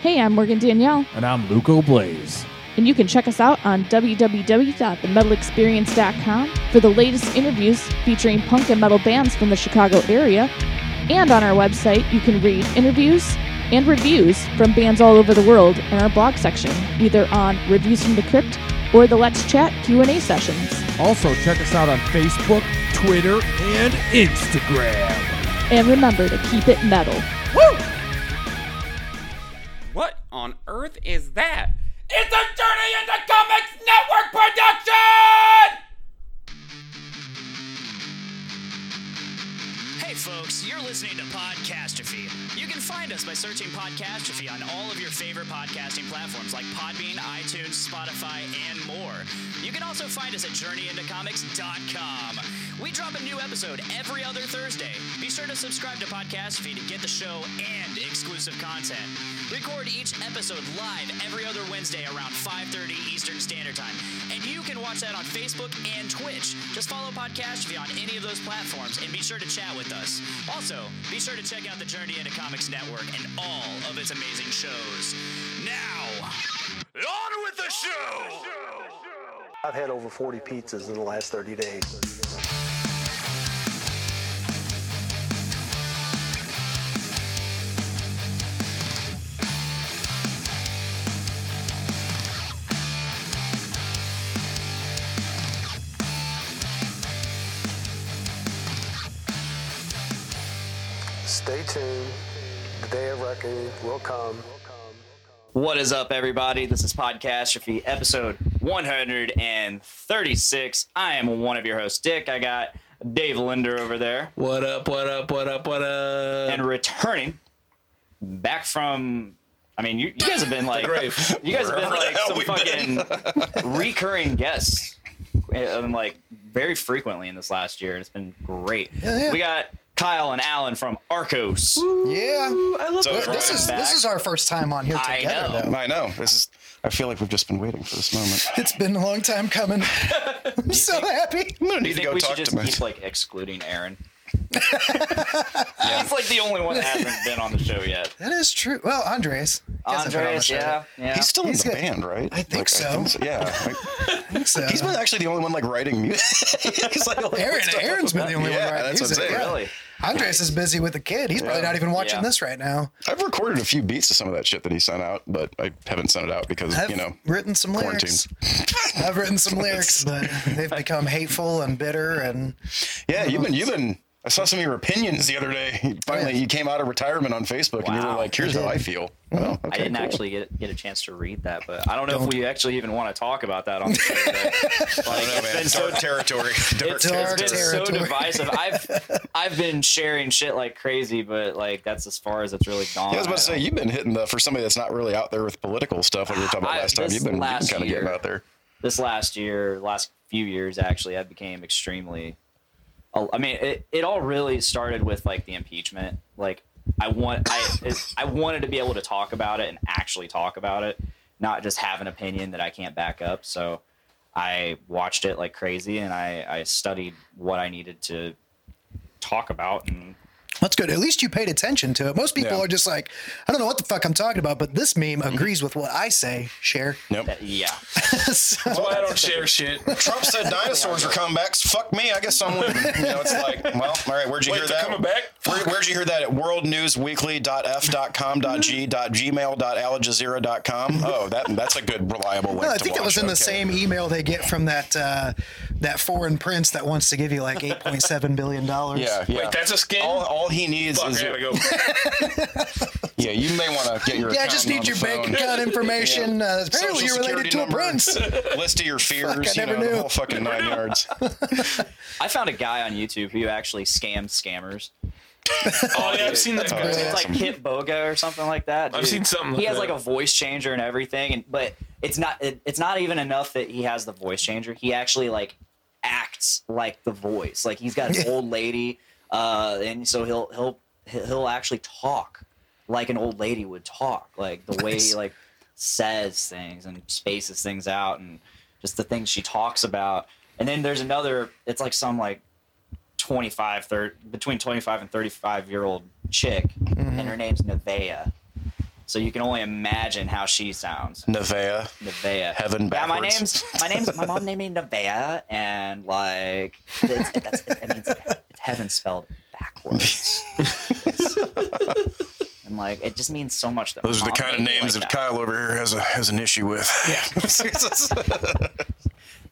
Hey, I'm Morgan Danielle, And I'm Luco Blaze. and you can check us out on www.themetalexperience.com for the latest interviews featuring punk and metal bands from the Chicago area. And on our website, you can read interviews and reviews from bands all over the world in our blog section, either on Reviews from the Crypt or the Let's Chat Q&A sessions. Also, check us out on Facebook, Twitter, and Instagram. And remember to keep it metal. What on earth is that? It's a Journey into Comics Network production! Hey, folks, you're listening to Podcastrophe. You can find us by searching Podcastrophe on all of your favorite podcasting platforms like Podbean, iTunes, Spotify, and more. You can also find us at JourneyIntoComics.com. We drop a new episode every other Thursday. Be sure to subscribe to Podcastrophe to get the show and exclusive content. Record each episode live every other Wednesday around 5.30 Eastern Standard Time. And you can watch that on Facebook and Twitch. Just follow Podcastrophe on any of those platforms and be sure to chat with us. Also, be sure to check out the Journey into Comics Network and all of its amazing shows. Now, on with the show! I've had over 40 pizzas in the last 30 days. Stay tuned. The day of reckoning will come. What is up, everybody? This is Podcastrophe, episode 136. I am one of your hosts, Dick. I got Dave Linder over there. What up, what up, what up, what up? And returning back from, I mean, you, you guys have been like, grave. you guys have been like some fucking recurring guests. And like very frequently in this last year. and It's been great. yeah. We got Kyle and Alan from Arcos. Yeah. I love that. This is this is our first time on here I together know. though. I know. This is. I feel like we've just been waiting for this moment. It's been a long time coming. I'm so happy. I'm gonna Do you need to think go we should talk just to my. keep like excluding Aaron? He's like the only one that hasn't been on the show yet. That is true. Well, Andres. he hasn't been on the Andres, show yeah, yet. yeah. He's still He's in the got- band, right? I think so. yeah. Like, I think so. he's been actually the only one like writing music. He's like, like, Aaron, what's up Aaron's with been the only that? one writing Yeah, that's what music. I'm saying. yeah. really. Andres is busy with the kid. He's probably not even watching Yeah. this right now. I've recorded a few beats to some of that shit that he sent out, but I haven't sent it out because I've you know written some quarantine. lyrics. I've written some lyrics, but they've become hateful and bitter and Yeah, you've been you've been. I saw some of your opinions the other day. Finally, yeah. you came out of retirement on Facebook, and you were Wow. like, "Here's how I feel." Oh, I okay, didn't cool. actually get, get a chance to read that, but I don't know if we actually even want to talk about that on the show. today. Like, Oh, man, it's been dark so territory. Dark it's, it's Dark territory. been so territory. divisive. I've I've been sharing shit like crazy, but like that's as far as it's really gone. Yeah, I was about to I say don't- you've been hitting the for somebody that's not really out there with political stuff like we were talking about I- last time. this You've been, you've been last kind of year. getting out there. this last year, last few years actually, I became extremely. I mean, it, it all really started with like the impeachment. Like, I want I it, I wanted to be able to talk about it and actually talk about it, not just have an opinion that I can't back up. So, I watched it like crazy, and I I studied what I needed to talk about and That's good. At least you paid attention to it. Most people Yeah. are just like, I don't know what the fuck I'm talking about, but this meme agrees with what I say. Share. Nope. that, yeah. So- Well, I don't share shit. Trump said dinosaurs are coming back. Fuck me. I guess I'm leaving. You know, it's like, well, all right. Where'd you hear that? Coming back? Where, where'd you hear that? At worldnewsweekly.f.com.g.gmail.aljazeera.com. Oh, that that's a good reliable link. No, I to think it watch. was in the Okay. same email they get from that uh, that foreign prince that wants to give you like eight point seven billion dollars. Yeah, yeah. Wait, that's a scam? All, all he needs is your, go. yeah. You may want to get your Yeah, I just need accountant your on the bank phone. account information. Uh, apparently, Social you're related Security to a number, prince. List of your fears. Fuck, I you never know, knew. The whole fucking nine yards. I found a guy on YouTube who actually scams scammers. Oh yeah, I've seen that. That's It's like Kit Boga or something like that. I've dude. seen something He like has that. like a voice changer and everything, and but it's not it, it's not even enough that he has the voice changer. He actually like acts like the voice. Like he's got an old lady, uh, and so he'll he'll he'll actually talk like an old lady would talk, like the way he like says things and spaces things out, and just the things she talks about. And then there's another. It's like some like 25 30, between 25 and 35 year old chick and her name's Nevaeh So you can only imagine how she sounds. Nevea. Nevea. Heaven Yeah, my backwards. name's my name's my mom named me Nevea, and like it's, that's, it means it's heaven spelled backwards. It's- and like it just means so much. That my Those are the mom kind of named me names like Oh, that Kyle over here has a has an issue with.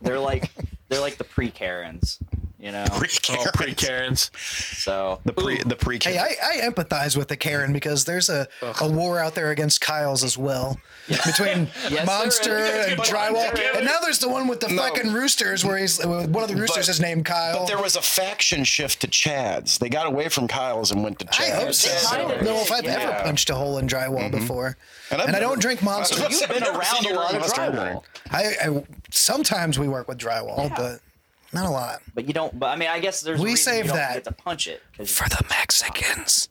They're like they're like the pre Karens, you know. Oh, pre Karens. So the pre the pre Hey, I, I empathize with the Karen because there's a, a war out there against Kyle's as well. Between Yes, Monster there is. and Drywall. And now there's the one with the No. fucking roosters where he's uh, one of the roosters But- is named Kyle. But there was a faction shift to Chad's. They got away from Kyle's and went to I Chad's. hope so. I don't know if I've Yeah. ever punched a hole in drywall before. Mm-hmm. And, And I've I never- don't drink monster. you've been around a lot of drywall, I, I sometimes we work with drywall, but not a lot. but you don't. But I mean, I guess there's a We reason save you don't that get to punch it 'cause the Mexicans.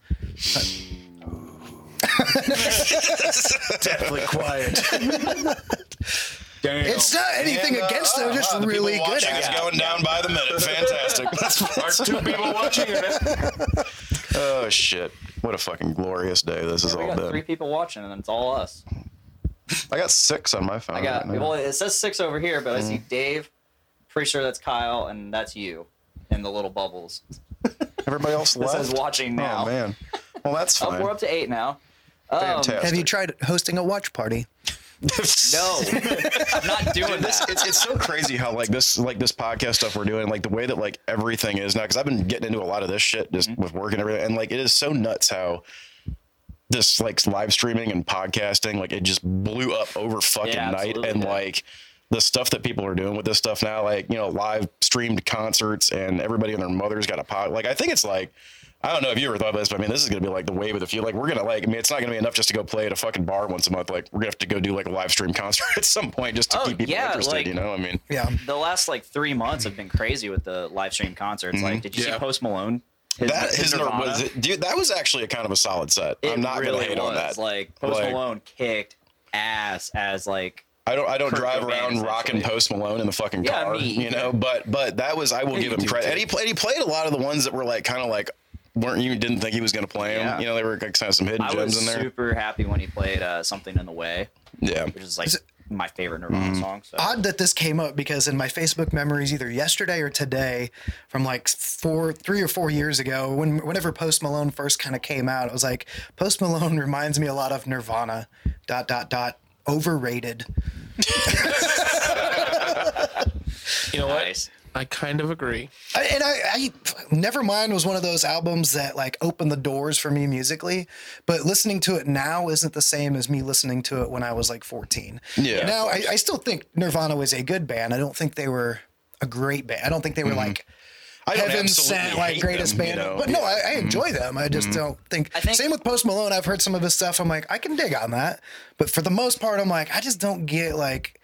deathly quiet. Damn. It's not anything against them, just really good at It's it. going down by the minute. Our Fantastic. two people watching it. oh shit! What a fucking glorious day this has we all got three been. people watching, and it's all us. I got six on my phone. I got. right now. Well, it says six over here, but I see Mm-hmm. Dave. Pretty sure that's Kyle, and that's you, in the little bubbles. Everybody else This left. is watching now. Oh man. Well, that's Up, fine. Oh, we're up um, to eight now. Fantastic. Have you tried hosting a watch party? No, I'm not doing This, that. it's, it's so crazy how like this like this podcast stuff we're doing like the way that like everything is now because I've been getting into a lot of this shit just Mm-hmm. with work and everything and like it is so nuts how this like live streaming and podcasting like it just blew up over fucking Yeah, night absolutely, and yeah. like the stuff that people are doing with this stuff now like you know live streamed concerts and everybody and their mother's got a pod like I think it's like. I don't know if you ever thought about this, but I mean, this is going to be like the wave of the future. Like, we're going to like, I mean, it's not going to be enough just to go play at a fucking bar once a month. Like, we're going to have to go do like a live stream concert at some point just to Oh, keep people yeah, interested. like- you know, I mean, Yeah. the last like three months have been crazy with the live stream concerts. Like, did you Yeah. see Post Malone? Mm-hmm. that his Nirvana? was it, dude. That was actually a kind of a solid set. It I'm not really gonna hate was. on that. Like Post Like, Malone kicked ass as like I don't I don't Kurt drive Cobain, around essentially. rocking Post Malone in the fucking Yeah, car, me you either. know. But but that was I will give you him do, credit. too. And he played he played a lot of the ones that were like kind of like weren't you didn't think he was gonna play them. Yeah. You know, they were like kind of some hidden I gems was in there. super happy when he played uh, something in the way, yeah. which is like my favorite Nirvana Mm-hmm. song. So Odd that this came up because in my Facebook memories, either yesterday or today, from like four, three or four years ago, when whenever Post Malone first kind of came out, it was like Post Malone reminds me a lot of Nirvana. Dot dot dot. Overrated. You know what? nice. I kind of agree. I, and I, I, Nevermind was one of those albums that like opened the doors for me musically, but listening to it now isn't the same as me listening to it when I was like 14. Yeah. Now I, I still think Nirvana was a good band. I don't think they were a great band. I don't think they were like I don't heaven absolutely sent like hate greatest them, you band. know? Mm-hmm. But no, I, I enjoy them. I just don't think, I think- Same with Post Malone. I've heard some of his stuff. I'm like, I can dig on that. But for the most part, I'm like, I just don't get like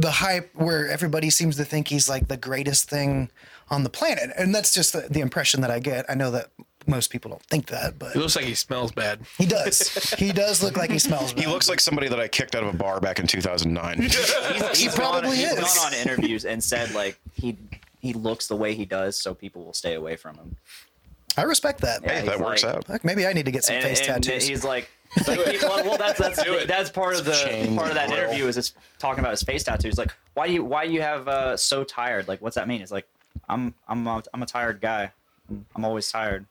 the hype where everybody seems to think he's like the greatest thing on the planet. And that's just the, the impression that I get. I know that most people don't think that, but It looks like he smells bad. he does. he does look like he smells. He looks like somebody that I kicked out of a bar back in 2009. He's, he's probably gone, he's is. gone on interviews and said like he he looks the way he does, so people will stay away from him. I respect that. Yeah, that he's works like- out. Fuck, maybe I need to get some and, face and tattoos. he's like, like, he- well, well, that's that's that's part of the Chains part of that grill. interview is it's talking about his face tattoos. Like, why do you why do you have uh, so tired? Like, what's that mean? It's like, I'm I'm a, I'm a tired guy. I'm, I'm always tired.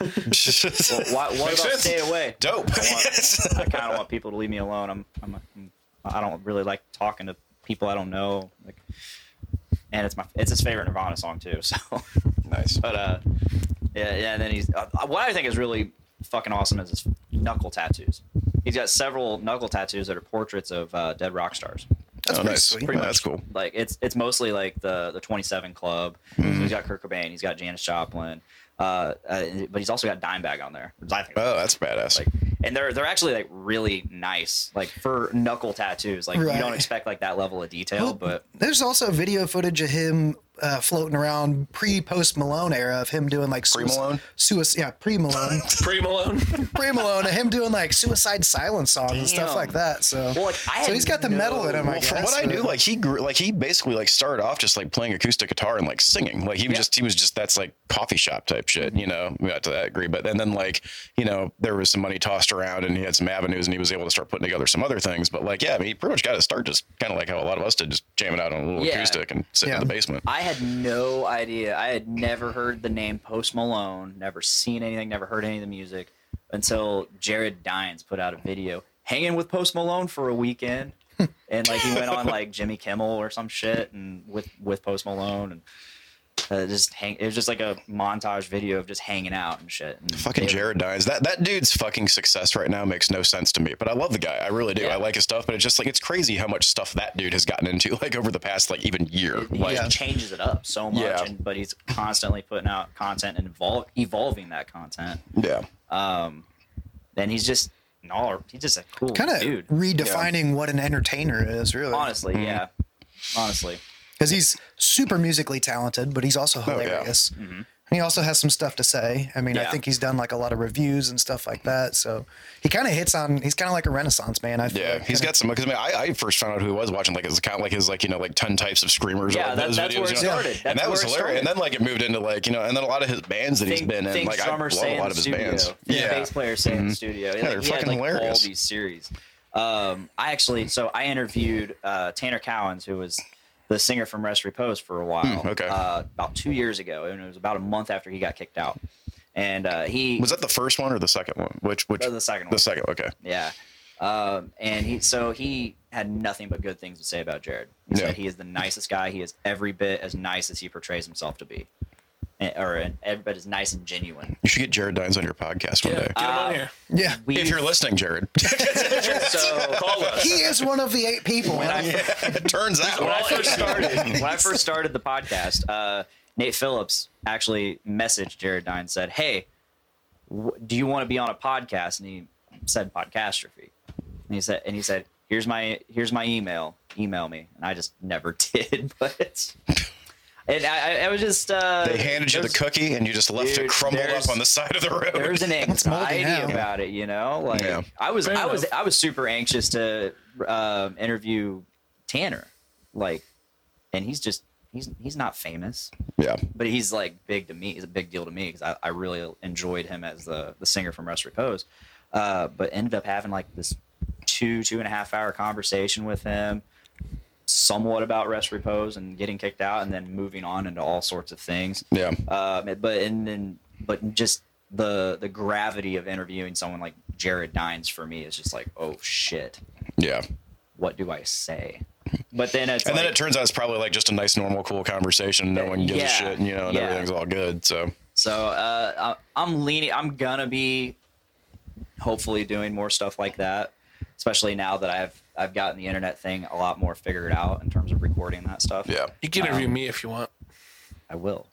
Well, why, what about sense. stay away? Dope. I, want- I kind of want people to leave me alone. I'm, I'm, I'm I don't really like talking to people I don't know. Like, and it's my it's his favorite Nirvana song too. So nice. but uh, yeah, yeah. And then he's uh, what I think is really fucking awesome is his knuckle tattoos. He's got several knuckle tattoos that are portraits of uh, dead rock stars. that's Oh, pretty nice. sweet. Yeah, that's cool. Like it's it's mostly like the the 27 Club. So Mm-hmm. he's got Kurt Cobain. He's got Janis Joplin. Uh, uh, but he's also got Dimebag on there, which I think. Oh, that's badass. like, and they're they're actually like really nice, like for knuckle tattoos. Like you Right. don't expect like that level of detail, Well, but there's also video footage of him uh, floating around pre post Malone era of him doing like suicide, Pre-Malone? suicide yeah pre Malone Pre Malone. pre Malone, him doing like Suicide Silence songs and stuff Damn. like that. So Well, like, I so had he's got the metal in him. I Well, guess, from what I but- knew, like he grew, like he basically like started off just like playing acoustic guitar and like singing. Like he was just he was just that's like coffee shop type shit, you know, not to that degree. But and then like you know there was some money tossed around and he had some avenues and he was able to start putting together some other things. But like yeah, I mean he pretty much got to start just kind of like how a lot of us did, just jamming out on a little Yeah. acoustic and sitting Yeah. in the basement. I had no idea. I had never heard the name Post Malone, never seen anything, never heard any of the music until Jared Dines put out a video hanging with Post Malone for a weekend. And like he went on like Jimmy Kimmel or some shit and with with Post Malone and uh, just hang it was just like a montage video of just hanging out and shit. And Fucking they- Jared Dines. That that dude's fucking success right now makes no sense to me. But I love the guy. I really do. Yeah. I like his stuff, but it's just like it's crazy how much stuff that dude has gotten into like over the past like even year. He Like just changes it up so much, Yeah. and, but he's constantly putting out content and evol- evolving that content. yeah. Then he's just an all he's just a cool kind of dude. redefining what an entertainer is, really. Honestly, Mm-hmm. yeah. Honestly. Because he's super musically talented, but he's also Oh, yeah. Mm-hmm. hilarious. And he also has some stuff to say. I mean, I Yeah. think he's done like a lot of reviews and stuff like that. So he kind of hits on. He's kind of like a renaissance man. I feel Yeah, like. he's got some. Because I, mean, I, I first found out who he was watching like his account, like his like you know like ten types of screamers. or, Yeah, like, that- those that's videos, where it you know? started. and That's that was where it hilarious. And then like it moved into like you know, and then a lot of his bands that he's Thing- been in, things like I drummer love say a in lot the of his studio. bands. Mm-hmm. yeah. bass player say in the studio. Yeah, they're he had, fucking like, hilarious. All these series. Um, I actually, so I interviewed uh, Tanner Cowens, who was the singer from Rest Repose for a while. Hmm, okay. Uh, about two years ago, and it was about a month after he got kicked out. And uh, he Was that the first one or the second one? Which which That was the second The one. second. Okay. Yeah. Um, and he, so he had nothing but good things to say about Jared. He Yeah. said he is the nicest guy. He is every bit as nice as he portrays himself to be, and, or and every bit as nice and genuine. You should get Jared Dines on your podcast one Yeah, day. get him on here. yeah. We, if you're listening, Jared, so Call us. He is one of the eight people. when I, it turns out. when I first started when I first started the podcast, uh, Nate Phillips actually messaged Jared Dine and said, "Hey, w- do you want to be on a podcast?" And he said, "Podcastrophe." And he said, "And he said, here's my here's my email. Email me." And I just never did, but. And I, I- I was just. Uh, They handed you the there's- cookie and you just left it Dude, crumbled there's- up on the side of the road. there's an moldy anxiety now. about it, you know. Like Yeah. I was, Fair I was, enough. I was super anxious to um, interview Tanner, like, and he's just he's he's not famous, yeah. but he's like big to me. He's a big deal to me because I, I really enjoyed him as the the singer from Rest Repose, uh, but ended up having like this two two and a half hour conversation with him. Somewhat about rest repose and getting kicked out, and then moving on into all sorts of things Yeah. um, but and then but just the the gravity of interviewing someone like Jared Dines for me is just like oh shit Yeah. what do I say but then it's And like, then it turns out it's probably like just a nice, normal, cool conversation. No one gives Yeah. a shit, and, you know, and Yeah. everything's all good. So so uh, I, I'm leaning I'm gonna be hopefully doing more stuff like that especially now that I've I've gotten the internet thing a lot more figured out in terms of recording that stuff yeah, You can interview me if you want. I will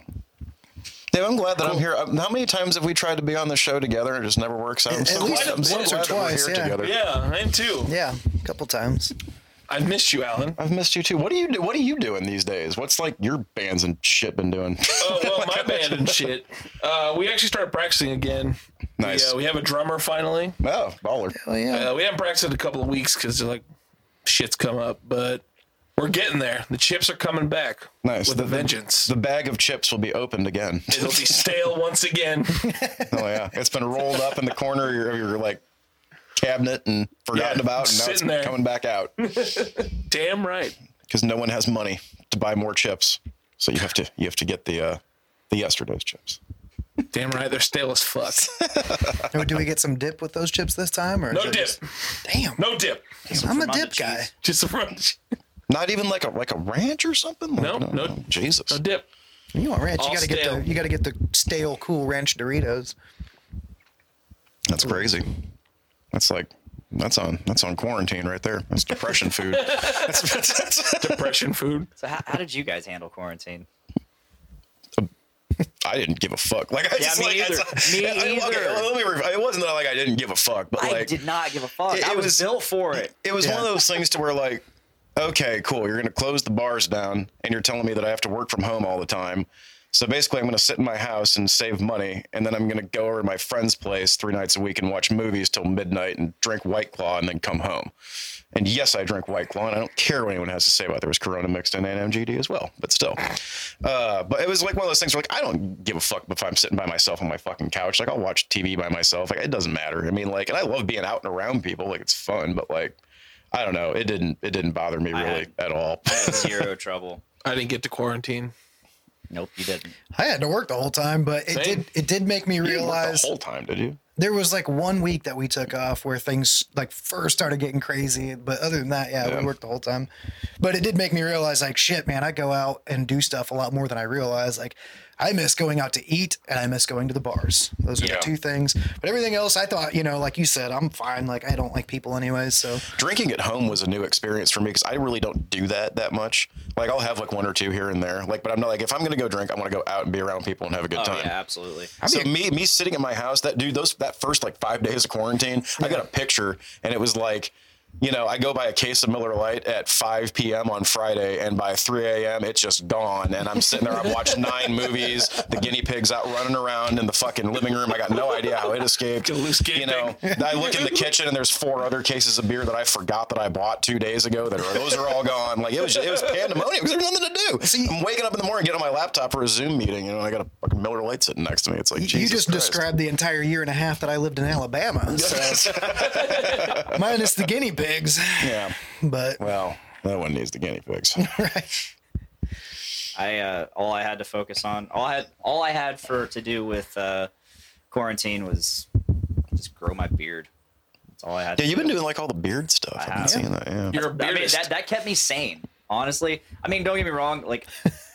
Dave, I'm glad that I'm here. Um, How many times have we tried to be on the show together and it just never works out? I'm At so least glad- I'm so once or glad that we're twice, here yeah. together. Yeah, I am too. yeah, a couple times. I missed you, Alan. I've missed you too. What do you do? What are you doing these days? What's like your bands and shit been doing? Oh well, my band and shit. Uh, we actually started practicing again. Nice. Yeah, we have a drummer finally. oh, baller. Oh yeah. Uh, we haven't practiced in a couple of weeks because like shit's come up, but we're getting there. The chips are coming back. Nice. with The- a vengeance. The bag of chips will be opened again. It'll be stale once again. oh yeah, it's been rolled up in the corner of your, of your like cabinet and forgotten Yeah, about, and now sitting it's there. coming back out Damn right. because no one has money to buy more chips. So you have to you have to get the uh, the yesterday's chips. Damn right. They're stale as fuck. Oh, do we get some dip with those chips this time? Or is No it dip. just- damn. No dip. I'm a Fermented dip guy. cheese. Just a Not even like a like a ranch or something. Like, No, no. Jesus. no dip. You want ranch? All you gotta stale. get the you gotta get the stale cool ranch Doritos. That's crazy. That's like that's on that's on quarantine right there. That's depression food. That's, that's- Depression food. so how, how did you guys handle quarantine I didn't give a fuck. Like I just me like I- either. Me I, okay, either. let me re- it wasn't that like I didn't give a fuck, but I like did not give a fuck it- I it was, was- built for it it was one of those things to where like okay, cool. You're going to close the bars down and you're telling me that I have to work from home all the time. So basically, I'm going to sit in my house and save money. And then I'm going to go over to my friend's place three nights a week and watch movies till midnight and drink White Claw and then come home. And yes, I drink White Claw, and I don't care what anyone has to say about it. There was Corona mixed in and MGD as well, but still. Uh, but it was like one of those things where, like, I don't give a fuck if I'm sitting by myself on my fucking couch. Like, I'll watch TV by myself. Like, it doesn't matter. I mean, like, and I love being out and around people. Like, it's fun, but like, I don't know. It didn't. It didn't bother me really had- at all. I had zero trouble. I didn't get to quarantine. Nope, you didn't. I had to work the whole time, but it Same. did it did make me You didn't work realize the whole time, did you? there was like one week that we took off where things like first started getting crazy. But other than that, yeah, Yeah. we worked the whole time. But it did make me realize like shit, man, I go out and do stuff a lot more than I realize. Like I miss going out to eat and I miss going to the bars. Those are Yeah. the two things. But everything else I thought, you know, like you said, I'm fine. Like I don't like people anyways. So drinking at home was a new experience for me because I really don't do that that much. Like I'll have like one or two here and there. Like, but I'm not like if I'm gonna go drink, I want to go out and be around people and have a good Oh time. yeah, absolutely. So me me sitting in my house, that dude, those that first like five days of quarantine, I got a picture and it was like, you know, I go buy a case of Miller Lite at 5 p.m. on Friday, and by 3 a.m. it's just gone. And I'm sitting there, I've watched nine movies, the guinea pig's out running around in the fucking living room. I got no idea how it escaped. loose guinea You know, I look in the kitchen and there's four other cases of beer that I forgot that I bought two days ago. That are those are all gone. Like it was it was pandemonium because there's nothing to do. I'm waking up in the morning, getting on my laptop for a Zoom meeting, you know, and I got a fucking Miller Lite sitting next to me. It's like you Jesus just Christ. described the entire year and a half that I lived in Alabama. So minus the guinea pigs. Yeah. But Well, that one needs the guinea pigs. I uh, all I had to focus on, all I had, all I had for to do with uh, quarantine was just grow my beard. That's all I had. Yeah, to you've been do. doing like all the beard stuff. I've been have. seeing that. Yeah. You're a I mean, beardist. that that kept me sane. Honestly, I mean, don't get me wrong. Like,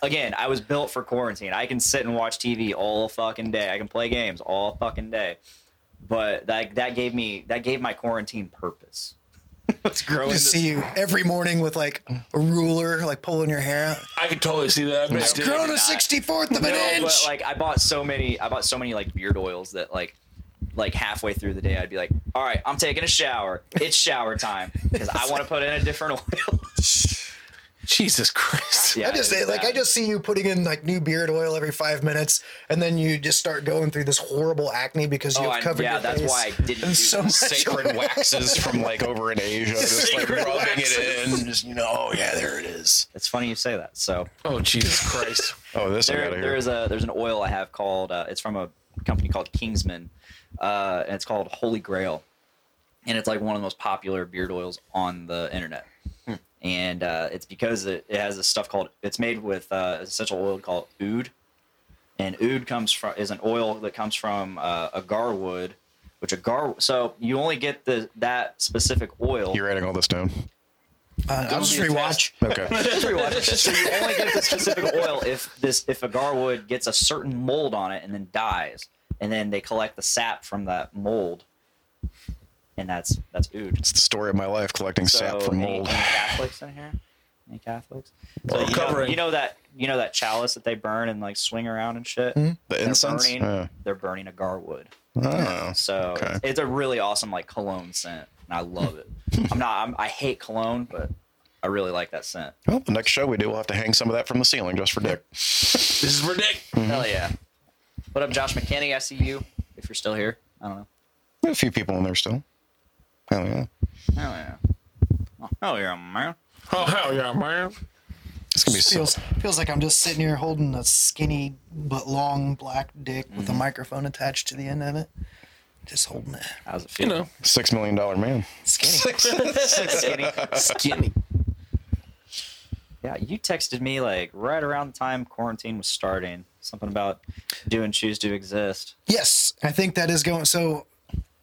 again, I was built for quarantine. I can sit and watch TV all fucking day. I can play games all fucking day. But that that gave me that gave my quarantine purpose. Let's grow to see you every morning with like a ruler, like pulling your hair out. I could totally see that. I've been doing Grown it. a sixty fourth of an No, inch. but like I bought so many, I bought so many like beard oils that like, like halfway through the day, I'd be like, "All right, I'm taking a shower. It's shower time because I want to put in a different oil." Jesus Christ. yeah, I just it was like I bad. just see you putting in like new beard oil every five minutes, and then you just start going through this horrible acne because Oh, you've I- covered yeah, your that's face. why I didn't do and so this. much Sacred waxes from like over in Asia, just like Sacred rubbing it in, waxes. and just you know, oh yeah, there it is. It's funny you say that. So Oh Jesus Christ. Oh, this I there, gotta there hear. is a there's an oil I have called uh, it's from a company called Kingsman, uh, and it's called Holy Grail, and it's like one of the most popular beard oils on the internet, Hmm. and uh, it's because it, it has this stuff called it's made with uh, essential oil called oud, and oud comes from is an oil that comes from uh, agar wood, which agar so you only get the that specific oil. You're writing all this down. Uh, I'll just rewatch. Okay. Just rewatch. so you only get the specific oil if this if a garwood gets a certain mold on it and then dies, and then they collect the sap from that mold, and that's that's ood. It's the story of my life collecting sap from any, mold. any Catholics in here? Any Catholics? So Or you, know, covering. you know that you know that chalice that they burn and like swing around and shit. The They're Hmm? incense? burning. Yeah. They're burning a garwood. Oh. So Okay. it's, it's a really awesome like cologne scent, and I love it. I'm not. I'm, I hate cologne, but I really like that scent. Well, the next show we do, we'll have to hang some of that from the ceiling just for Dick. This is ridiculous. Hell yeah. What up, Josh McKinney? I see you. If you're still here. I don't know. There are A few people in there still. Hell yeah. Hell yeah. Oh, hell yeah, man. Oh hell yeah, man. It's gonna be so Feels feels like I'm just sitting here holding a skinny but long black dick with a Mm-hmm. microphone attached to the end of it, just holding it. How's it You feel? know. six million dollar man. Skinny. Skinny. Skinny. Yeah, you texted me like right around the time quarantine was starting. Something about do and choose to exist. Yes, I think that is going. So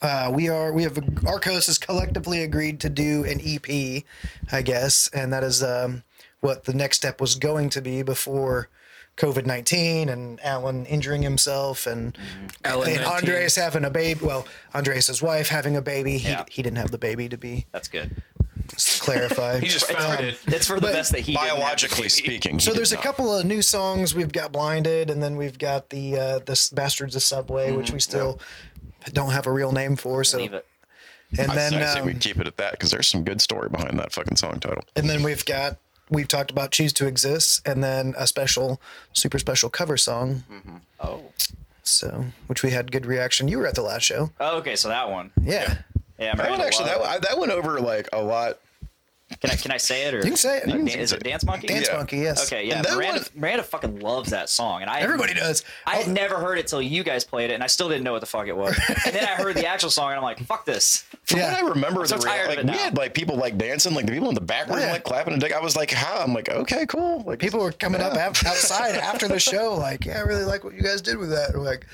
uh, we are we have Arcos has collectively agreed to do an EP, I guess, and that is um, what the next step was going to be before COVID nineteen and Alan injuring himself and Mm-hmm. Alan and 19. Andres having a baby. Well, Andres his wife having a baby. He, Yeah. he didn't have the baby to be That's good. just to clarify. He just found it. It's for the best that he didn't have Biologically speaking. So he there's did a not. couple of new songs. We've got Blinded, and then we've got the Mm, uh, the S- Bastards of Subway, which we still don't have a real name for. to So Leave it. And I, then I say um, we keep it at that because there's some good story behind that fucking song title. and then we've got we've talked about choose to exist and then a special super special cover song. Oh. So, which we had good reaction. You were at the last show. oh. Okay, so that one. Yeah. Yeah, That one Miranda actually, that, Love. one- I- that went over like a lot. Can I, can I say it or You can say it. Uh, You can Dan- is say it it. Dance Monkey? Dance Yeah. Monkey, yes. Okay, yeah. And that Miranda, one- Miranda fucking loves that song, and I Everybody does. I had never heard it till you guys played it, and I still didn't know what the fuck it was. and then I heard the actual song, and I'm like, fuck this. From Yeah. what I remember, so the tired real, of like it we now. had like people like dancing, like the people in the back were Yeah. like clapping and dick. I was like, how? I'm like, okay, cool. Like people were coming up Yeah. af- outside after the show like yeah i really like what you guys did with that And like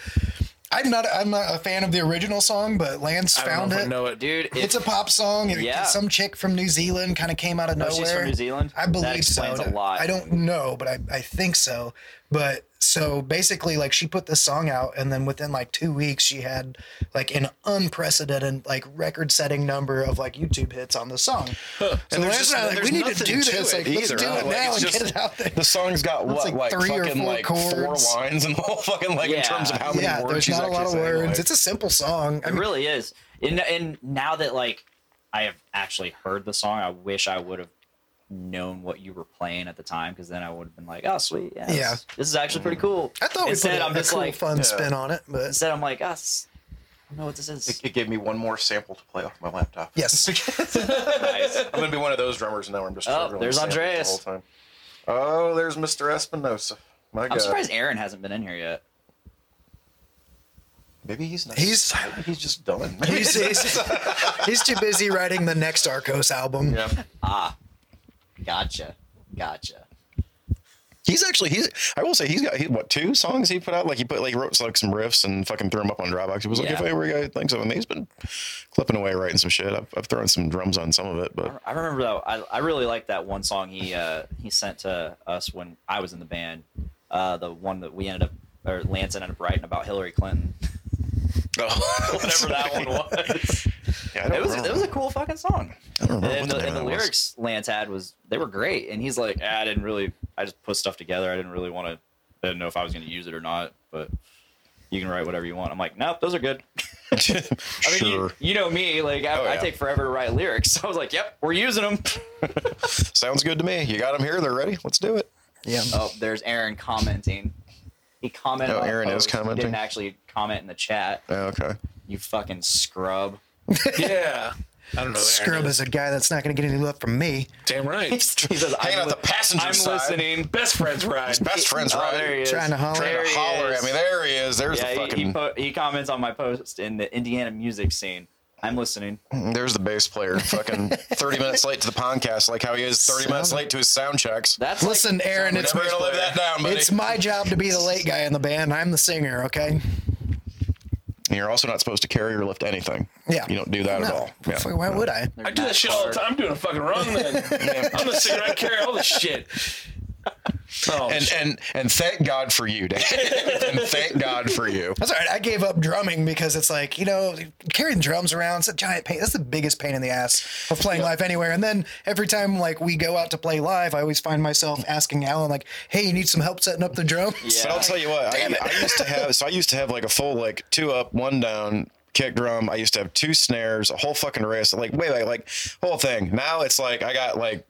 i'm not i'm not a fan of the original song but lance I don't found know if it I know it. Dude, it's a pop song and Yeah. some chick from new zealand kind of came out of Oh, nowhere she's from New Zealand? i That believe explains so a lot. i don't know but I, I think so but so basically like she put this song out and then within like two weeks she had like an unprecedented like record setting number of like youtube hits on the song so And there's lance just- and i like we there's need to nothing do to this it like let's either, do huh? it Like, now it's and get just- it out there The song's got It's what, like like, three or fucking four like four chords. lines and the whole fucking like in Yeah. terms of how many yeah, words. there's she's not a lot of actually saying, words. like- it's a simple song. I It mean, really is. And, and now that like I have actually heard the song, I wish I would have known what you were playing at the time because then I would have been like, oh sweet, yeah, Yeah. This, this is actually pretty cool. I thought we instead put a, I'm a just cool, like fun spin on it, but instead I'm like, oh, s- I don't know what this is. It, it gave me one more sample to play off my laptop. yes, Nice. I'm gonna be one of those drummers now. where I'm just Oh, struggling there's with samples Andreas. the whole time. Oh, there's Mr. Espinosa. My God, I'm surprised Aaron hasn't been in here yet. maybe he's not. He's- maybe he's just done. he's, he's, he's too busy writing the next Arcos album. yeah. Ah, gotcha, gotcha. He's actually he's. I will say he's got he, what two songs he put out. Like he put like he wrote like some riffs and fucking threw them up on Dropbox. He was like, Yeah. if I were a guy, who thinks of him. He's been clipping away writing some shit. I've, I've thrown some drums on some of it, but I remember that. I, I really liked that one song he uh, he sent to us when I was in the band. Uh, the one that we ended up, or Lance ended up writing about Hillary Clinton. Whatever that one was. Yeah, I don't It was remember. it was a cool fucking song. I don't remember And what the the, name and of the that was. lyrics Lance had was they were great. And he's like, "Ah, I didn't really. I just put stuff together. I didn't really want to. I didn't know if I was going to use it or not. But you can write whatever you want. I'm like, nope, those are good. I mean, sure. you, you know me. Like I, Oh, I yeah. take forever to write lyrics. So I was like, yep, we're using them. Sounds good to me. You got them here. They're ready. Let's do it. Yeah, Oh, there's Aaron commenting. He commented. Oh, on a Aaron is post. He commenting? Didn't actually comment in the chat. Oh, okay. You fucking scrub. Yeah. I don't know. Aaron Scrub is a guy that's not going to get any love from me. Damn He right. says, Hanging "I'm, out li- the passenger I'm side. listening." Best friends ride. His best friends, Oh, right? there he is. Trying to holler. There Trying to he holler is. at me. There he is. There's Yeah, the he- he, fucking. po- he comments on my post in the Indiana music scene. I'm listening. there's the bass player. Fucking 30 minutes late to the podcast, like how he is 30 minutes late to his sound checks. That's like- Listen, Aaron, We're it's never gonna live that down, buddy. it's my job to be the late guy in the band. I'm the singer. Okay. And you're also not supposed to carry or lift anything. Yeah. You don't do that at No. all. Yeah. Fuck, Why would I? I do that shit all the time. I'm doing it fucking wrong then. I'm the singer. I carry all this shit. Oh, And shit. and and thank God for you, Dave. and thank God for you. That's all right. I gave up drumming because it's like, you know, carrying drums around, it's a giant pain. That's the biggest pain in the ass of playing live anywhere. And then every time like we go out to play live, I always find myself asking Alan, like, hey, you need some help setting up the drums? But I'll tell you what, I, I used to have so I used to have like a full like two up, one down kick drum. I used to have two snares, a whole fucking wrist, like way back, like whole thing. Now it's like I got like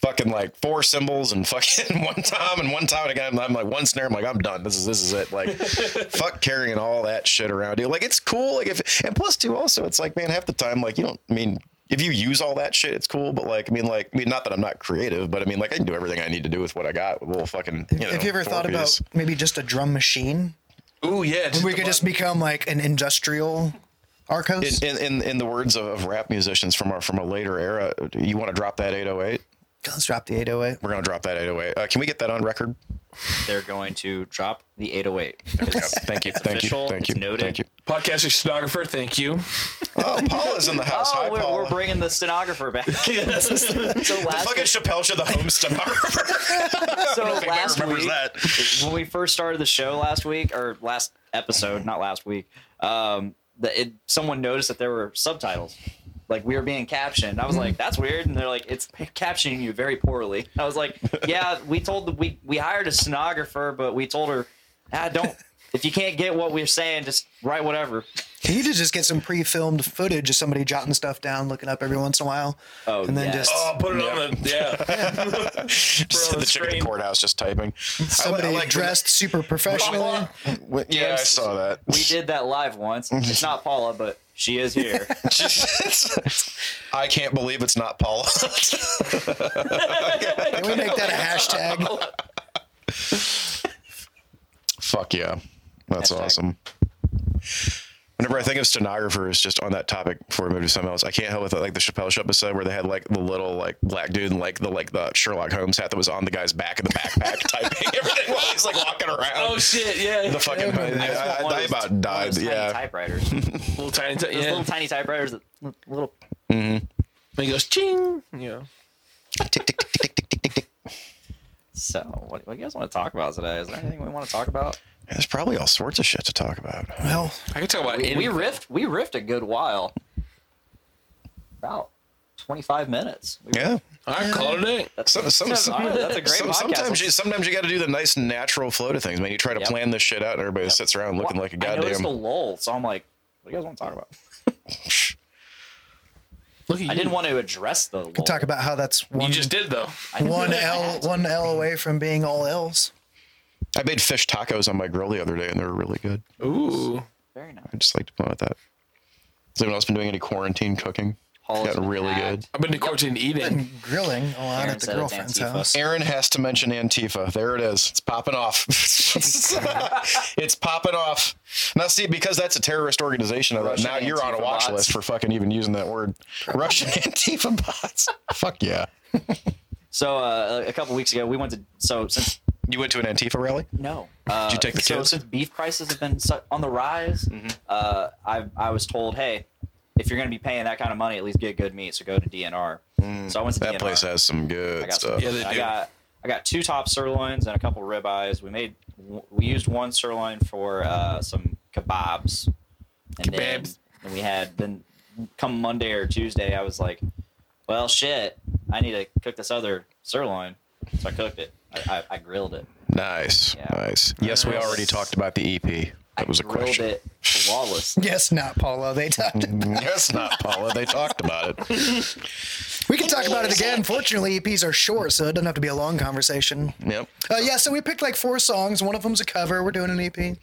fucking like four cymbals and fucking one tom and one tom and again. I'm, I'm like one snare. I'm like I'm done. This is this is it. Like fuck carrying all that shit around, dude. Like it's cool. Like if and plus two also, it's like man, half the time like you don't I mean. If you use all that shit, it's cool. But like, I mean, like, I mean, not that I'm not creative, but I mean, like, I can do everything I need to do with what I got. With a little fucking. You know, Have you ever thought four-piece. about maybe just a drum machine? Ooh, yeah. We could just become like an industrial Arcos. In, in, in, in the words of, of rap musicians from our, from a later era, you want to drop that 808? Let's drop the 808. We're going to drop that 808. Uh, can we get that on record? they're going to drop the 808. Thank you. Thank you. official. Thank you. It's noted. Thank you. Podcasting stenographer, thank you. Oh, Paula's in the house. oh, Hi, we're, Paula. we're bringing the stenographer back. so the last, fucking Chappelle Show, the home stenographer. so Nobody last remembers week, that. when we first started the show last week or last episode, not last week, um, the, it, someone noticed that there were subtitles. Like we were being captioned. I was like, "That's weird," and they're like, "It's captioning you very poorly." I was like, "Yeah, we told the, we we hired a stenographer, but we told her, ah, don't If you can't get what we're saying, just write whatever. You need to just get some pre-filmed footage of somebody jotting stuff down, looking up every once in a while, Oh, and then yes. just Oh, put it on the yeah. Just on in the the chicken in screen. the courthouse, just typing. somebody I like- dressed super professionally. When- yeah, I saw that. We did that live once. It's not Paula, but she is here. I can't believe it's not Paula. Can we make that a hashtag? Fuck yeah. That's Hashtag. awesome. Whenever I think of stenographers just on that topic before we move to something else, I can't help but like the Chappelle show episode where they had like the little like black dude and like the like the Sherlock Holmes hat that was on the guy's back in the backpack typing everything while he's like walking around. oh shit, yeah. the fucking I, I, One of those- about one of died. those tiny Yeah. typewriters. Those little tiny, t- yeah. little tiny typewriters. That little. and he goes ching. You know, So, what do you guys want to talk about today? Is there anything we want to talk about? There's probably all sorts of shit to talk about. Well, I can talk about We, anything. we riffed. We riffed a good while. About twenty-five minutes. We Yeah. I call it a day. Some, some, That's some, all right. That's a great some- podcast. sometimes you sometimes you got to do the nice natural flow to things, man. You try to Yep. plan this shit out, and everybody sits around looking Well, like a I noticed goddamn. a lull, so I'm like, what do you guys want to talk about? Look at you. I didn't want to address the lull. talk about how that's You one just did though. I didn't one really L have to. one L away from being all L's. I made fish tacos on my grill the other day, and they were really good. Ooh, Very nice. I just like to point out that. Has anyone else been doing any quarantine cooking? Paul's Got been really hacked. I've been to quarantine eating. Grilling a lot Aaron at the said it's girlfriend's Antifa. house. Aaron has to mention Antifa. There it is. It's popping off. it's popping off. Now, see, because that's a terrorist organization, I thought Russian now you're on a Antifa watch bots. list for fucking even using that word. Russian Antifa bots. Fuck yeah. So uh, a couple weeks ago, we went to. So since You went to an Antifa rally? no, uh, you take the so kids? Mm-hmm. since beef prices have been su- on the rise, uh, I I was told, hey, if you're going to be paying that kind of money, at least get good meat. So go to DNR. so I went to Mm, That DNR. place has some I good got some- stuff. Yeah, they I do. got I got two top sirloins and a couple ribeyes. We made we used one sirloin for uh, some kebabs. And then- Kebabs. and we had then come Monday or Tuesday, I was like, well, shit, I need to cook this other sirloin. So I cooked it. I, I, I grilled it. Nice. Yeah. Nice. Yes, we already talked about the EP. That was I a grilled question. it flawless. Yes, not Paula. They talked. Mm. Yes, not Paula. They talked about it. We can talk about it again. Fortunately, EPs are short, so it doesn't have to be a long conversation. Yep. Uh, yeah, so we picked like four songs. One of them's a cover. We're doing an EP. okay.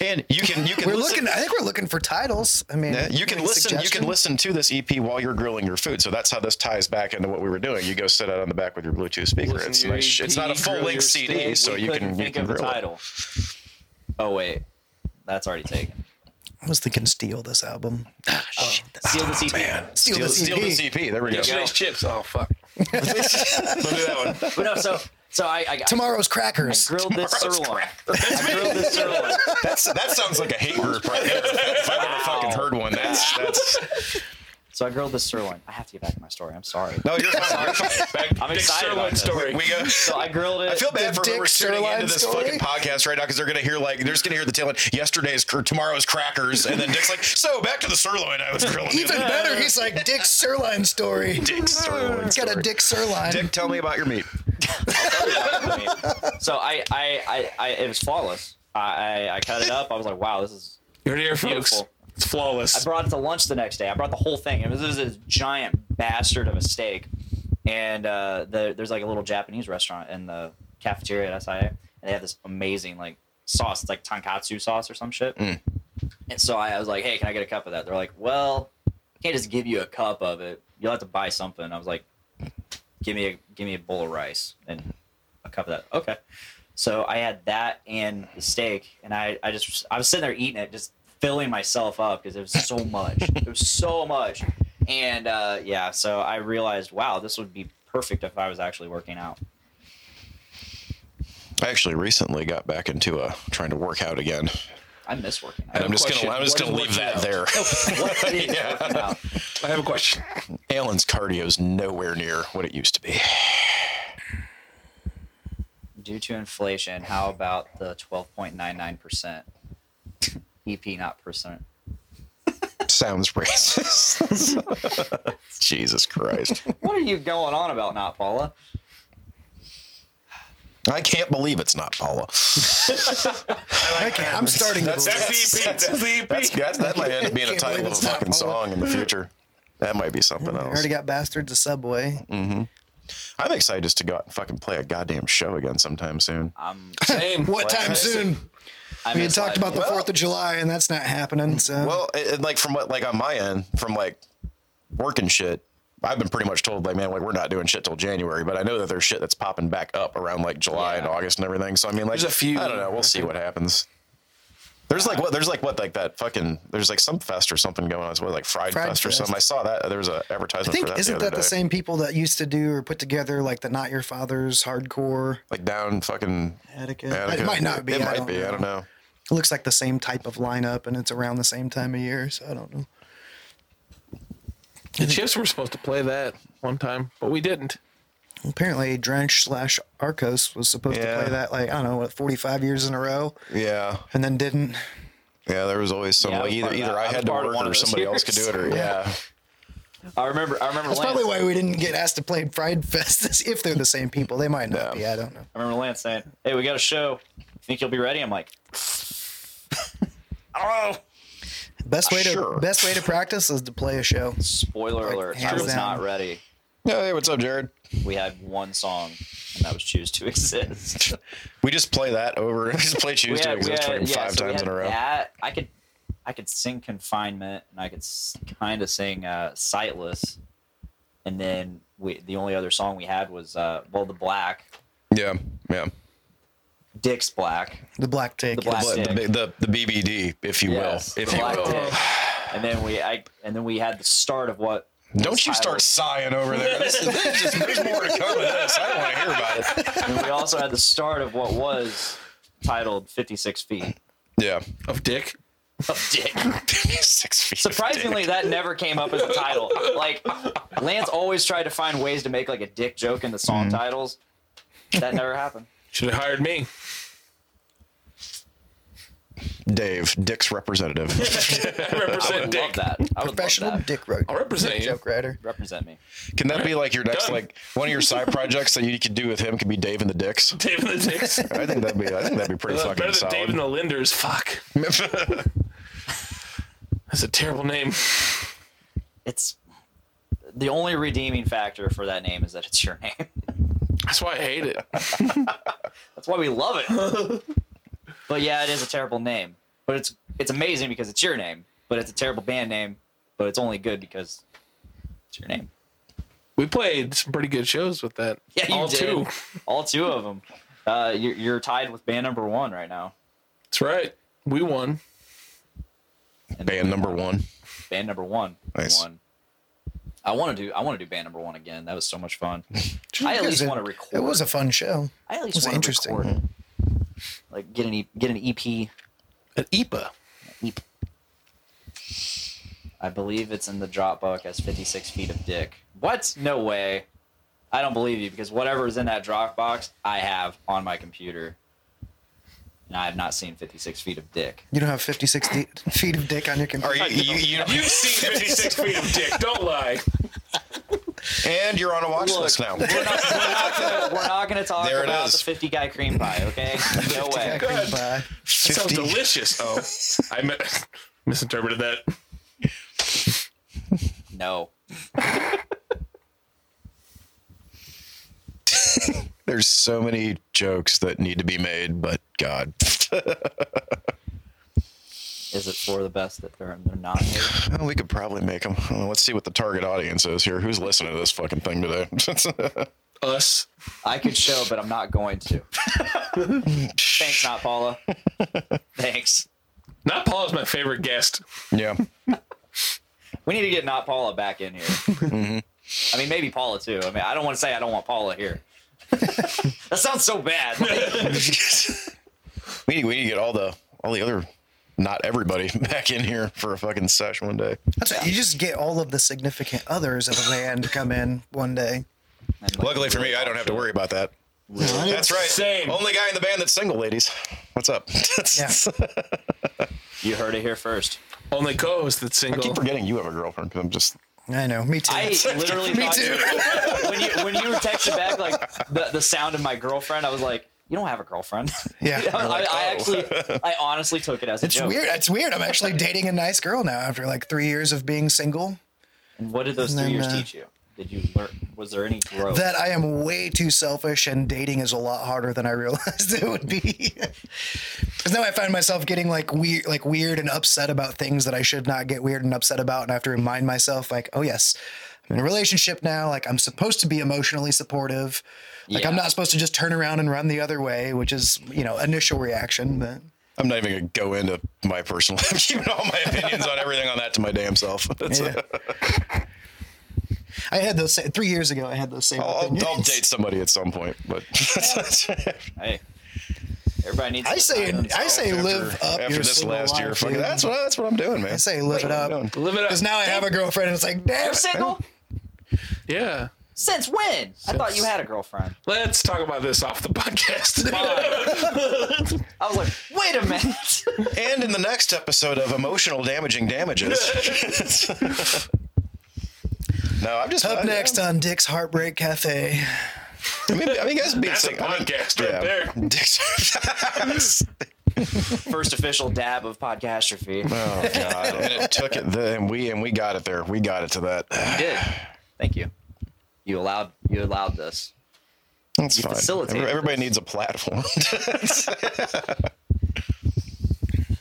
And you can you can We're listen- looking. I think we're looking for titles. I mean, Yeah, you can any listen. You suggestions? can listen to this EP while you're grilling your food. So that's how this ties back into what we were doing. You go sit out on the back with your Bluetooth speaker. Listen It's to your nice. EP, It's not a full grill your length CD, steak. so We you couldn't can you think can of the grill. it. title. Oh wait, that's already taken. I was thinking "Steal" this album. Seal the CP. Steal, Steal, this steal EP. this EP. There we go. Yesterday's chips. Oh fuck. Don't do that E one. But no, so so I, I, I Tomorrow's crackers. grilled this sirloin. I grilled this sirloin. That's that sounds like a hate group right there. If I've ever fucking heard one, that's that's. So I grilled this sirloin. I have to get back to my story. I'm sorry. No, you're fine. You're fine. I'm Big excited about sirloin this. story. We go. So I grilled it. I feel The bad for whoever's Dick tuning Sirloin into this story? fucking podcast right now because they're gonna hear like they're just gonna hear the tail end yesterday's or tomorrow's crackers and then Dick's like so back to the sirloin I was grilling the Even other day." better, he's like Dick Sirloin story. Dick sirloin It's got a story. Dick Sirloin. Dick tell me about your meat so I, I, I, I, it was flawless. I, I, I cut it up. I was like, wow, this is. You're here, folks. Beautiful. It's I flawless. brought it to lunch the next day. I brought the whole thing. It was, it was this giant bastard of a steak. And uh, the, there's like a little Japanese restaurant in the cafeteria at SIA, and they have this amazing like sauce. It's like tonkatsu sauce or some shit. And so I, I was like, hey, can I get a cup of that? They're like, well, I can't just give you a cup of it. You'll have to buy something. I was like, give me a give me a bowl of rice and a cup of that. Okay. So I had that and the steak, and I, I just I was sitting there eating it, just filling myself up because it was so much. it was so much, and uh, yeah, so I realized, wow, this would be perfect if I was actually working out. I actually recently got back into uh, trying to work out again I miss working and out. I'm just question, gonna I'm just what gonna is leave that working there What is working out? I have a question. Alan's cardio's nowhere near what it used to be Due to inflation, how about the twelve point nine nine percent EP, not percent? sounds racist Jesus Christ What are you going on about, not Paula? I can't believe it's not Paula. I can't. I'm starting. That's, to believe it. that's, that's, that's, that's, that might end up being a Can't title believe of a it's not fucking Paula. song in the future. That might be something I else. already got bastards a subway. Mm. I'm excited just to go out and fucking play a goddamn show again sometime soon. I'm, Same. What time soon? Um, I We mean, had talked about the Well- Fourth of July, and that's not happening. So Well, it, it- like from what like on my end, from like working shit, I've been pretty much told like, man, like we're not doing shit till January. But I know that there's shit that's popping back up around like July and Yeah. August and everything. So I mean, like, There's a few. I don't know. We'll see what happens. There's like what there's like what like that fucking there's like some fest or something going on. It's what like Fried, Fried Fest or Fest. something. I saw that there was an I advertisement think for that. isn't the other that the day. same people that used to do or put together like the Not Your Father's hardcore? Like down fucking. Attica. Attica. It might not be. It I might don't be. I don't know. It looks like the same type of lineup, and it's around the same time of year. So I don't know. The Chips were supposed to play that one time, but we didn't. Apparently, Drench slash Arcos was supposed Yeah. to play that like I don't know what 45 years in a row, Yeah. and then didn't. Yeah, there was always some Yeah, I like was either part of either that. I I was had to part of work one or of those somebody else could do it or yeah. I remember. I remember. That's Lance, probably why we didn't get asked to play Pride Fest. If they're the same people, they might not Yeah. be. I don't know. I remember Lance saying, "Hey, we got a show. Think you'll be ready?" I'm like, Oh. Best way to Sure. best way to practice is to play a show. "Spoiler Like, alert! I hands was down. not ready. Yeah, hey, what's up, Jared? We had one song, and that was Choose to Exist." We just play that over. We just play Choose We to had- we Exist had- fucking yeah, five so we times in a had row. That I could, I could sing Confinement, and I could kind of sing uh, Sightless, and then we the only other song we had was uh, well, the Black, Yeah, yeah. Dick's Black, The black take. the Black But Dick, the, big- the the BBD, if you Yes, will, if the you Black will. Dick. and then we I and then we had the start of what. Don't you start sighing over there. This is, this is just, there's more to come with this. I don't want to hear about it. And we also had the start of what was titled 56 feet Yeah, Oh, Of Dick. of dick six feet. surprisingly that never came up as a title like lance always tried to find ways to make like a dick joke in the song Mm-hmm. titles that never happened Should have hired me. Dave, Dick's representative. I represent love Dick. that i would love Professional that dick writer. I'll represent you. joke writer. represent me Can that be like your next, Done. like one of your side projects that you could do with him? Could be Dave and the Dicks. Dave and the Dicks. I think that'd be. I think that'd be pretty Better fucking than Dave and solid. the Linders. Fuck. That's a terrible name. it's the only redeeming factor for that name is that it's your name That's why I hate it. that's why we love it but yeah it is a terrible name but it's it's amazing because it's your name but it's a terrible band name but it's only good because it's your name We played some pretty good shows with that. Yeah, you All did. two. All two of them. Uh, you're, you're tied with band number one right now. That's right. We won. Band number one. Band number one. Nice. Won. I want to do. I want to do band number one again. That was so much fun. I at It was least a- want to record. It was a fun show. I at least was want interesting. to record. Like get an E- get an EP. At E IPA. EP. I believe it's in the Dropbox as 56 feet of dick. What? No way. I don't believe you because whatever is in that Dropbox, I have on my computer, and I have not seen 56 feet of dick. You don't have 56 de- feet of dick on your computer. Are you, you, you, You've seen 56 feet of dick. Don't lie. and you're on a watch Look, list now. We're not, we're not gonna, we're not gonna talk There it about is. the 50 guy cream pie, okay? No way. Cream pie. That sounds 50. delicious. Oh, I mi- misinterpreted that. No. There's so many jokes that need to be made, but God, Is it for the best that they're, they're not here? Well, we could probably make them. Let's see what the target audience is here. Who's listening to this fucking thing today? Us. I could show, but I'm not going to. Thanks, not Paula. Thanks. Not Paul is my favorite guest. yeah, We need to get not Paula back in here. Mm-hmm. I mean, maybe Paula too. I mean, I don't want to say I don't want Paula here. that sounds so bad. Like, we need, we need to get all the all the other not everybody back in here for a fucking sesh one day. That's right. You just get all of the significant others of a band to come in one day. and, like, Luckily for me, I don't have to worry about that. That's right. Same. Only guy in the band that's single, ladies. What's up? Yeah. You heard it here first. Only co-host that's I single. keep forgetting you have a girlfriend because I'm just I know. Me too. I literally Me thought too. You, when you when you were texting back like the, the sound of my girlfriend, I was like, you don't have a girlfriend. Yeah. I, like, I oh. actually, I honestly took it as a It's joke. weird. It's weird. I'm actually dating a nice girl now after like three years of being single. And what did those And three then, years uh, teach you? Did you learn? Was there any growth? That I am way too selfish and dating is a lot harder than I realized it would be. Because now I find myself getting like weird, like weird and upset about things that I should not get weird and upset about, and I have to remind myself like, oh yes, I'm in a relationship now. Like I'm supposed to be emotionally supportive. Like I'm Yeah. not supposed to just turn around and run the other way, which is you know initial reaction, but. I'm not even gonna go into my personal, I'm keeping all my opinions on everything on that to my damn self. That's Yeah. it. I had those same, three years ago. I had those same. I'll, opinions. I'll, I'll Oh, date somebody at some point, but hey, everybody needs. I to say, find I say, after- live up after your this single last year, life, fucking, dude. that's what that's what I'm doing, man. I say, live it That's what I'm up. doing. Live it up. Because now I have a girlfriend, and it's like, damn, You're single? yeah. Since when? I thought you had a girlfriend. Let's talk about this off the podcast. I was like, wait a minute. And in the next episode of Emotional Damaging Damages. no, I'm just Up I- next on Dick's Heartbreak Cafe. I mean, I mean, you guys being That's a sing- I mean, podcast right there. Dick's- First official dab of podcastrophe. You oh god! And it took it, the, and we and we got it there. We got it to that. did. Thank you. You allowed. You allowed this. That's You fine. facilitated Every- Everybody this. needs a platform.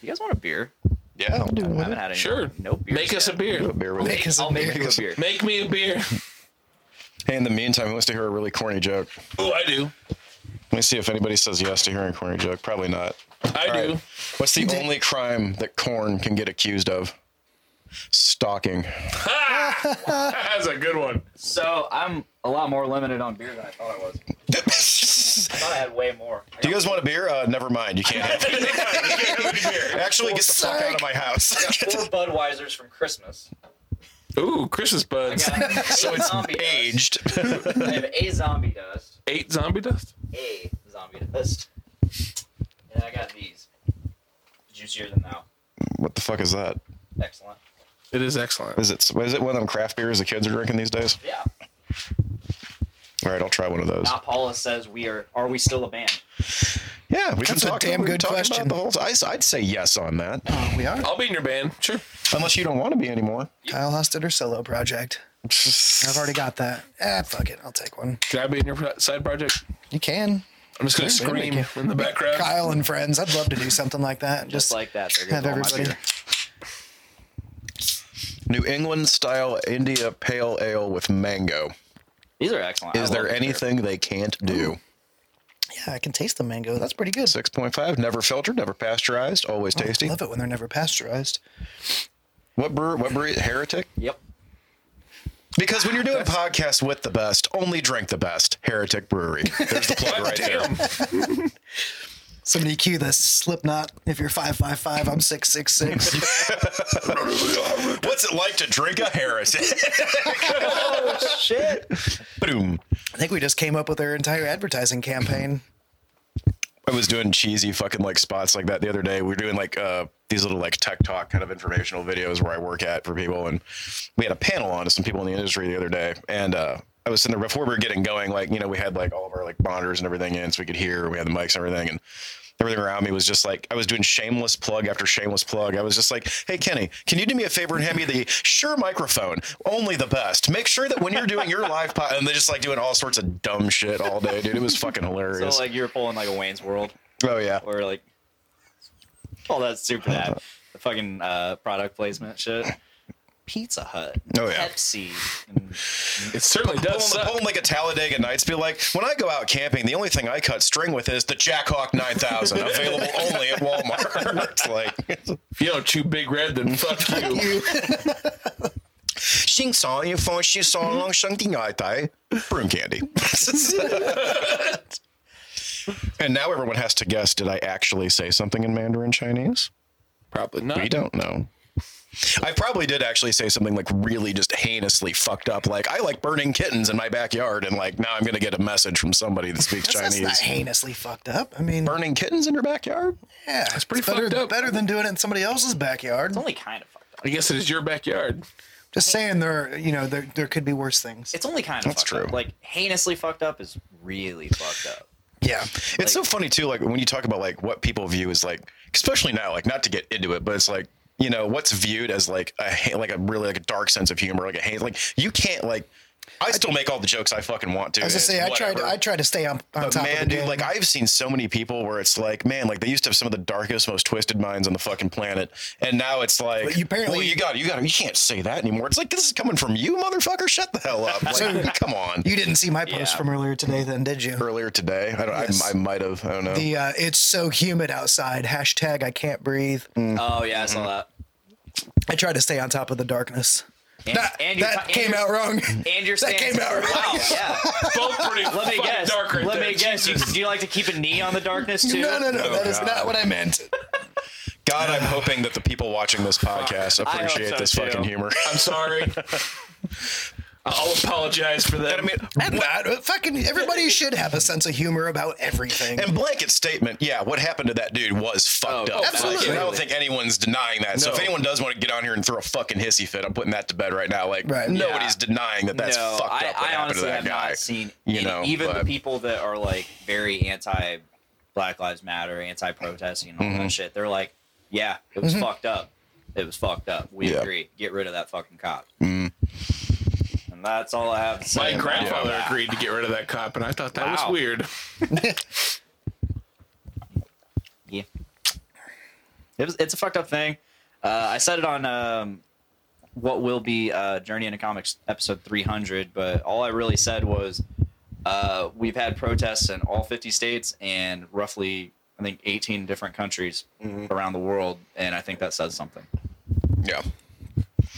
You guys want a beer? yeah, I'll do I haven't had any. sure. No beer. Make us a beer. a beer with Make you. us a I'll make beer. you a beer. Make me a beer. Hey, in the meantime, who wants to hear a really corny joke? Oh, I do. Let me see if anybody says yes to hearing a corny joke. Probably not. I All do. right. What's the only crime that corn can get accused of? Stalking. That's a good one. So I'm a lot more limited on beer than I thought I was. I do thought I had way more. I you got- guys want a beer? Uh, never mind. You can't have it. Actually, get the fuck out of my house. four Budweisers from Christmas. Ooh, Christmas I buds. got so it's zombie dust. Aged. I have a zombie dust, Eight zombie dust. a zombie dust, and I got these. Juicier than thou. What the fuck is that? Excellent. It is excellent. Is it is it one of them craft beers the kids are drinking these days? Yeah. All right, I'll try one of those. Now Paula says we are. Are we still a band? Yeah, we can That's a talk. damn we can good talk question. About the whole, I, I'd say yes on that, Oh, we are. I'll be in your band. Sure. unless you don't want to be anymore. Kyle Hostetler solo project. I've already got that. Ah, fuck it. I'll take one. Can I be in your pro- side project? You can. I'm just gonna scream in the background. Kyle and friends. I'd love to do something like that. Just Just, like that. There goes have all my everybody. beer. New England style India Pale Ale with mango. These are excellent. I Is love there this beer. anything they can't do? Yeah, I can taste the mango. That's pretty good. Oh, Six point five. Never filtered. Never pasteurized. Always tasty. Love it when they're never pasteurized. What brewer? What brewery? Heretic. Yep. Because when you're doing podcasts with the best, only drink the best. Heretic Brewery. There's the plug right there. Damn. Somebody cue the Slipknot. If you're five five five, I'm six six six. What's it like to drink a heretic? Shit. Boom. I think we just came up with our entire advertising campaign. I was doing cheesy fucking like spots like that the other day. We were doing like uh, these little like tech talk kind of informational videos where I work at for people, and we had a panel on to some people in the industry the other day, and uh, I was sitting there before we were getting going. Like you know, we had like all of our like monitors and everything in, so we could hear. We had the mics and everything, and everything around me was just like I was doing shameless plug after shameless plug. I was just like, "Hey Kenny, can you do me a favor and hand me the Sure microphone, only the best. Make sure that when you're doing your live pod, and they're just like doing all sorts of dumb shit all day, dude. It was fucking So hilarious. like you were pulling like a Wayne's World oh yeah. or like all that super that the fucking uh, product placement shit. Pizza Hut. Oh, yeah. Pepsi. And It certainly does. Pulling, Suck. pulling like a Talladega Nights, be like, when I go out camping, the only thing I cut string with is the Jackhawk 9000, available only at Walmart. It's like, If you don't chew Big Red, then fuck you. Xing song, you phone, she song, long shung ding ai tai, broom candy. and now everyone has to guess did I actually say something in Mandarin Chinese? Probably not. We don't know. I probably did actually say something like really just heinously fucked up, like I like burning kittens in my backyard, and like now I'm gonna get a message from somebody that speaks That's, that's Chinese. not heinously fucked up. I mean, burning kittens in your backyard? yeah, it's pretty better, fucked up. better than doing it in somebody else's backyard. it's only kind of fucked up. I guess it is your backyard. Just saying, there, are- you know, there there could be worse things. It's only kind of That's fucked up. true. Like heinously fucked up is really fucked up. Yeah. It's so funny too, like when you talk about like what people view as like, especially now, like not to get into it, but it's like you know what's viewed as like a ha- like a really like a dark sense of humor, like a hate. Like you can't like. I still make all the jokes I fucking want to. I was gonna and say it's I tried whatever. I tried to stay on, on But top of man, the dude, game. like I've seen so many people where it's like, man, like they used to have some of the darkest, most twisted minds on the fucking planet, and now it's like, But you apparently- well, you got, you got, you can't say that anymore. It's like this is coming from you, motherfucker. Shut the hell up. Like, come on. you didn't see my post Yeah. from earlier today, then did you? Earlier today, I don't, Yes. I, I might have, I don't know. The uh, it's so humid outside. Hashtag I can't breathe. Mm. Oh yeah, I Mm. saw that. I tried to stay on top of the darkness. And, that and your- that and came your- out wrong. And your That stance. came out Wow. Yeah. Both pretty Let me fucking guess. dark right Let there. me guess. You, Jesus. do you like to keep a knee on the darkness too? No, no, no. that is God. not what I meant. God, I'm hoping that the people watching this podcast I hope appreciate so, this too. fucking humor. I'm sorry. I'll apologize for that. I mean, I'm not. Fucking everybody should have a sense of humor about everything. And blanket statement, yeah, what happened to that dude was fucked Oh, up. absolutely. Like, I don't think anyone's denying that. So No. if anyone does want to get on here and throw a fucking hissy fit, I'm putting that to bed right now. Like Right. nobody's Yeah. denying that that's no, fucked I, up. What I happened to honestly that have guy? not seen you any- know, even the but- people that are like very anti Black Lives Matter, anti protesting, and all Mm-hmm. that shit. They're like, yeah, it was fucked up. It was fucked up. We Yeah. Mm. agree. Get rid of that fucking cop. And that's all I have to say. my about grandfather that. agreed to get rid of that cop, and I thought that Wow. was weird. Yeah. It was, it's a fucked up thing. Uh, I said it on um, what will be uh, Journey into Comics episode 300, but all I really said was uh, we've had protests in all 50 states and roughly, I think, 18 different countries around the world, and I think that says something. Yeah.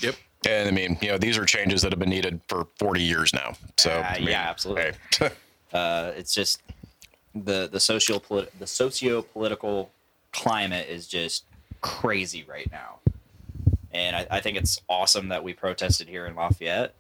Yep. And I mean, you know, these are changes that have been needed for 40 years now. So Uh, I mean, yeah, absolutely. hey. Uh, it's just the the social polit- the socio political climate is just crazy right now, and I, I think it's awesome that we protested here in Lafayette,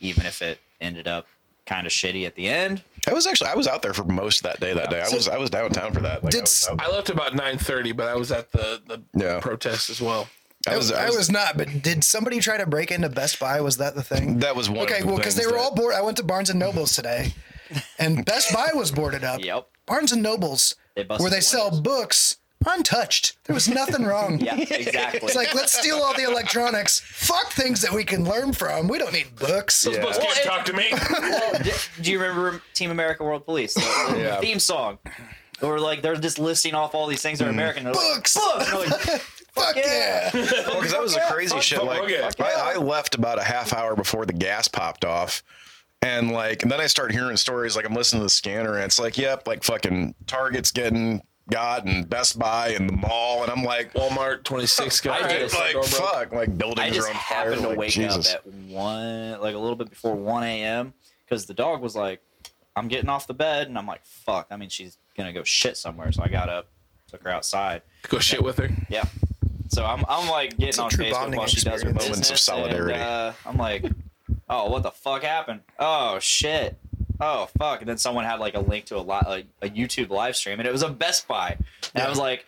even if it ended up kind of shitty at the end. I was actually I was out there for most of that day. That day I was I was downtown for that. Like, I Did- was out- I left about 9:30, but I was at the the Yeah. protest as well. I was, I was not, but did somebody try to break into Best Buy? Was that the thing? That was one. of okay, the well, because they things were that- all bored. I went to Barnes and Nobles today, and Best Buy was boarded up. Yep. Barnes and Nobles, They busted where they the sell windows. books untouched. There was nothing wrong. Yeah, exactly. It's like let's steal all the electronics. Fuck things that we can learn from. We don't need books. Yeah. Let's it- talk to me. Well, d- do you remember Team America World Police? The, the Yeah. theme song. Or like they're just listing off all these things that are American. They're like, Books. Books. And they're like, Fuck yeah. Well, because that was the crazy shit. fuck, Like, fuck it. I, I left about a half hour before the gas popped off. And like, and then I start hearing stories. Like, I'm listening to the scanner, and it's like, yep, like fucking Target's getting got, and Best Buy, and the mall, and I'm like, Walmart 26 guy. I did like, fuck, like buildings I are just on fire. happened to like, wake Jesus. up at one, like a little bit before one a.m. because the dog was like, "I'm getting off the bed," and I'm like, "Fuck!" I mean, she's gonna go shit somewhere, so I got up, took her outside. Go shit with her. Yeah. So I'm, I'm like getting a on true Facebook bonding while she does her experience. business. Moments of solidarity. And, uh, I'm like, oh, what the fuck happened? Oh shit. Oh fuck. And then someone had like a link to a li- a, a YouTube live stream, and it was a Best Buy, and I was like,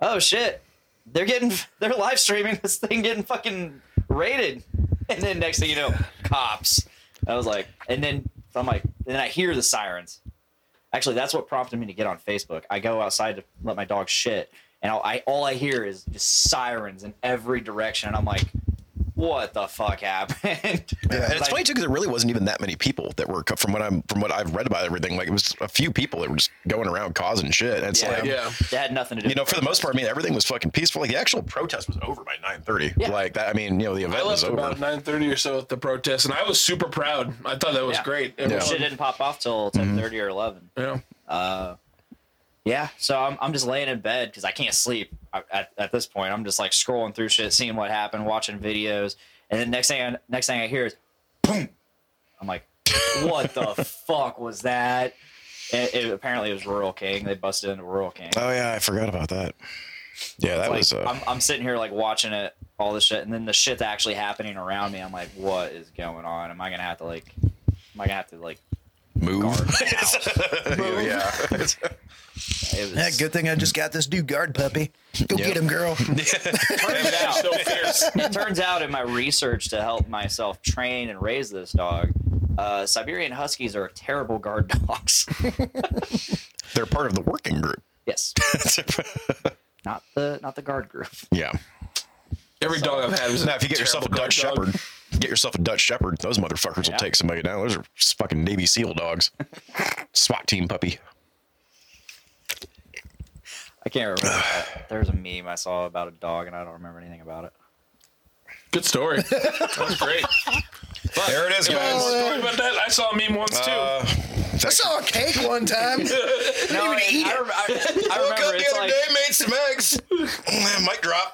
oh shit, they're getting they're live streaming this thing getting fucking raided, and then next thing you know, cops. I was like, and then I'm like, and then I hear the sirens. Actually, that's what prompted me to get on Facebook. I go outside to let my dog shit, and all I all I hear is just sirens in every direction, and I'm like, "What the fuck happened?" Yeah, and it's Like, funny too because there really wasn't even that many people that were from what I'm from what I've read about everything. Like it was a few people that were just going around causing shit. And it's Yeah. like, Yeah. That had nothing to do. you know, with for the it. most part, I mean, everything was fucking peaceful. Like the actual protest was over by 9:30. Yeah. Like that, I mean, you know, the I event was left over. about 9:30 or so at the protest, and I was super proud. I thought that was Yeah. great. Yeah. shit didn't pop off till ten thirty or eleven. Yeah. Yeah, so I'm, I'm just laying in bed because I can't sleep I- at, at this point. I'm just like scrolling through shit, seeing what happened, watching videos, and then next thing I, next thing I hear is boom. I'm like, what the fuck was that? It, it- apparently it was Rural King. They busted into Rural King. Oh yeah, I forgot about that. Yeah, that Like, was. Uh, I'm, I'm sitting here like watching it, all this shit, and then the shit's actually happening around me. I'm like, what is going on? Am I gonna have to like, am I gonna have to like? move. guard my house? yeah. It Yeah, was, good thing I just got this new guard puppy. Go Yeah. get him, girl. turns out, So fierce. it turns out in my research to help myself train and raise this dog Uh, Siberian Huskies are terrible guard dogs. They're part of the working group. yes, not the not the guard group. yeah. Every dog I've had was Now, if you get yourself a terrible Dutch guard dog. Shepherd, get yourself a Dutch Shepherd. Those motherfuckers will take somebody down. Those are fucking Navy SEAL dogs. SWAT team puppy. I can't remember. that. There's a meme I saw about a dog, and I don't remember anything about it. Good story. that was great. There it is, guys. Sorry about that. I saw a meme once too. Uh, I saw a cake one time. No, I, eat I, it. rem- I, I remember it's like made some eggs. Mm, Mic drop.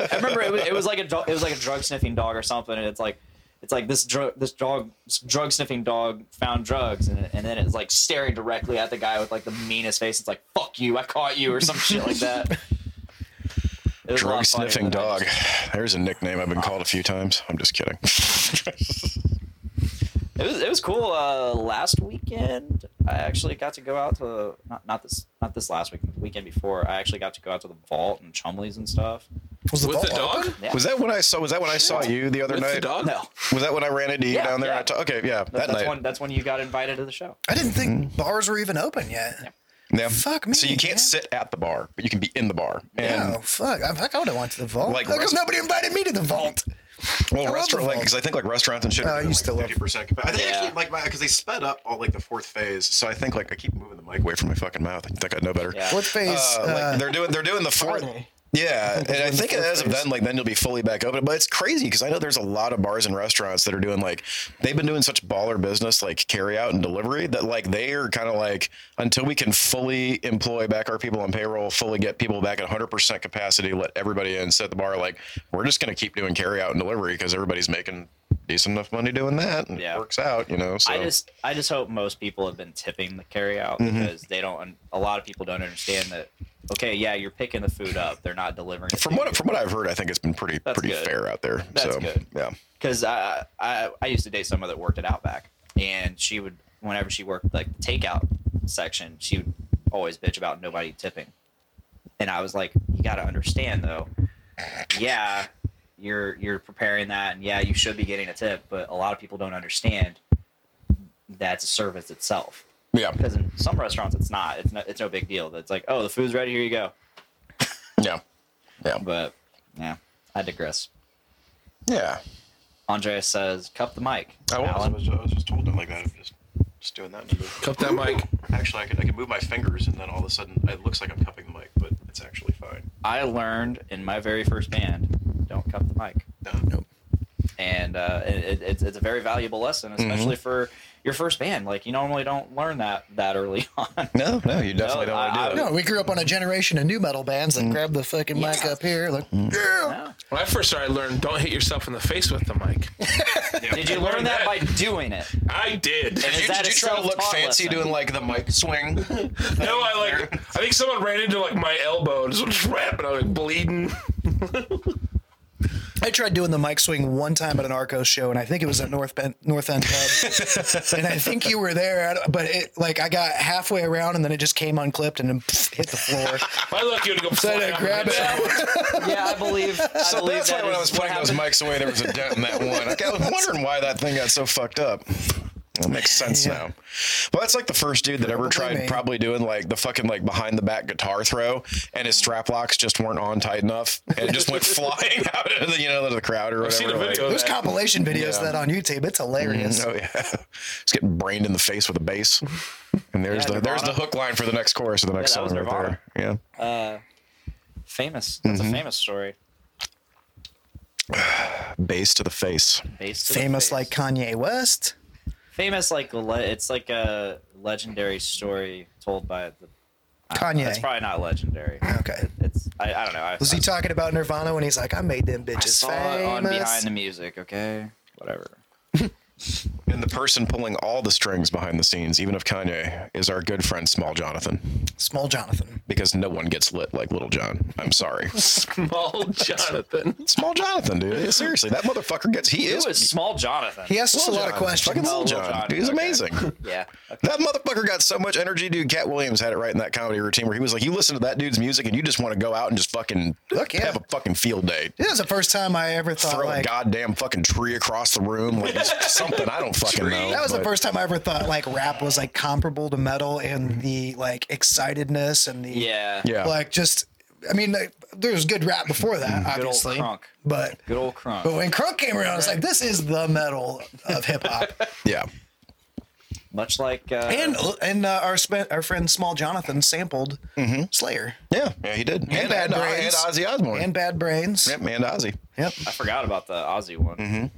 I remember it was, it was like a dog, it was like a drug sniffing dog or something, and it's like it's like this drug this dog drug sniffing dog found drugs, and, and then it's like staring directly at the guy with like the meanest face. It's like fuck you, I caught you, or some shit like that. It was a lot Drug funnier sniffing than I dog. just- There's a nickname I've been called a few times. I'm just kidding. It was it was cool. Uh, last weekend, I actually got to go out to not not this not this last week the weekend before. I actually got to go out to the vault and Chumley's and stuff. Was the, With the vault dog? open? Yeah. Was that when I saw? Was that when I saw you the other With night? the dog? No, Was that when I ran into you Yeah, down there? yeah. I ta- okay, yeah, that, that's night. when that's when you got invited to the show. I didn't Mm. think bars were even open yet. Yeah. Fuck me, So you can't man. sit at the bar, but you can be in the bar. And Oh fuck! I, fuck, I would have went to the vault. Like How come rest- nobody invited me to the vault? well, love restaurant the like vault. because I think like restaurants and shit. Uh, are I doing, used to like love- fifty percent capacity. I think Yeah. actually like my because they sped up all like the fourth phase. So I think like I keep moving the mic away from my fucking mouth. I think I know better. Yeah. What phase? Uh, like uh, they're doing they're doing the fourth. Friday. Yeah, and I doing the think fourth as of phase. then, like then you'll be fully back open. But it's crazy because I know there's a lot of bars and restaurants that are doing like they've been doing such baller business like carry out and delivery that like they are kind of like until we can fully employ back our people on payroll, fully get people back at 100 percent capacity, let everybody in, set the bar. Like we're just gonna keep doing carry out and delivery because everybody's making decent enough money doing that and Yeah. it works out, you know. So I just I just hope most people have been tipping the carry out Mm-hmm. because they don't. A lot of people don't understand that. Okay, yeah, you're picking the food up. They're not delivering. it from to what you. from what I've heard, I think it's been pretty That's pretty good. fair out there. That's so good. yeah. because I, I I used to date someone that worked at Outback, and she would whenever she worked like the takeout section, she would always bitch about nobody tipping, and I was like, you got to understand though, yeah, you're you're preparing that, and yeah, you should be getting a tip, but a lot of people don't understand that's a service itself Yeah. because in some restaurants it's not it's no it's no big deal. It's like oh the food's ready here you go, Yeah. Yeah. but yeah, I digress. Yeah. Andreas says, "Cup the mic." I was, I Alan. was, I was just told them like that. I'm just, just doing that. Cup that mic. Actually, I can I can move my fingers, and then all of a sudden, it looks like I'm cupping the mic, but it's actually fine. I learned in my very first band, don't cup the mic, No, nope. and uh, it, it- it's, it's a very valuable lesson, Mm-hmm. especially for your first band. Like you normally don't learn that that early on. No, no, you definitely No, don't want I- to do I- it. no, we grew up on a generation of new metal bands Mm. that grabbed the fucking mic up here. Like, No. When I first started learning, don't hit yourself in the face with the mic. Did you learn that by doing it? I did. Is Did you, that did a you try to look self-taught fancy lesson? doing like the mic swing? No, I like. I think someone ran into like my elbow and just was wrapping. I was bleeding. I tried doing the mic swing one time at an Arco show, and I think it was at North Bend, North End Pub. and I think you were there, I don't- but it like I got halfway around, and then it just came unclipped and then pff, hit the floor. I look you to go. So fly I had to out grab my head. Yeah, I believe. I So believe that's why that when I is was what putting those happened. mics away, there was a dent in that one. I was wondering why that thing got so fucked up. That makes sense now. Well, that's like the first dude that Probably ever tried me. probably doing like the fucking like behind the back guitar throw, and his strap locks just weren't on tight enough, and it just went flying out of the you know the crowd or whatever. I've seen a like- video. Of There's that. compilation videos Yeah. of that on YouTube. It's hilarious. Mm, Oh yeah, just getting brained in the face with a bass, and there's Yeah, the there's the Nirvana. hook line for the next chorus of the next that was song right Nirvana. there. Yeah. famous. That's Mm-hmm. a famous story. bass to the face. Based to the Famous face. like Kanye West. famous like le- it's like a legendary story told by the. It's Kanye. Uh, probably not legendary. Okay. It's I, I don't know. I, Was I, he talking about Nirvana when he's like, I made them I bitches saw it on famous? behind the music. Okay, whatever. And the person pulling all the strings behind the scenes, even if Kanye, is our good friend Small Jonathan, Small Jonathan. because no one gets lit like Little John. I'm sorry, Small Jonathan. Small Jonathan, dude. Seriously, that motherfucker gets he Who is is small Jonathan? He asks us a Lil lot of Jon. Fucking questions. Lil Oh, Lil John. Jon. He's Okay. amazing. Yeah. That motherfucker got so much energy, dude. Cat Williams had it right in that comedy routine where he was like, "You listen to that dude's music, and you just want to go out and just fucking Fuck yeah. have a fucking field day, This is the first time I ever thought throw a like goddamn fucking tree across the room, like just something I don't fucking know." That was the Oh, but- first time I ever thought like rap was like comparable to metal and the like excitedness and the Yeah. Yeah. like just I mean like, there was good rap before that Good old obviously crunk. but Good old crunk. but when crunk came around it's like this is the metal of hip hop yeah. Much like uh, and and uh, our sp- our friend Small Jonathan sampled Slayer Yeah, yeah, he did. And, and, Bad and, Brains. Ozzy Osbourne. and Bad Brains yep, and Ozzy. yep I forgot about the Aussie one.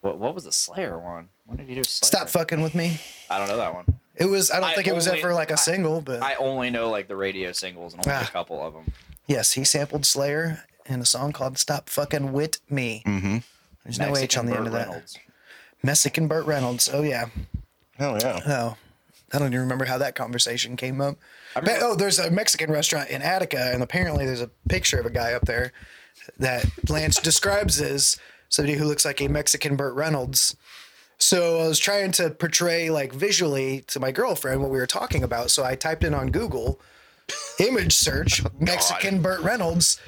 What what was the Slayer one? When did you do Slayer? Mm-hmm. Stop fucking with me I don't know that one. it was I don't I think it was only- ever like a I- single but I only know like the radio singles and only Ah. a couple of them. yes he sampled Slayer in a song called Stop Fucking With Me there's no H on the end of that Mexican Burt Reynolds. Oh yeah. Hell yeah. Oh, I don't even remember how that conversation came up. But, oh, there's a Mexican restaurant in Attica, and apparently there's a picture of a guy up there that Lance describes as somebody who looks like a Mexican Burt Reynolds. So I was trying to portray like visually to my girlfriend what we were talking about. So I typed in on Google image search Mexican Burt Reynolds.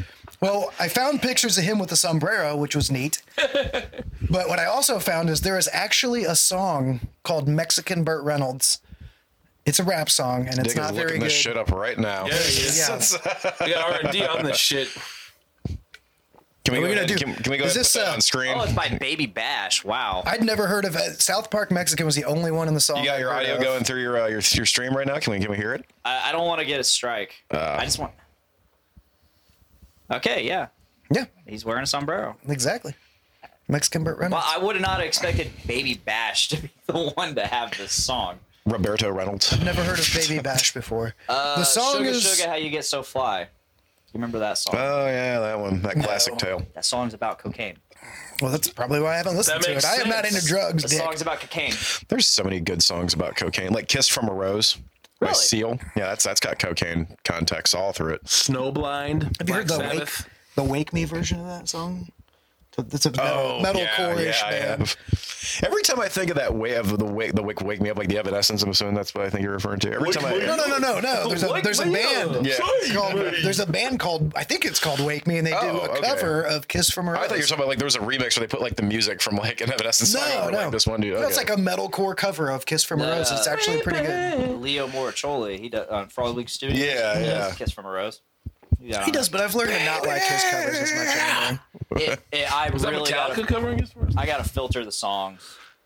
Well, I found pictures of him with a sombrero, which was neat. But what I also found is there is actually a song called Mexican Burt Reynolds. It's a rap song and it's Dick is not very looking good. this shit up right now. Yeah, he is. Yeah. We got R and D on this shit. Can What we go are we ahead, gonna do? Can, can we go Is ahead and this, put that uh, on screen? Oh, it's by Baby Bash. Wow. I'd never heard of it. South Park Mexican was the only one in the song. you I got your heard audio of. going through your, uh, your your stream right now. Can we can we hear it? I, I don't want to get a strike. Uh. I just want. Okay, yeah, Yeah, he's wearing a sombrero. exactly. Mexican Burt Reynolds. Well, I would not have expected Baby Bash to be the one to have this song. Roberto Reynolds. never heard of Baby Bash before. the song Uh, Sugar, is Sugar, how you get so fly. You remember that song? Oh yeah, that one, that classic tale. that song's about cocaine. well. That's probably why I haven't listened That to it. makes I am not sense. into drugs, The Dick. song's about cocaine. There's so many good songs about cocaine, like "Kiss from a Rose" by Really? Seal. Yeah, that's that's got cocaine context all through it. Snowblind. Have you heard the Black wake, Sabbath. the wake me version of that song? It's a Oh, metal, metalcore-ish I band. have. Every time I think of that way of the wake, the wake, wake me up, like the Evanescence. I'm assuming that's what I think you're referring to. Every time I, No, no, no, no, no. Oh, There's a Wake there's a me up. band. Yeah. Called, there's a band called I think it's called Wake Me, and they do Oh, a okay. cover of Kiss from a Rose. I thought you were talking about like there was a remix where they put like the music from like an Evanescence song no, over no. like this one dude. No, it's Okay. like a metalcore cover of Kiss from a Rose. It's actually pretty good. Leo Moriccioli, he does on Frog League Studio. Yeah, he yeah. does Kiss from a Rose. Yeah, He does, but I've learned to not like his covers as much anymore. It, it, I Was that really Metallica gotta, covering his first? I gotta filter the songs.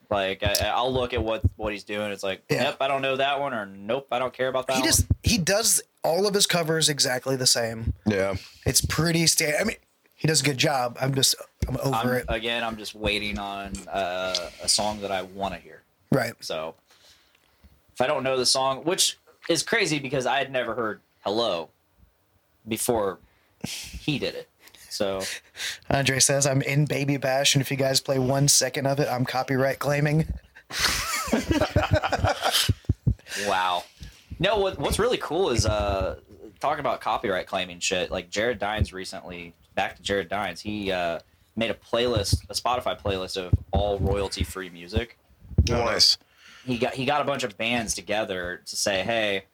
Like I, I'll look at what what he's doing. It's like, Yeah. nope, I don't know that one, or nope, I don't care about that He one. just he does all of his covers exactly the same. yeah. It's pretty sta I mean, he does a good job. I'm just I'm over I'm, it. again, I'm just waiting on uh, a song that I want to hear. right. So if I don't know the song, which is crazy because I had never heard "Hello" before he did it. So Andre says I'm in Baby Bash, and if you guys play one second of it, I'm copyright claiming. Wow. No, what, what's really cool is uh, talking about copyright claiming shit. Like Jared Dines recently, back to Jared Dines, he uh, made a playlist, a Spotify playlist of all royalty free music. Nice. He got he got a bunch of bands together to say, hey,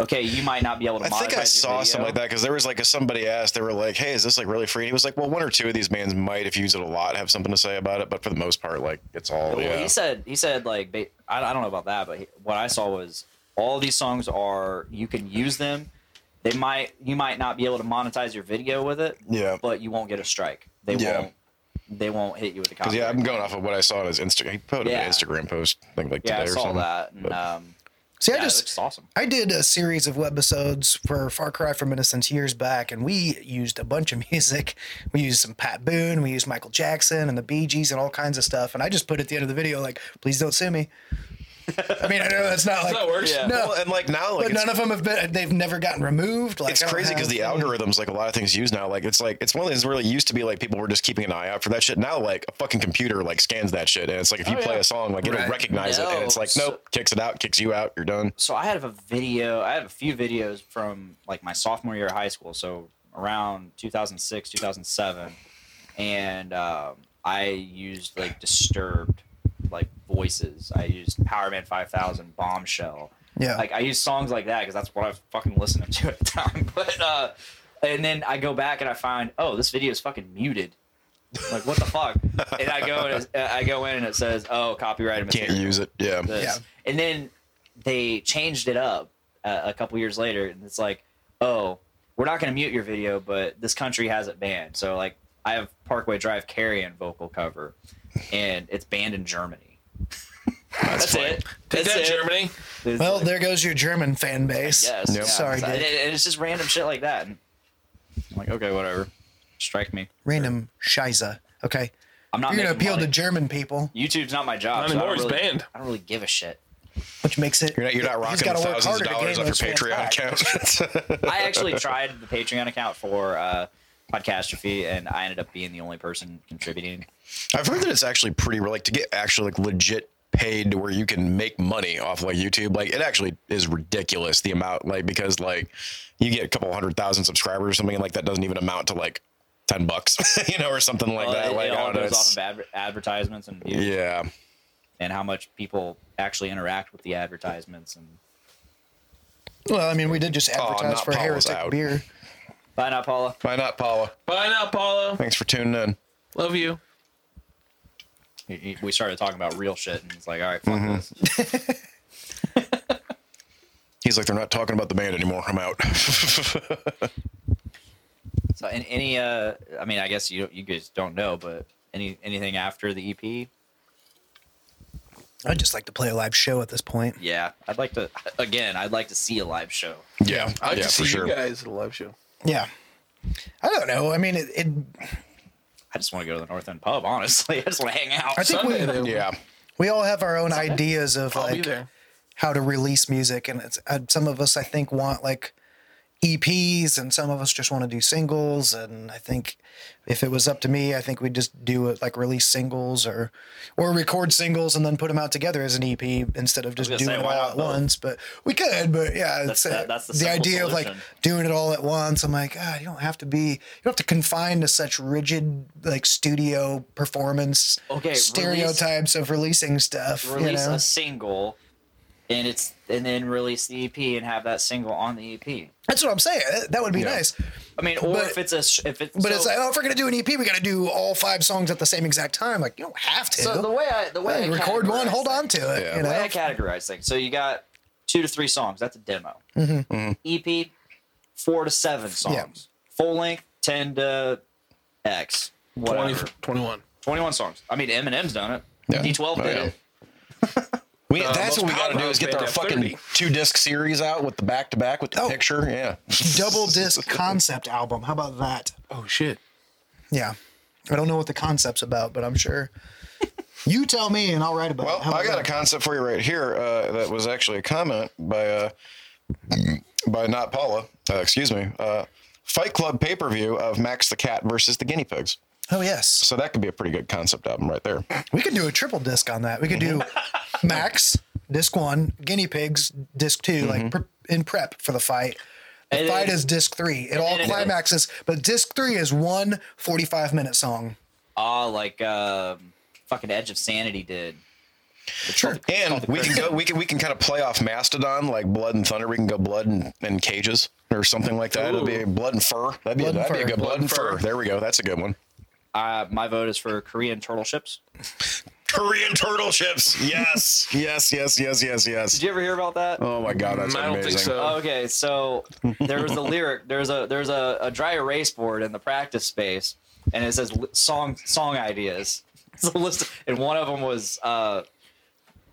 okay, you might not be able to. I think monetize I your saw video. something like that because there was like a, somebody asked, they were like, "Hey, is this like really free?" And he was like, "Well, one or two of these bands might, if you use it a lot, have something to say about it, but for the most part, like it's all Well, yeah." he said he said like ba- I, I don't know about that, but he, what I saw was all these songs are you can use them. They might you might not be able to monetize your video with it. Yeah. But you won't get a strike. They Yeah. won't. They won't hit you with a Because copyright. yeah, I'm going off of what I saw on his Instagram. He put Yeah. an Instagram post, I think like Yeah, today I or saw something. that. And, But- um, See, yeah, I just it's awesome. I did a series of webisodes for Far Cry from Innocence years back, and we used a bunch of music. We used some Pat Boone, we used Michael Jackson and the Bee Gees and all kinds of stuff. And I just put at the end of the video, like, please don't sue me. I mean, I know that's not like how it works. No, Well, and like now, like but it's, none of them have been. They've never gotten removed. Like it's I don't crazy because have the any- algorithms, like a lot of things used now, like it's like it's one of the things where it used to be like people were just keeping an eye out for that shit. Now, like a fucking computer like scans that shit, and it's like if you Oh, play yeah. a song, like it'll Right. recognize it, and it's like No. nope, kicks it out, kicks you out, you're done. so I have a video. I have a few videos from like my sophomore year of high school, so around 2006, 2007, and um, I used like disturbed like voices. I used Power Man 5000, Bombshell. Yeah. Like I use songs like that because that's what I was fucking listening to at the time. But uh, and then I go back and I find oh this video is fucking muted. I'm like what the fuck? and I go and it's- uh, I go in and it says oh copyrighted Can't material use it. Yeah. this. Yeah. And then they changed it up uh, a couple years later, and it's like, oh, we're not going to mute your video, but this country has it banned. So like, I have Parkway Drive Carrion vocal cover, and it's banned in Germany. That's, it. Take That's that, it. Germany. It's Well, like- there goes your German fan base. Yes. Yep. Sorry, And dude. and it's just random shit like that. And I'm like, okay, whatever. Strike me. Random Scheiße. Okay. I'm not. You're gonna making appeal money. to German people, YouTube's not my job. Not so I anymore. don't He's really- banned. I don't really give a shit. which makes it You're not, you're not he's rocking gotta work thousands harder of to dollars gain off your those fans Patreon back. account. I actually tried the Patreon account for uh, Podcastrophe, and I ended up being the only person contributing. I've heard that it's actually pretty like to get actually like legit paid to where you can make money off like YouTube. Like it actually is ridiculous the amount like because like you get a couple hundred thousand subscribers or something and like that doesn't even amount to like ten bucks, you know, or something like Well, that. it, like it I all don't know. goes off it's- of adver- advertisements and views Yeah. and how much people actually interact with the advertisements. And Well, I mean, we did just advertise Oh, not for Paula's heretic out. beer. bye now, Paula. Why not, Paula? Bye now, Paulo. Thanks for tuning in. Love you. Y- y- We started talking about real shit, and it's like, all right, fuck Mm-hmm. this. He's like, they're not talking about the band anymore. I'm out. So, in, any, uh, I mean, I guess you you guys don't know, but any anything after the E EP, I'd just like to play a live show at this point. yeah, I'd like to. Again, I'd like to see a live show. yeah. I like yeah, to see for sure. you guys at a live show. Yeah. I don't know. I mean, it. it I just want to go to the North End Pub. Honestly, I just want to hang out. I think Sunday, we they will. Yeah. we all have our own ideas of I'll be like there. how to release music, and it's uh, some of us I think want like EPs, and some of us just want to do singles. And I think if it was up to me, I think we'd just do it like release singles or or record singles and then put them out together as an EP instead of just gonna doing say, it all why not at both? once. But we could, but yeah, That's it's, uh, the- that's the simple idea of like solution. doing it all at once. I'm like, ah, you don't have to be, you don't have to confine to such rigid like studio performance Okay, release- stereotypes of releasing stuff. you release know? a single and it's and then release the EP and have that single on the EP. That's what I'm saying. That- That would be nice. I mean, or But- if it's a sh- if it's But it's so- like, oh, if we're gonna do an EP, we gotta do all five songs at the same exact time. Like, you don't have to. so the way I the way Hey, I record one, categorize hold things- on to it. Yeah. You The way know, I categorize things. So you got two to three songs. That's a demo. Mm-hmm. EP, four to seven songs. Mm-hmm. Yeah. Full length, ten to X. Whatever. 20, 21. Twenty-one songs. I mean, Eminem's done it. Yeah. D12 did Oh, yeah. it. We, Uh, that's most what we got to do popular is get band their at fucking 30. two disc series out with the back to back with the Oh. picture. Yeah. double disc concept album. How about that? Oh, shit. Yeah, I don't know what the concept's about, but I'm sure you tell me, and I'll write about Well, it. How I about got a that? concept for you right here. Uh, that was actually a comment by uh, by not Paula. Uh, excuse me. Uh, Fight Club pay per view of Max the Cat versus the Guinea Pigs. Oh yes, So that could be a pretty good concept album right there. we could do a triple disc on that. We could do Max disc one, Guinea Pigs disc 2 Mm-hmm. like pre- in prep for the fight. The And fight then- is disc three. It all then it- climaxes, but disc three is one 45 minute song. Ah, like um, fucking Edge of Sanity did. Sure. And we can go. We can we can kind of play off Mastodon like Blood and Thunder. We can go Blood and, and Cages or something like that. It'll be Blood and Fur. That'd be, Blood and that'd be a Fur. good Blood, and fur. There we go. That's a good one. Uh, my vote is for Korean turtle ships. Korean turtle ships. Yes. yes. Yes. Yes. Yes. Yes. Did you ever hear about that? Oh my God, that's Mm, I amazing. don't think so. Okay, so there was a lyric. There's a there's a, a dry erase board in the practice space, and it says li- song song ideas. It's a list, and one of them was uh,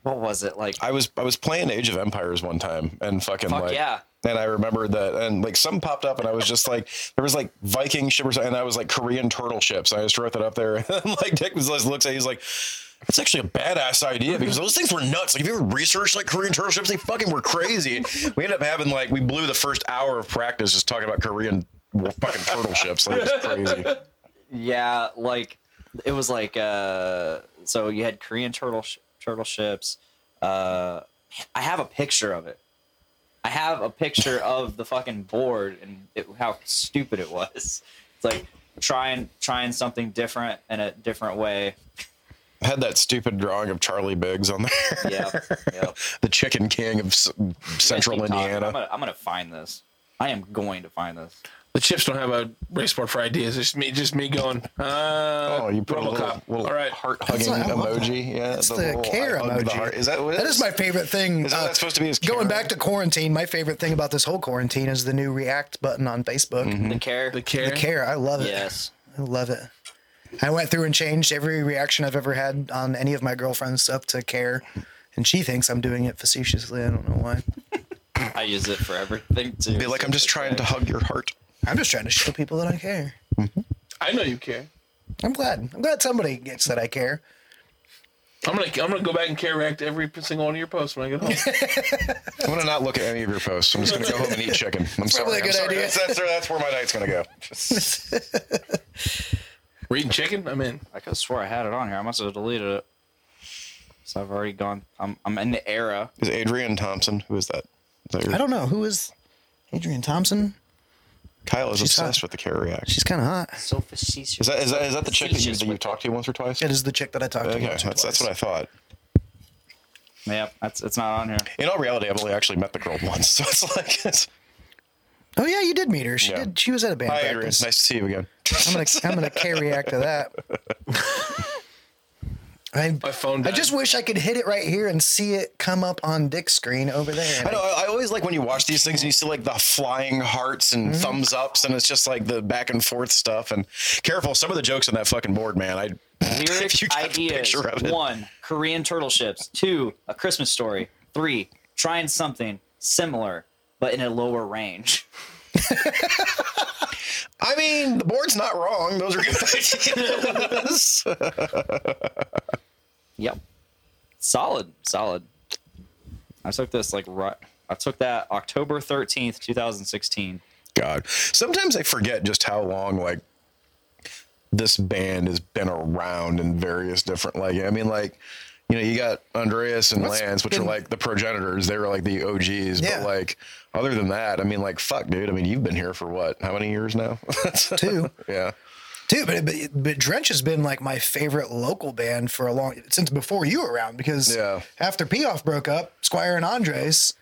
what was it like? I was I was playing Age of Empires one time and fucking Fuck like yeah. And I remembered that and like some popped up and I was just like there was like Viking ships and I was like Korean turtle ships. I just wrote that up there and like Dick was just looks at it, he's like It's actually a badass idea because those things were nuts. Like, if you ever researched like Korean turtle ships, they fucking were crazy. We ended up having like we blew the first hour of practice just talking about Korean fucking turtle ships. Like, it's crazy. Yeah, like it was like uh so you had Korean turtle sh- turtle ships. Uh I have a picture of it. I have a picture of the fucking board and it, how stupid it was. It's like trying trying something different in a different way. I had that stupid drawing of Charlie Biggs on there, Yeah. yep. the Chicken King of s- Central Keep talking. Indiana. I'm gonna, I'm gonna find this. I am going to find this. The chips don't have a race board for ideas. It's just me, just me going. Uh, Oh, you put a little, RoboCop. little All right. heart hugging That's what I love. emoji. Yeah, That's the, little care hug with the heart. emoji. Is that what it that is my favorite thing. uh, Is that what it's supposed to be, is going care? back to quarantine. My favorite thing about this whole quarantine is the new React button on Facebook. Mm-hmm. The care. The care. The care, I love it. Yes. I love it. I went through and changed every reaction I've ever had on any of my girlfriends up to care, and she thinks I'm doing it facetiously. I don't know why. I use it for everything too. Be like, so I'm just it's trying okay. to hug your heart. I'm just trying to show people that I care. I know you care. I'm glad. I'm glad somebody gets that I care. I'm gonna I'm gonna go back and care react to every single one of your posts when I get home. I'm gonna not look at any of your posts. I'm just gonna go home and eat chicken. probably I'm a sorry. I'm good sorry. idea. That's, that's, that's where my night's gonna go. Reading chicken. I'm in. I could have swore I had it on here. I must have deleted it. So I've already gone. I'm, I'm in the era. Is Adrian Thompson? Who is that? Is that your- I don't know who is Adrian Thompson. Kyle is She's obsessed hot. with the care react. She's kind of hot. So facetious. Is that is that is that the chick that you, Facetious that you with talked to once or twice? It is the chick that I talked to. Okay, once or that's that's twice. what I thought. Yep, that's it's not on here. In all reality, I've only actually met the girl once, so it's like, it's, Oh yeah, you did meet her. She Yeah. did. She was at a band hi Adrian, practice. nice to see you again. I'm gonna I'm gonna care react to that. I My phone. I died. just wish I could hit it right here and see it come up on Dick's screen over there. I know. I I always like when you watch these things and you see like the flying hearts and thumbs ups, and it's just like the back and forth stuff. And careful, some of the jokes on that fucking board, man. I Lyric you got the ideas. picture of it. One, Korean turtle ships. Two, a Christmas story. Three, trying something similar but in a lower range. I mean, the board's not wrong. Those are good ideas. Yep. Solid, solid. I took this like right. I took that October thirteenth, two thousand sixteen. God, sometimes I forget just how long like this band has been around in various different like. I mean, like you know, you got Andreas and What's Lance, which are been- like the progenitors. They were like the OGs, Yeah. but like other than that, I mean, like fuck, dude. I mean, you've been here for what? How many years now? too. yeah. Too, but, but but Drench has been like my favorite local band for a long since before you were around because Yeah. after Peoff broke up, Squire and Andres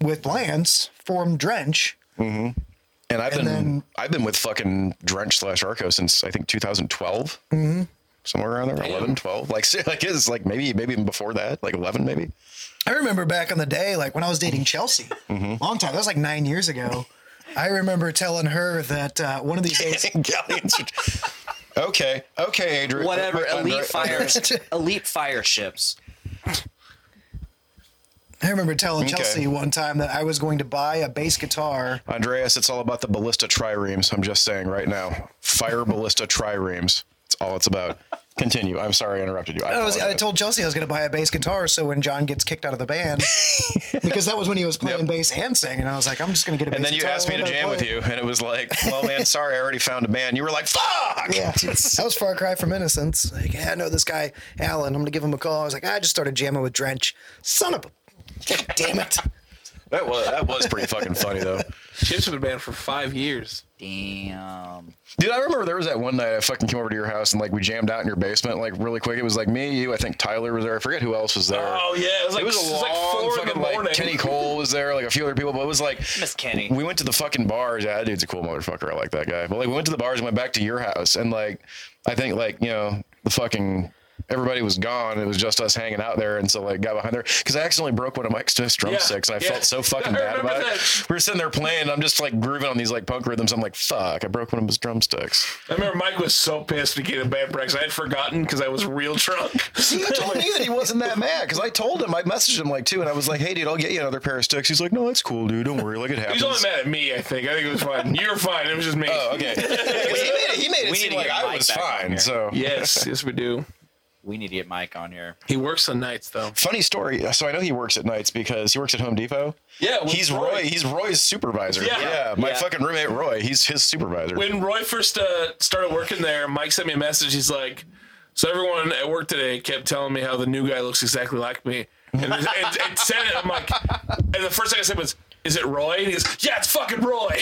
with Lance formed Drench. And And I've been then- I've been with fucking Drench slash Arco since I think 2012, Mm-hmm. somewhere around there, 11, 12. Like, see, like it's like maybe maybe even before that, like 11 maybe. I remember back in the day, like when I was dating Chelsea, Mm-hmm. long time. That was like nine years ago. I remember telling her that uh, one of these days. Galleons. okay, okay, Adrian. Whatever, Andre- elite Andre- fire, elite fire ships. I remember telling Okay. Chelsea one time that I was going to buy a bass guitar. Andreas, it's all about the ballista triremes. I'm just saying right now, fire ballista triremes. It's all it's about. Continue. I'm sorry I interrupted you. I, was, I apologize. told Chelsea I was going to buy a bass guitar, so when John gets kicked out of the band, because that was when he was playing Yep. bass and singing, I'm like, I'm just going to get a And bass then you guitar asked me to learn how jam with play. you, and it was like, well, man, sorry, I already found a band. You were like, fuck. Yeah, that was Far Cry from Innocence. Like, yeah, I know this guy, Alan. I'm going to give him a call. I was like, I just started jamming with Drench. Son of a. God damn it. That was that was pretty fucking funny though. chips have been banned for five years. Damn. Dude, I remember there was that one night I fucking came over to your house and like we jammed out in your basement like really quick. It was like me, you, I think Tyler was there. I forget who else was there. Oh yeah, it was like it was a long fucking like Kenny Cole was there, like a few other people, but it was like Miss Kenny. we went to the fucking bars. Yeah, that dude's a cool motherfucker. I like that guy. But like we went to the bars and went back to your house and like I think like, you know, the fucking everybody was gone. It was just us hanging out there and so like got behind there. Cause I accidentally broke one of Mike Smith's drumsticks Yeah, and I yeah. felt so fucking I bad remember about it. that. We were sitting there playing and I'm just like grooving on these like punk rhythms. I'm like, fuck, I broke one of his drumsticks. I remember Mike was so pissed to get a bad practice. I had forgotten because I was real drunk. He told me that he wasn't that mad because I told him I messaged him like two and I was like, "Hey, dude, I'll get you another pair of sticks." He's like, "No, that's cool, dude. Don't worry, like it happens." He's only mad at me. I think. I think it was fine. You were fine. It was just me. Oh, okay. 'Cause he made it, he made We it need seem to like get I Mike was back on fine. here. So Yes, yes we do. we need to get Mike on here. He works on nights though. Funny story. So I know he works at nights because he works at Home Depot. Yeah, with he's Roy. Roy. He's Roy's supervisor. Yeah. Yeah, my Yeah. fucking roommate Roy. He's his supervisor. When Roy first uh, started working there, Mike sent me a message. He's like, "So everyone at work today kept telling me how the new guy looks exactly like me." And it, it, it said it. I'm like, and the first thing I said was, "Is it Roy?" And he goes, "Yeah, it's fucking Roy."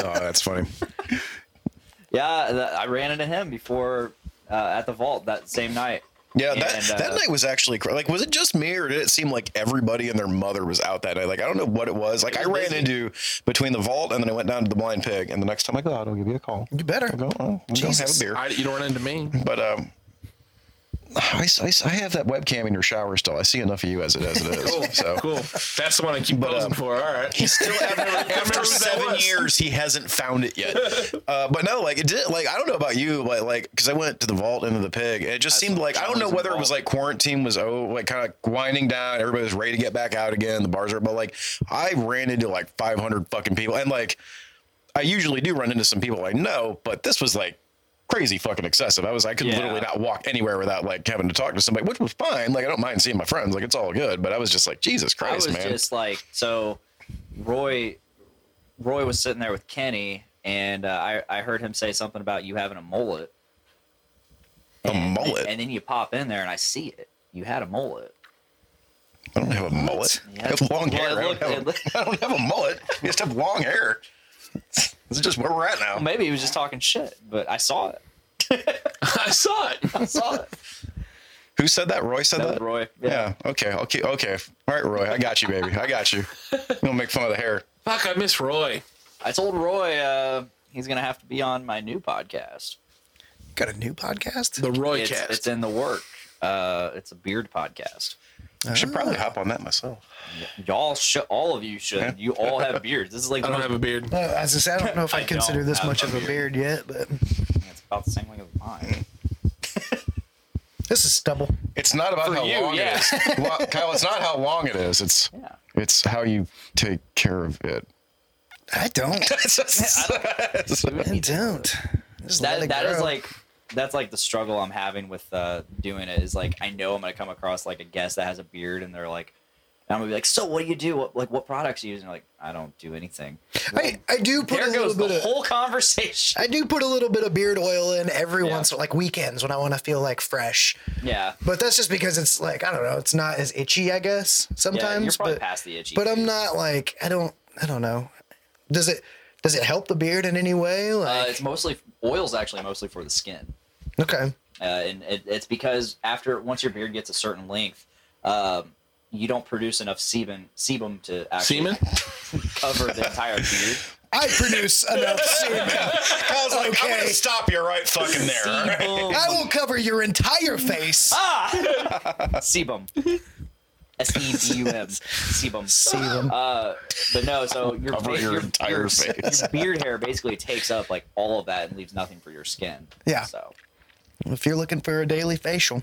oh, that's funny. Yeah, th- I ran into him before uh, at the vault that same night. Yeah, that, And, uh, that night was actually cra- like, was it just me or did it seem like everybody and their mother was out that night? Like, I don't know what it was. Like, I ran into between the vault and then I went down to the blind pig. And the next time I go out, I'll give you a call. You better. I'll go, oh, we don't have a Jesus. beer. I, you don't run into me. But um, I, s- I s- I have that webcam in your shower still. I see enough of you as it as it is. so Cool. That's the one I keep But, posing um, for. All right. He's still after, remember after who that seven was. years, he hasn't found it yet. Uh, but no, like it did. Like I don't know about you, but like because I went to the vault into the pig, and it just seemed like I don't know always whether it was involved. like quarantine was oh like kind of winding down, everybody was ready to get back out again, the bars are. But like I ran into like 500 fucking people, and like I usually do run into some people I know, but this was like crazy fucking excessive. I was I could Yeah. literally not walk anywhere without like having to talk to somebody, which was fine. Like I don't mind seeing my friends, like it's all good. But I was just like Jesus I Christ, was man. just like, so Roy, Roy was sitting there with Kenny, and uh, I I heard him say something about you having a mullet. A And- mullet? and then you pop in there, and I see it. You had a mullet. I don't have a mullet. Yeah. I have Well, long hair. it I, looked- don't it have, looked- I don't have a mullet. I just have long hair. This is just where we're at Well, now. maybe he was just talking shit, but I saw it. I saw it. I saw it. Who said that? Roy said That was that? Roy. Yeah. Okay. Okay. Okay. All right, Roy. I got you, baby. I got you. Don't make fun of the hair. Fuck, I miss Roy. I told Roy uh, he's gonna have to be on my new podcast. Got a new podcast? The Roy It's, cast. it's in the work. Uh, it's a beard podcast. I should probably hop on that myself. Y'all should. All of you should. You all have beards. This is like I the don't most, have a beard. Uh, as I said, I don't know if I, I consider don't this have much a of a beard yet, but it's about the same length as mine. this is stubble. It's not about how you, long yeah. it is. Lo- Kyle, it's not how long it is. It's Yeah. it's how you take care of it. I don't. I don't. Just let That it that is grow. like that's like the struggle I'm having with uh, doing it. Is like I know I'm gonna come across like a guest that has a beard, and they're like, and I'm gonna be like, so what do you do? What like what products you use? And they're like, I don't do anything. I, I do put a There little goes the bit of whole conversation. I do put a little bit of beard oil in every Yeah. once like weekends when I want to feel like fresh. Yeah. But that's just because it's like I don't know, it's not as itchy, I guess. Yeah, Sometimes, you're probably but past the itchy. but um, I'm not like I don't I don't know. Does it does it help the beard in any way? Uh, Like it's mostly oils. Actually, mostly for the skin. okay, uh, and it, it's because after once your beard gets a certain length, um, you don't produce enough sebum sebum to actually Semen? cover the entire beard. I produce enough semen. Kyle's like, I'm Okay. gonna stop you right fucking there. all right? Sebum. I will cover your entire face. Ah. sebum. S e b u m. Sebum. Sebum. Uh, but no, so your Cover ba- your entire your, face. your beard hair basically takes up like all of that and leaves nothing for your skin. Yeah. So If you're looking for a daily facial,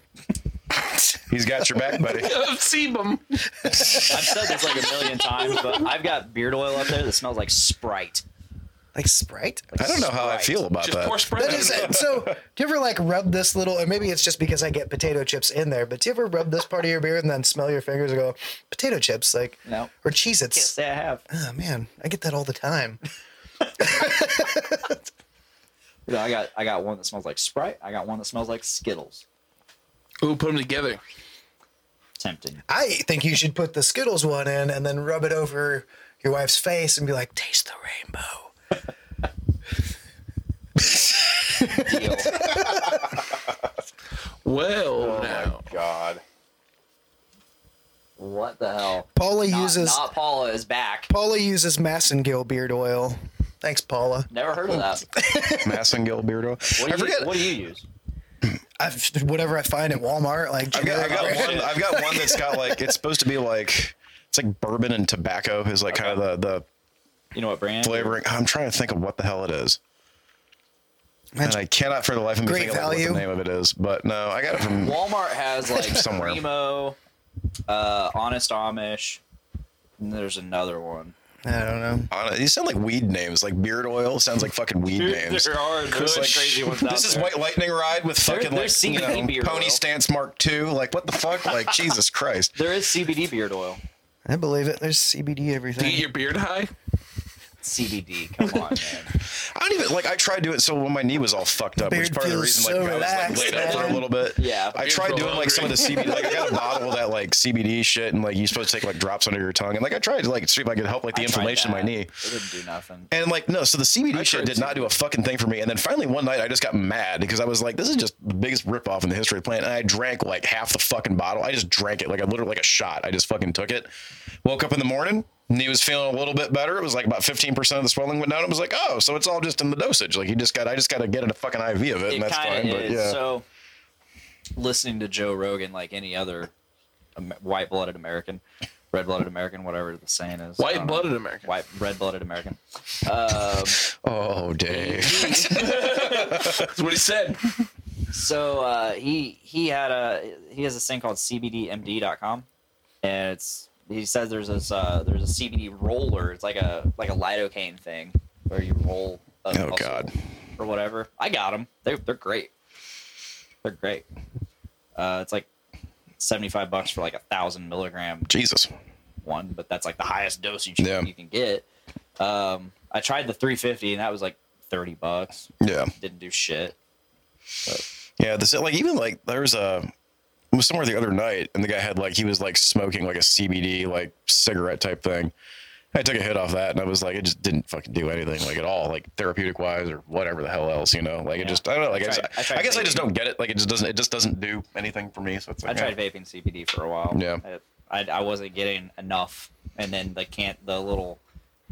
He's got your back, buddy. Sebum. I've said this like a million times, but I've got beard oil up there that smells like Sprite. like Sprite. Like I don't know how I Sprite. feel about Just that. pour spray. That is so. Do you ever like rub this little, and maybe it's just because I get potato chips in there, but do you ever rub this part of your beard and then smell your fingers and go, potato chips, like, No. or Cheez Can't Its? say I have. Oh, man, I get that all the time. You know, I got I got one that smells like Sprite. I got one that smells like Skittles. Ooh, put them together. Tempting. I think you should put the Skittles one in and then rub it over your wife's face and be like, taste the rainbow. Deal. Well, now. Oh my god. what the hell? Paula Not, uses not Paula is back. Paula uses Massengill beard oil. Thanks, Paula. Never heard of that. Massengill beard oil. What do, I you, forget. what do you use? I've whatever I find at Walmart, like I've got, I've Oh, got generic- one. I've got one that's got like it's supposed to be like it's like bourbon and tobacco is like kind of the You know what brand? the flavoring. I'm trying to think of what the hell it is, and That's- I cannot for the life of me Great think of like, what the value. name of it is. But no, I got it from Walmart has like Somewhere. Primo, uh, Honest Amish, and there's another one. I don't know. I don't know, these sound like weed names. Like beard oil sounds like fucking weed names. There are no It's like, crazy ones out this is there. White Lightning ride with There- fucking there's like you CBD know, beard Pony oil. Stance Mark II. Like what the fuck? Like Jesus Christ. There is CBD beard oil. I believe it. There's CBD everything. Get your beard high. CBD, come on, man. I don't even like. I tried doing it so when my knee was all fucked up, which Beard part of the feels reason like so I was like relaxed, laid up for a man. little bit. Yeah. I Beard tried feel doing like some of the hungry. CBD. Like I got a bottle of that like CBD shit, and like you're supposed to take like drops under your tongue, and like I tried to like see if I could help like the I tried inflammation in my that. knee. It didn't do nothing. And like no, so the CBD shit tried did not do a fucking thing for me. And then finally one night I just got mad because I was like, this is just the biggest ripoff in the history of the planet. And I drank like half the fucking bottle. I just drank it like I literally like a shot. I just fucking took it. Woke up in the morning, knee was feeling a little bit better. It was like about fifteen percent of the swelling went down. It was like, oh, so it's all just in the dosage. Like you just got, I just got to get it a fucking IV of it, and It that's kind fine. of But is. yeah, So, listening to Joe Rogan, like any other Am- white-blooded American, red-blooded American, whatever the saying is. I don't know. White-blooded American. White, red-blooded American. Um, oh Dave, That's what he said. so uh, he he had a he has this thing called CBDMD.com, and it's he says there's this uh, there's a CBD roller. It's like a like a lidocaine thing where you roll. A Oh, muscle God. Or whatever. I got them. They're they're great. They're great. Uh, it's like seventy five bucks for like a thousand milligram Jesus, one, but that's like the highest dosage Yeah. you can get. Um, I tried the 350 and that was like 30 bucks. yeah. Didn't do shit. Yeah, this like even like there was a it was somewhere the other night, and the guy had like he was like smoking like a CBD like cigarette type thing. I took a hit off that, and I was like, it just didn't fucking do anything like at all, like therapeutic wise or whatever the hell else, you know. Like it Yeah. just I don't know. Like I, I just- tried- I tried I guess I just vaping. don't get it. Like it just doesn't it just doesn't do anything for me. So it's I like tried eh. vaping CBD for a while. Yeah. I, I, I wasn't getting enough. And then the can't, the little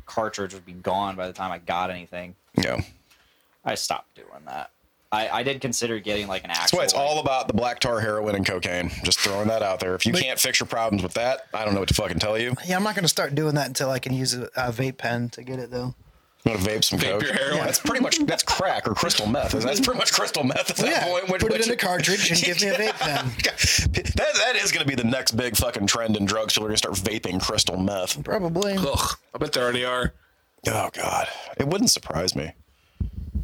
cartridge would be gone by the time I got anything. yeah. I stopped doing that. I, I did consider getting like an actual. That's why it's like- all about the black tar heroin and cocaine. Just throwing that out there. If you But- can't fix your problems with that, I don't know what to fucking tell you. Yeah, I'm not gonna start doing that until I can use a, a vape pen to get it though. You want to vape some coke? your heroin. That's pretty much that's crack or crystal meth. isn't it? That's pretty much crystal meth at that yeah, point. which- put it which- in a cartridge and give me a vape pen. that, that is going to be the next big fucking trend in drugs. People are going to start vaping crystal meth. Probably. Ugh, I bet they already are. Oh God, it wouldn't surprise me.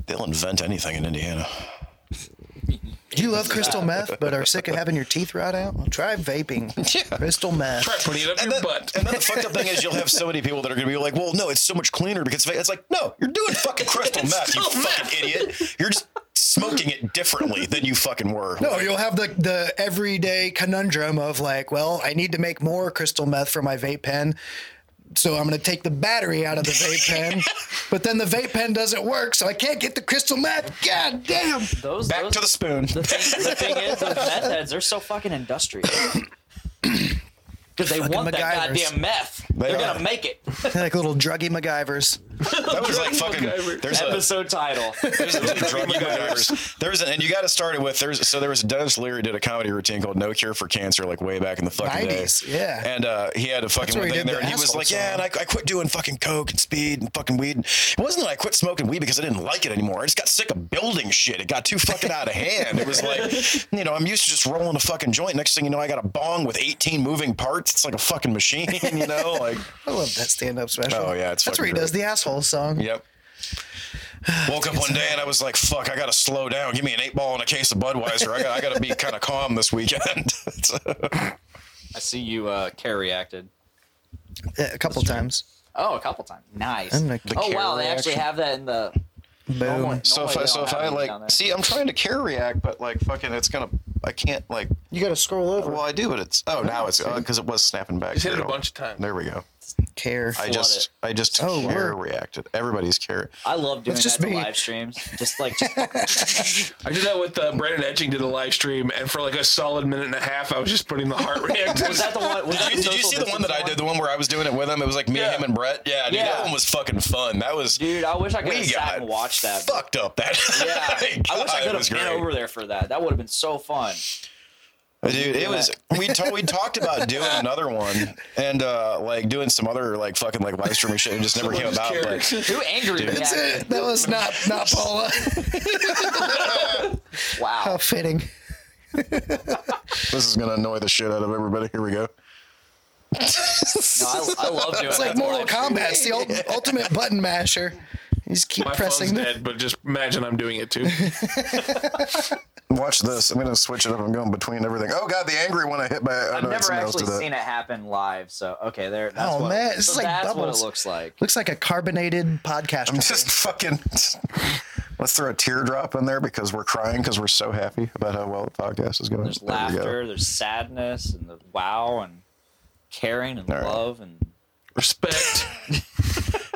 They'll invent anything in Indiana. You love crystal meth, but are sick of having your teeth rot out? Well, try vaping. Crystal meth. Try putting it up your butt. And then the fucked up thing is, you'll have so many people that are going to be like, "Well, no, it's so much cleaner because va-" it's like, no, you're doing fucking crystal meth, you fucking idiot. You're just smoking it differently than you fucking were. No, you'll have the, the everyday conundrum of like, well, I need to make more crystal meth for my vape pen. So I'm going to take the battery out of the vape pen. But then the vape pen doesn't work, so I can't get the crystal meth. God damn. Those, back those, to the spoon. The thing, the thing is, those meth heads, they're so fucking industrious. Because they Fucking want that MacGyvers. goddamn meth. They are are. going to make it. They're like little druggy MacGyvers. That was like fucking. There's a, Episode title. There's a drug MacGyvers. There's an, and you got to start it with there's so there was Dennis Leary did a comedy routine called No Cure for Cancer like way back in the fucking 90s, day. yeah. And uh, he had a fucking where he thing did there, the and he was asshole like, yeah, and song. I, I quit doing fucking coke and speed and fucking weed. It wasn't that I quit smoking weed because I didn't like it anymore. I just got sick of building shit. It got too fucking out of hand. It was like, you know, I'm used to just rolling a fucking joint. Next thing you know, I got a bong with 18 moving parts. It's like a fucking machine, you know, like. I love that stand up special. Oh, yeah, it's That's where he fucking does the asshole song. Yep. Woke up one day and I was like, "Fuck! I gotta slow down. Give me an eight ball and a case of Budweiser. I gotta, I gotta be kind of calm this weekend." So- I see you uh, carry acted. Yeah, a couple times. Oh, a couple times. Nice. I'm like, The oh wow, they care actually reaction. have that in the. Boom. so if I, so if I like, see, I'm trying to care react, but like, fucking, it's gonna, I can't like. You got to scroll over. Well, I do, but it's oh now it's because it was snapping back. He's hit it a There we go. bunch of times. There we go. Care. I Flood just, I just Oh, care word. reacted. Everybody's care. I love doing That's just that to me. live streams. Just like just, I did that with uh, Brandon Edging did a live stream, and for like a solid minute and a half, I was just putting the heart react. was that the one? Was that Did you, did you social see the one distance that I did? The one where I was doing it with him. It was like me, Yeah. him, and Brett. Yeah, dude, Yeah. that one was fucking fun. That was Dude, I wish I could we have got sat and watched that. but- fucked up. That Yeah, I wish I God, it could was have been great. over there for that. That would have been so fun. Dude, it was we t- we talked about doing another one and uh like doing some other like fucking like live streaming shit and just never came about. But Who angry? at That's that? it. That was not not Paula. How Wow. fitting. this is gonna annoy the shit out of everybody. Here we go. No, I, I love doing It's that like to Mortal live stream. Kombat. It's the ult- ultimate button masher. You just keep My pressing phone's the dead, but just imagine I'm doing it too. Watch this. I'm gonna switch it up. I'm going between everything. Oh god, the angry one I hit by. Oh, I've no, never someone else actually did that. seen it happen live, so okay, there. That's Oh, what, man, this so is like that's bubbles. what it looks like. Looks like a carbonated podcast. I'm just fucking. Let's throw a teardrop in there because we're crying because we're so happy about how well the podcast is going. There's There we go. laughter, there's sadness, and the wow, and caring, and All right. love, and Respect.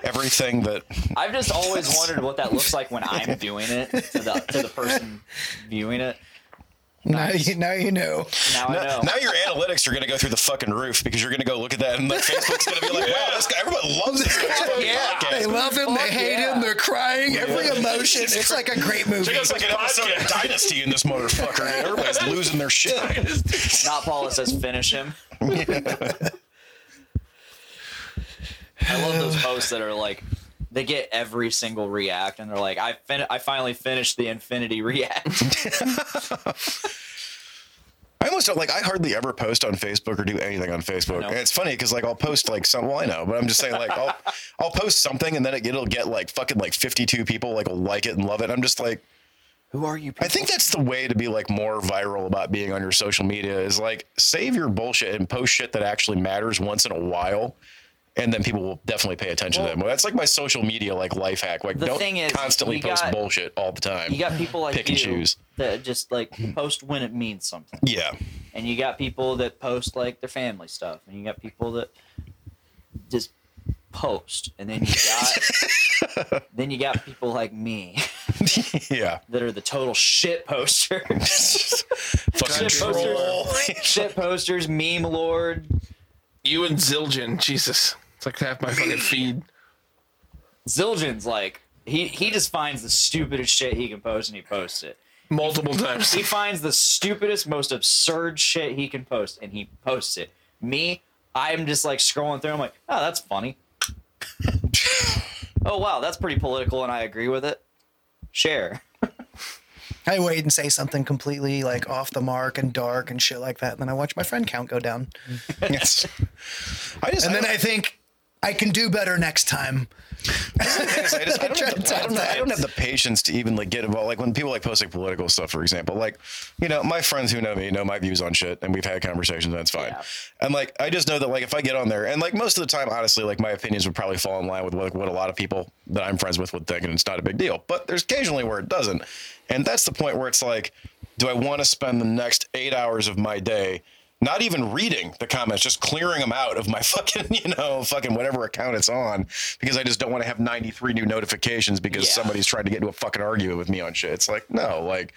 Everything that I've just always wondered what that looks like when I'm doing it to the to the person viewing it. now, you, now you know. Now I know. now your analytics are going to go through the fucking roof because you're going to go look at that and like, Facebook's going to be like, wow, this guy, everyone loves this guy's fucking podcast. They love him. They hate yeah. him. They're crying. Every emotion. It's like a great movie. It's like an episode of Dynasty in this motherfucker. Man. Everybody's losing their shit. Not Paula says finish him. I love those posts that are like they get every single react and they're like I fin- I finally finished the infinity react. I almost don't like. I hardly ever post on Facebook or do anything on Facebook. know. And it's funny because like I'll post like some. Well, I know, but I'm just saying like I'll I'll post something and then it, it'll get like fucking like 52 people like will like it and love it. I'm just like, Who are you? I think that's the way to be like more viral about being on your social media is like save your bullshit and post shit that actually matters once in a while. And then people will definitely pay attention to them. That's like my social media like life hack. Like The don't thing is, constantly you post got- bullshit all the time. You got people like Pick and you choose. that just like post when it means something, yeah. and you got people that post like their family stuff, and you got people that just post, and then you got then you got people like me Yeah. that are the total shit poster, Fucking Shit posters. troll. shit posters, meme lord. you and Zildjian, Jesus. It's like half my fucking feed. Zildjian's like he he just finds the stupidest shit he can post, and he posts it. Multiple times. He finds the stupidest, most absurd shit he can post, and he posts it. Me, I'm just like scrolling through. I'm like, oh, that's funny. oh wow, that's pretty political, and I agree with it. Share. I wait and say something completely like off the mark and dark and shit like that. And then I watch my friend count go down. Yes. I just And then I, I think I can do better next time. I just I don't, Try have to the, I, don't, know- I don't time. have the patience to even like get involved. Like when people like post like political stuff, for example, like you know my friends who know me know my views on shit, and we've had conversations. That's fine. Yeah. And like I just know that like if I get on there, and like most of the time, honestly, like my opinions would probably fall in line with like what a lot of people that I'm friends with would think, and it's not a big deal. But there's occasionally where it doesn't, and that's the point where it's like, do I want to spend the next eight hours of my day? Not even reading the comments, just clearing them out of my fucking, you know, fucking whatever account it's on, because I just don't want to have 93 new notifications because Yeah. somebody's trying to get into a fucking argument with me on shit. It's like, no, like,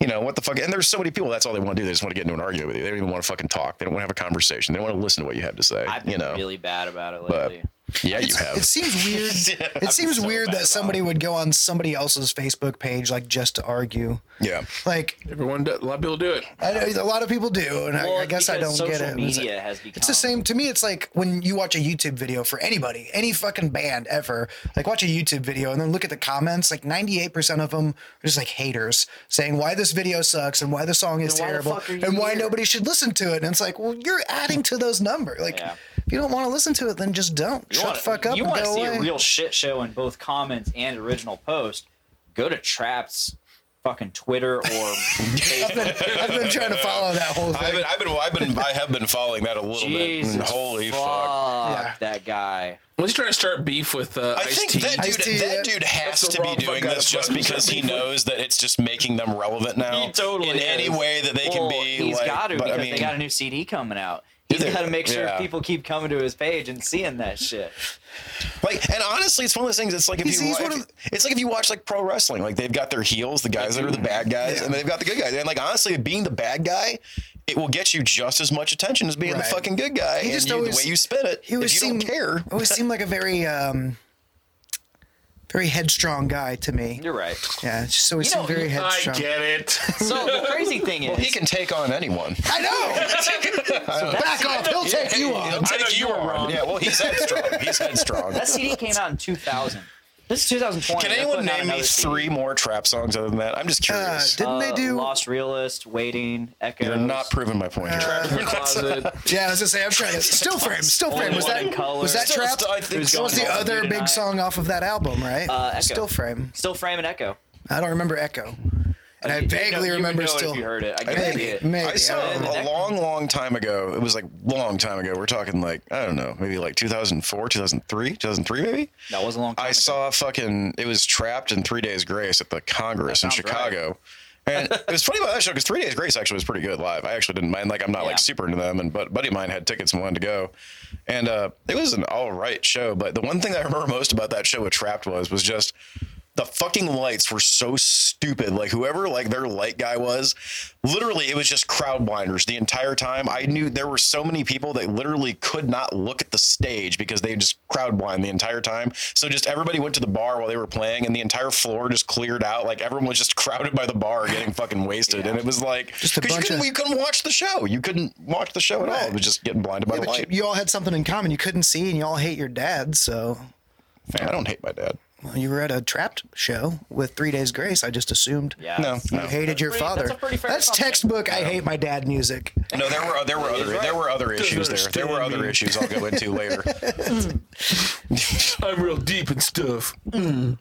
you know, what the fuck? And there's so many people, that's all they want to do. They just want to get into an argument with you. They don't even want to fucking talk. They don't want to have a conversation. They don't want to listen to what you have to say. I've been you know, really bad about it but lately. yeah, you It's- have. It seems weird. It seems so weird bad about that somebody would go on somebody else's Facebook page like just to argue. yeah. Like Everyone, does, a lot of people do it. I know a lot of people do, and I- Well, I, guess I don't because get social it. It's Media like- has become It's the same to me. It's like when you watch a YouTube video for anybody, any fucking band ever. Like watch a YouTube video and then look at the comments. Like ninety eight percent of them are just like haters saying why this video sucks and why the song is Then why the terrible fuck are you and why here? nobody should listen to it. And it's like, well, you're adding to those numbers. Like Yeah. if you don't want to listen to it, then just don't. You Shut wanna- the fuck up You and want to go see away. a real shit show in both comments and original post? Go to Traps, fucking Twitter or Facebook. I've been trying to follow that whole I've thing. been, I've been, I've been, I have been following that a little bit. And Jesus, holy fuck, fuck. Yeah. that guy. Unless you're trying to start beef with uh, I Ice think T. that dude, Ice-T, yeah. that dude has That's the to be wrong doing fucking this just fucking because he knows that it's just making them relevant now. He totally in any is. way that they Well, can be. He's like, got to but because I mean, they got a new CD coming out. He's they? got to make sure Yeah. people keep coming to his page and seeing that shit. Like, and honestly, it's one of those things. It's like if He's- you, he's wa- one if- of it's like if you watch like pro wrestling, like they've got their heels, the guys that are the bad guys, and they've got the good guys. And like honestly, being the bad guy, it will get you just as much attention as being Right. the fucking good guy. He and just you, always- the way you spin it, he if you always seemed don't care, always seemed like a very um very headstrong guy to me. You're right. Yeah, it's just always You know, seemed very I headstrong. get it. So the crazy thing is, he can take on anyone. I know. Back off. He'll take you on. He'll I know take you were on. wrong. Yeah, well, he's headstrong. He's headstrong. that CD came out in 2000. This is 2020. Can They're anyone putting out name me another CD. three more trap songs other than that? I'm just Uh, curious. didn't they Uh, do? Lost Realist, Waiting, Echo? You're not proving my point. Uh, Trap Closet. Yeah, I was gonna say I'm trying to still frame, still frame. Only Was One that in Color. was that Still- trap? I think That was so. the other Tonight. big song off of that album, right? Uh, Echo. Still frame. Still Frame and Echo. I don't remember Echo, and I You- you know- vaguely you would remember know still. If you heard it, I guarantee Maybe, it. maybe. Uh, I saw don't know. a long, long time ago. It was like long time ago. We're talking like I don't know, maybe like 2004, 2003, 2003 maybe. That was a long time. I ago. saw fucking. It was trapped in Three Days Grace at the Congress in sounds Chicago. And it was funny about that show because Three Days Grace actually was pretty good live. I actually didn't mind. Like I'm not Yeah. like super into them, and but a buddy of mine had tickets and wanted to go, and uh, it was an all right show. But the one thing I remember most about that show with Trapped was was just the fucking lights were so stupid. Like whoever like their light guy was, literally it was just crowd blinders the entire time. I knew there were so many people that literally could not look at the stage because they just crowd blind the entire time. So just everybody went to the bar while they were playing and the entire floor just cleared out. Like everyone was just crowded by the bar getting fucking wasted. And it was like Just a because you bunch couldn't of- you couldn't watch the show. You couldn't watch the show at all. It was just getting blinded by Yeah, the but you, light. you all had something in common. You couldn't see, and you all hate your dad. So I don't hate my dad. well, you were at a trapped show with Three Days Grace. I just assumed. Yeah. No, You no. hated your pretty- father. that's a pretty fair assumption. textbook. I hate my dad music. No, there were there were other there were other issues there. There were understand other me. issues I'll go into later. I'm real deep and stuff. Mm.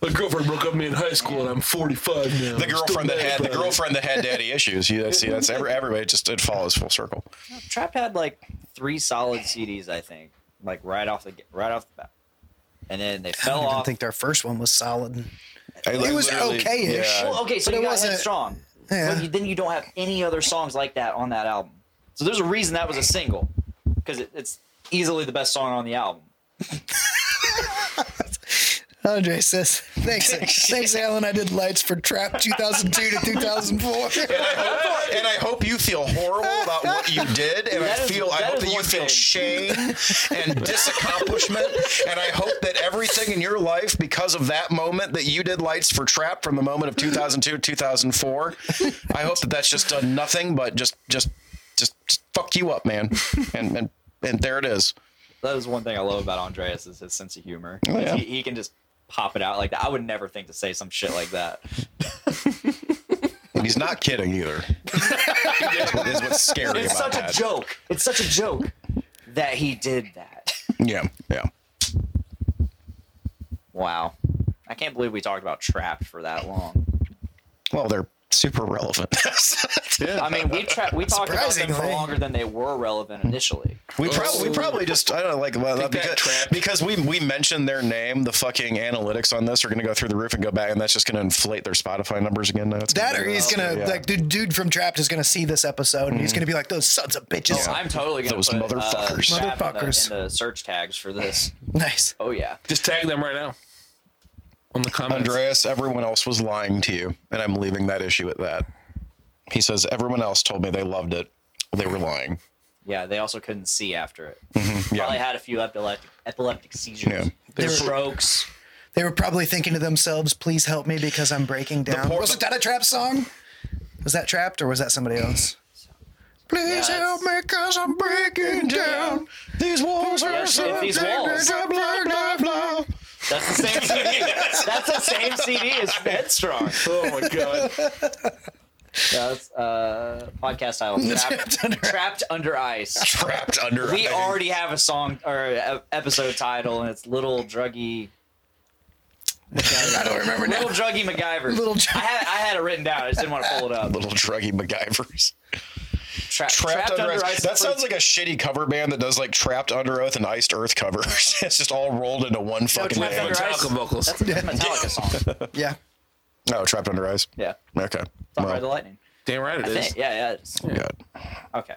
My girlfriend broke up with me in high school, and I'm 45 now. the I'm still girlfriend that mad had the about it. girlfriend that had daddy issues. You that's see, that's every, everybody just it follows full circle. Trap had like three solid CDs, I think, like right off the right off the bat, and then they I fell don't even off. think their first one was solid. I, like, was literally- okay-ish. yeah. well, okay, so But you it got wasn't- Headstrong, Yeah. but you, then you don't have any other songs like that on that album. So there's a reason that was a single, because it, it's easily the best song on the album. Andre says, Oh, "Thanks, thanks, Alan. I did lights for Trap 2002 to 2004." And I hope you feel horrible about what you did, and That I is- feel I that hope is that you one feel thing. shame and disaccomplishment, and I hope that everything in your life because of that moment that you did lights for trap from the moment of 2002 2004, I hope that that's just done nothing but just just just, just fuck you up, man, and and and there it is. That is one thing I love about Andreas is his sense of humor. Oh, yeah. he, he can just pop it out like that. I would never think to say some shit like that. And he's not kidding either. is, what- is what's scary It's about such a that. joke. It's such a joke that he did that. Yeah, yeah. Wow. I can't believe we talked about Trapped for that long. Well, they're super relevant. I mean, we tra- we talked about them for Surprisingly. longer than they were relevant initially. we probably we probably just I don't know, like well, Take that, because, Trap. because we we mentioned their name. The fucking analytics on this are going to go through the roof and go back, and that's just going to inflate their Spotify numbers again. Now It's that gonna or be- he's gonna Yeah. like dude, dude from Trapped is gonna see this episode and he's gonna be like, "Those sons of bitches." Oh, I'm totally gonna Those put, motherfuckers. uh, Trapped Motherfuckers. in the, in the search tags for this. Nice. Oh yeah, Just tag them right now on the comments. Andreas, everyone else was lying to you, and I'm leaving that issue at that. He says everyone else told me they loved it. They were lying. yeah. They also couldn't see after it. Mm-hmm. yeah. Probably had a few epileptic epileptic seizures, Yeah. They strokes. They were probably thinking to themselves, "Please help me because I'm breaking down." por- Wasn't that a Trap song? Was that Trapped or was that somebody else? Please Yeah, help me because I'm breaking down. These walls Yeah, are so shit, these walls. blah, blah, blah, blah. That's the same CD. That's the same CD as Headstrong. Oh my god. Yeah, That's uh, podcast title. Trapped, Trapped under- trapped under ice. trapped under. We I think. already have a song or a episode title, and it's Little Druggy. I don't remember now. Little Druggy MacGyver. Little Druggy. I had I had it written down. I just didn't want to pull it up. little druggy MacGyvers. Tra- Trapped, under, ice. That is sounds pretty- like a shitty cover band that does like Trapped Under Oath and Iced Earth covers. it's just all rolled into one fucking Trapped band. Under Ice. Metallica vocals. That's a Metallica song. Yeah. oh, Trapped Under Ice. Yeah. Okay. Song by Well, the Lightning. Damn right it I is. think. Yeah, yeah. it's- God. Okay.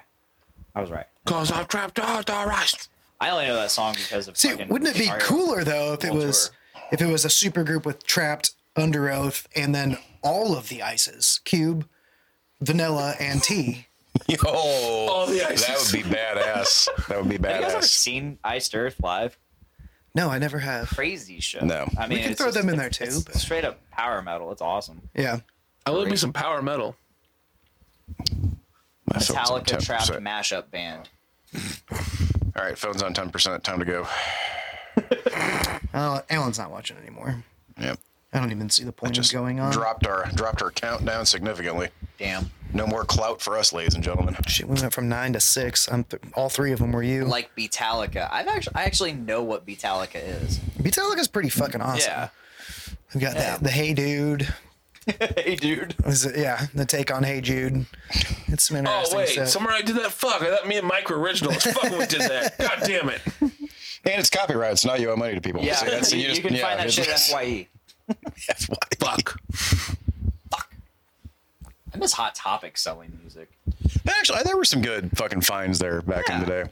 I was right. Cause I'm trapped all the rest. I only know that song because of See, fucking wouldn't it be Mario. cooler though if it World was Tour. if it was a super group with Trapped, Under Oath, and then all of the ices, Cube, Vanilla, and T. Yo, All the ices. that would be badass. That would be Have you guys ever badass. uh, seen Iced Earth live? No, I never have. Crazy show. No. I mean, can it's throw just- them in there it's- too, it's but- Straight up power metal. It's awesome. Yeah. I love me some power metal. My phone's on Metallica 10%. Trapped mashup band. All right, phone's on ten percent. Time to go. Uh, Alan's not watching anymore. Yep. I don't even see the point Just of going on. Dropped our dropped our countdown significantly. Damn. No more clout for us, ladies and gentlemen. Shit, we went from nine to six. I'm th- all three of them were you. Like, Like Beatallica. I've actually I actually know what Beatallica is. Beatallica's pretty fucking awesome. Yeah. We've got Yeah. the, the Hey Dude. hey dude. Is it, yeah, the take on Hey Jude. It's some Oh interesting wait, stuff. somewhere I did that. Fuck, I thought me and Mike were originals. Fuck, we did that. God damn it. And it's copyright, so now you owe money to people. Yeah. See, that's- you, just- you can yeah, find that it's- shit at FYE. Fuck. I miss Hot Topic selling music. Actually, there were some good fucking finds there back in the day.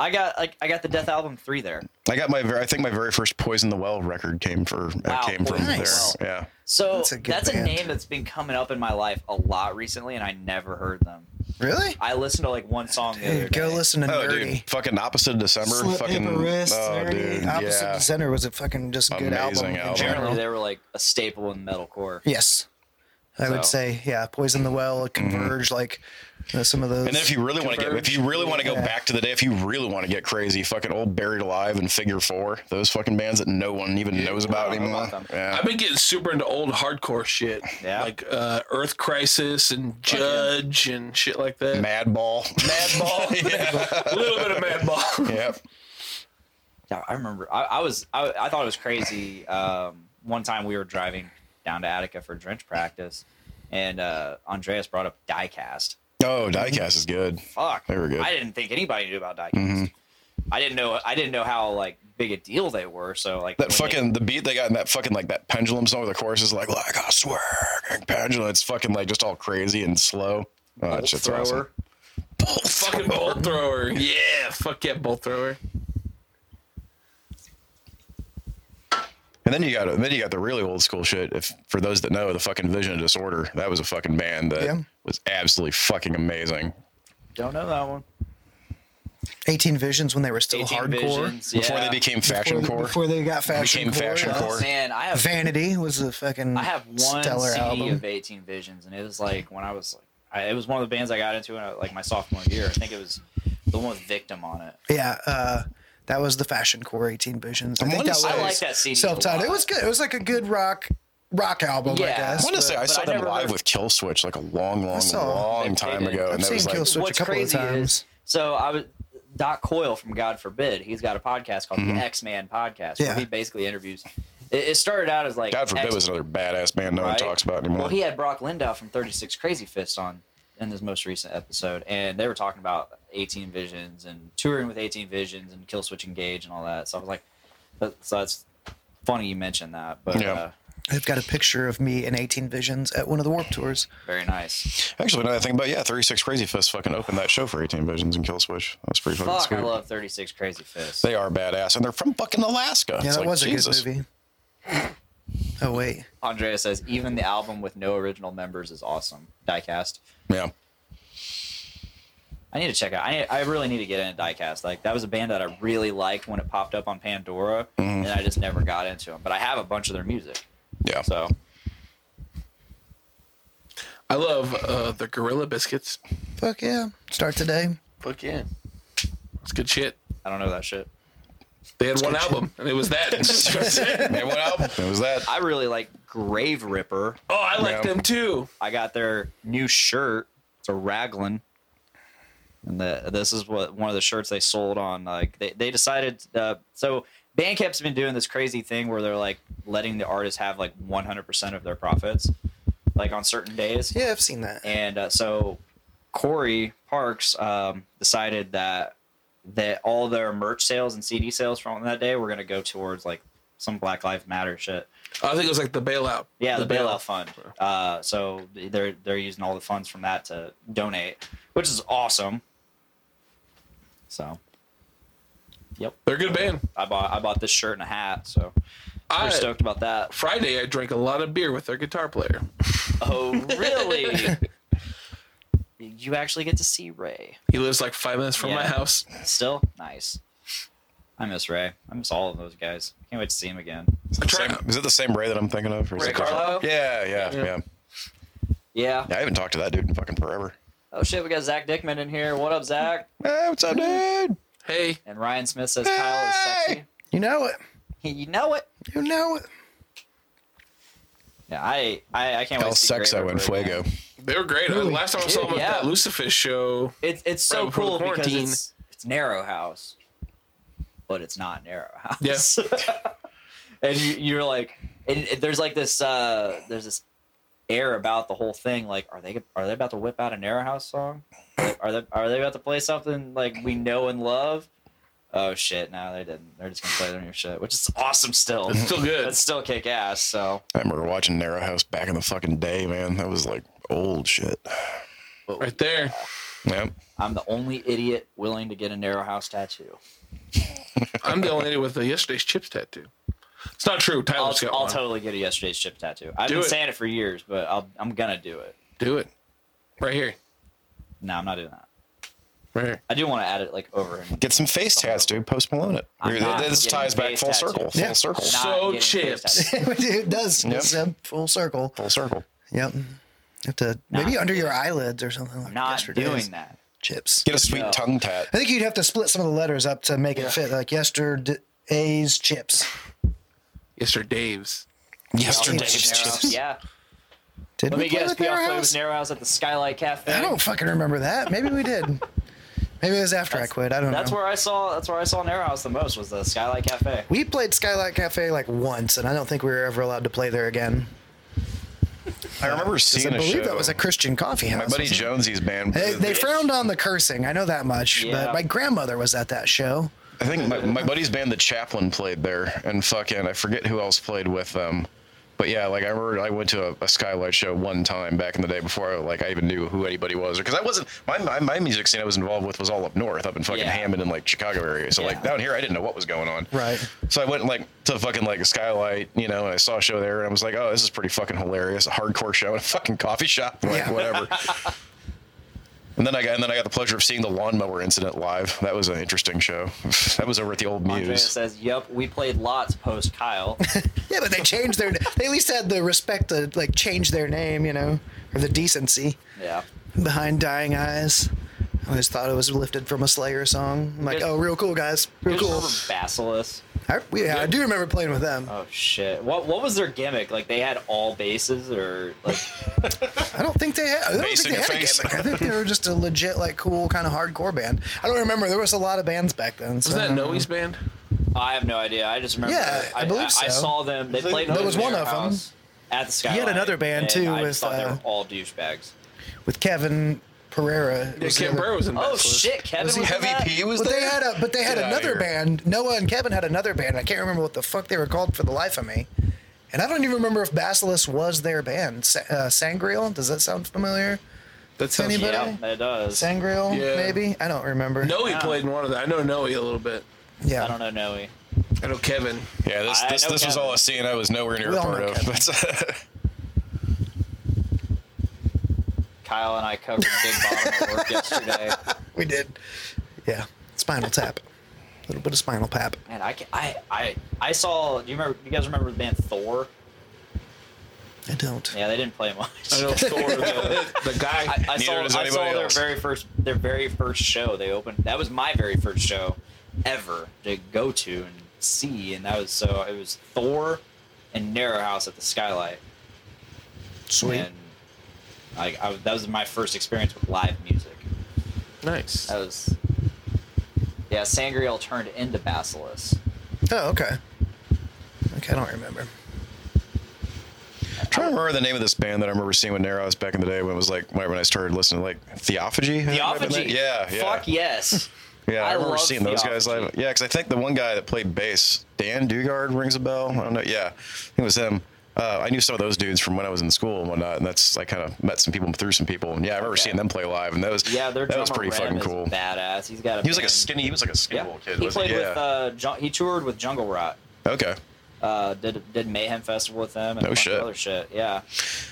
I got like I got the Death album three there. I got my, ver- I think my very first Poison the Well record came for uh, Wow, came from Poison the Well. there. Yeah, So That's that's a a, good band. name that's been coming up in my life a lot recently, and I never heard them. really? I listened to like one song the other Dude, go day. listen to Oh, Nerdy. dude, fucking opposite of December. Slip fucking Paper Wrist, oh, Nerdy. dude, Opposite yeah. Center was a fucking just good album. Amazing in album. general. Apparently, they were like a staple in metalcore. Yes. I would So- say, yeah, Poison the Well, Mm-hmm. Converge, like uh, some of those. And then if you really want to get, if you really want to go back to the day, if you really want to get crazy, fucking old Buried Alive and Figure Four, those fucking bands that no one even knows about don't know anymore. about them. yeah. I've been getting super into old hardcore shit. Yeah. Like uh, Earth Crisis and Judge and shit like that. Madball. Madball. A little bit of Madball. yep. Yeah, I remember. I, I was I, I thought it was crazy. Um, one time we were driving down to Attica for drench practice, and uh, Andreas brought up Diecast. Oh, Diecast is good. Fuck, They were good. Mm-hmm. I didn't think anybody knew about Diecast. I didn't know. I didn't know how like big a deal they were. So like when That they- fucking the beat they got in that fucking like that pendulum song where the chorus is like like a swirling pendulum. It's fucking like just all crazy and slow. Oh, that shit's awesome. Fucking bolt thrower. Yeah. Fuck yeah, bolt thrower. And then you got then you got the really old school shit. If for those that know, the fucking Vision of Disorder, that was a fucking band that Yeah. was absolutely fucking amazing. don't know that one. 18 Visions when they were still 18 hardcore. Visions, Before yeah. they became faction before, core. before they got fashion Became core. fashion uh, core. Man, I have Vanity was a fucking I have one stellar CD album. of 18 Visions, and it was like when I was like, I, it was one of the bands I got into in uh, like my sophomore year. I think it was the one with Victim on it. Yeah, uh, that was the fashion core 18 Visions. I think wanna that was say- I like that CD. a self-titled. It lot. was good. It was like a good rock rock album, I Yeah. I guess. want to say I but saw I them never live heard- with Kill Switch like a long, long, saw them. long They time played it. ago, I've and that seen was like Kill Switch. a What's couple of crazy times. is so I was Doc Coyle from God Forbid. He's got a podcast called Mm-hmm. the X Man Podcast Yeah. where he basically interviews. It, it started out as like God forbid X- was another badass band no right? one talks about anymore. Well, he had Brock Lindau from 36 Crazy Fists on in his most recent episode, and they were talking about 18 Visions and touring with 18 Visions and Kill Switch Engage and all that. So I was like, that, so that's funny you mentioned that, but Yeah. uh, I've got a picture of me in 18 Visions at one of the Warp Tours. very nice. Actually, another thing, but yeah, 36 Crazy Fists fucking opened that show for 18 Visions and Kill Switch. That was pretty fucking Fuck, sweet. I love 36 Crazy Fists. they are badass, and they're from fucking Alaska. Yeah, It's that like, was a Jesus. good movie. Oh wait, Andrea says even the album with no original members is awesome. Diecast. Yeah. I need to check out. I, I really need to get into Diecast. Like that was a band that I really liked when it popped up on Pandora, Mm-hmm. and I just never got into them. But I have a bunch of their music, Yeah. so I love uh, the Gorilla Biscuits. fuck yeah! Start today. Fuck yeah. That's good shit. I don't know that shit. They had one album, and it was that. Man, what album? It was that. I really like Grave Ripper. oh, I like Yeah. them too. I got their new shirt. It's a raglan. And the, this is what one of the shirts they sold on. Like they, they decided. Uh, so Bandcamp's been doing this crazy thing where they're like letting the artists have like 100% of their profits, like on certain days. Yeah, I've seen that. And uh, so Corey Parks um, decided that that all their merch sales and CD sales from that day were going to go towards like some Black Lives Matter shit. I think it was like the bailout. Yeah, the, bailout fund. Uh, so they're they're using all the funds from that to donate, which is awesome. So They're a good band. I bought I bought this shirt and a hat. So I, we're stoked about that. Friday, I drank a lot of beer with their guitar player. Oh really? you actually get to see Ray He lives like five minutes from my Yeah. house. still? Nice. I miss Ray. I miss all of those guys. Can't wait to see him again. I try- Same, is it the same Ray that I'm thinking of? Or is Ray it different? Carlisle? Yeah, yeah, Yeah. yeah, yeah. Yeah. I haven't talked to that dude in fucking forever. Oh shit, we got Zach Dickman in here. What up, Zach? Hey, what's up, dude? Hey, And Ryan Smith says Kyle is sexy. You know what? you know it. You know, it. Yeah, I I, I can't El wait. to see Grey Sexo River and again. Fuego. They were great. Really? Last time I saw them Yeah. at that Lucifer show, It's it's Right so before the cool because quarantine. it's, it's narrow house, but it's not narrow house. Yes. and you, you're like, and it- there's like this uh there's this air about the whole thing. Like, are they are they about to whip out a narrow house song? Like, are they are they about to play something like we know and love? Oh shit! No, they didn't. They're just gonna play their new shit, which is awesome. Still, it's still good. it's still kick ass. So I remember watching Narrow House back in the fucking day, man. That was like old shit. Right there. Yep. I'm the only idiot willing to get a narrow house tattoo. I'm the only lady with a yesterday's chips tattoo. It's not true. I'll, Tyler's got I'll one. totally get a yesterday's chip tattoo. I've Do been it. saying it for years, but I'll, I'm gonna do it. Do it. Right here. No, I'm not doing that. Right here. I do want to add it like over. And Get some face tats, dude. Post Malone it. I'm not This getting ties back face full tattoos. circle. Yeah. Full circle. not So getting face chips. tattoos. it does. Yep. It's a full circle. Full circle. Yep. You have to maybe under your eyelids or something. Like I'm not yesterday's doing that. Chips. Get a sweet No. tongue tat. I think you'd have to split some of the letters up to make it fit. Like yesterday's chips. Yes, or Dave's. Yesterday's Chips. Narrow House, Yeah. Did Let we me play guess. with We all Narrow played with House? Narrow House at the Skylight Cafe. I don't fucking remember that. Maybe we did. Maybe it was after I quit. I don't That's know. where I saw. That's where I saw Narrow House the most was the Skylight Cafe. we played Skylight Cafe like once, and I don't think we were ever allowed to play there again. I remember 'Cause seeing I a believe show. that was a Christian coffee My house. buddy wasn't it? Jonesy's band. They, they frowned on the cursing. I know that much. Yeah. But my grandmother was at that show. I think my, my buddy's band, The Chaplain, played there, and fucking I forget who else played with them. But yeah, like I remember I went to a, a Skylight show one time back in the day before I, like I even knew who anybody was, because I wasn't my, my my music scene I was involved with was all up north, up in fucking Yeah. Hammond and like Chicago area. So Yeah. like down here I didn't know what was going on. Right. So I went like to fucking like Skylight, you know, and I saw a show there, and I was like, oh, this is pretty fucking hilarious, a hardcore show in a fucking coffee shop, like Yeah. whatever. And then I got and then I got the pleasure of seeing the lawnmower incident live. That was an interesting show. that was over at the old Andrea Muse. says, "Yep, we played lots post Kyle." Yeah, but they changed their. They at least had the respect to like change their name, you know, or the decency yeah. behind Dying Eyes. I always thought it was lifted from a Slayer song. I'm like, Yes. oh, real cool guys, You real guys cool. remember Basilisk? I, yeah, I do remember playing with them. Oh shit! What what was their gimmick? Like they had all bases, or like I don't think they had. I don't Bass think in they your had a face. gimmick. I think they were just a legit, like, cool kind of hardcore band. I don't remember. There was a lot of bands back then. So Isn't I that Uh, don't know. Noe's band? I have no idea. I just remember. Yeah, I I, believe so. saw them. They played. There at was one their of 'em. house At the sky. had another band, too, I with, just thought they uh, were all douchebags. with Kevin Pereira? Yeah, was the Ken other- Burr was in Oh Basilisk. shit! Kevin was, in that? Heavy P was But there. they had a, but they had Get outta another here. band. Noah and Kevin had another band. I can't remember what the fuck they were called for the life of me. And I don't even remember if Basilisk was their band. Sa- uh, Sangreal. Does that sound familiar? That sounds Anybody? Yeah, it does. Sangreal, Yeah. maybe. I don't remember. Noe played in one of the. I know Noe a little bit. Yeah. I don't know Noe. I know Kevin. Yeah, this I this, know this was all Kevin. a scene I was nowhere near We a all part know of. Kevin. But- Kyle and I covered Big Bottom at work yesterday. We did. Yeah. Spinal Tap. A little bit of Spinal Pap. Man, I, ca- I I I saw. Do you remember? You guys remember the band Thor? I don't. Yeah, they didn't play much. I know Thor, the, the guy. I, I saw, Neither does I saw anybody their else. very first their very first show. They opened that was my very first show ever to go to and see, and that was so it was Thor and Narrow House at the Skylight. Sweet. And like I, that was my first experience with live music. nice. That was yeah. Sangreal turned into Basilisk. Oh, okay. Okay, I don't remember. I'm trying to remember the name of this band that I remember seeing when Narrow was back in the day when it was like when I started listening to like Theophagy. I think it might have been Theophagy. that. Yeah, yeah. Fuck yes. Yeah, I, I remember love seeing those guys Theology. live. Yeah, because I think the one guy that played bass, Dan Dugard, rings a bell. I don't know. Yeah, I think it was him. Uh, I knew some of those dudes from when I was in school and whatnot, and that's I kind of met some people through some people. And yeah, I remember Okay. seeing them play live, and that was Yeah, their that was drummer pretty Rem fucking is cool. Badass. He's got a He was like a band. skinny. He was like a skinny Yeah. little kid. he wasn't played he? with Yeah. uh, Jun- he toured with Jungle Rot. okay. uh, did did Mayhem Festival with them and No a bunch shit. of other shit. Yeah.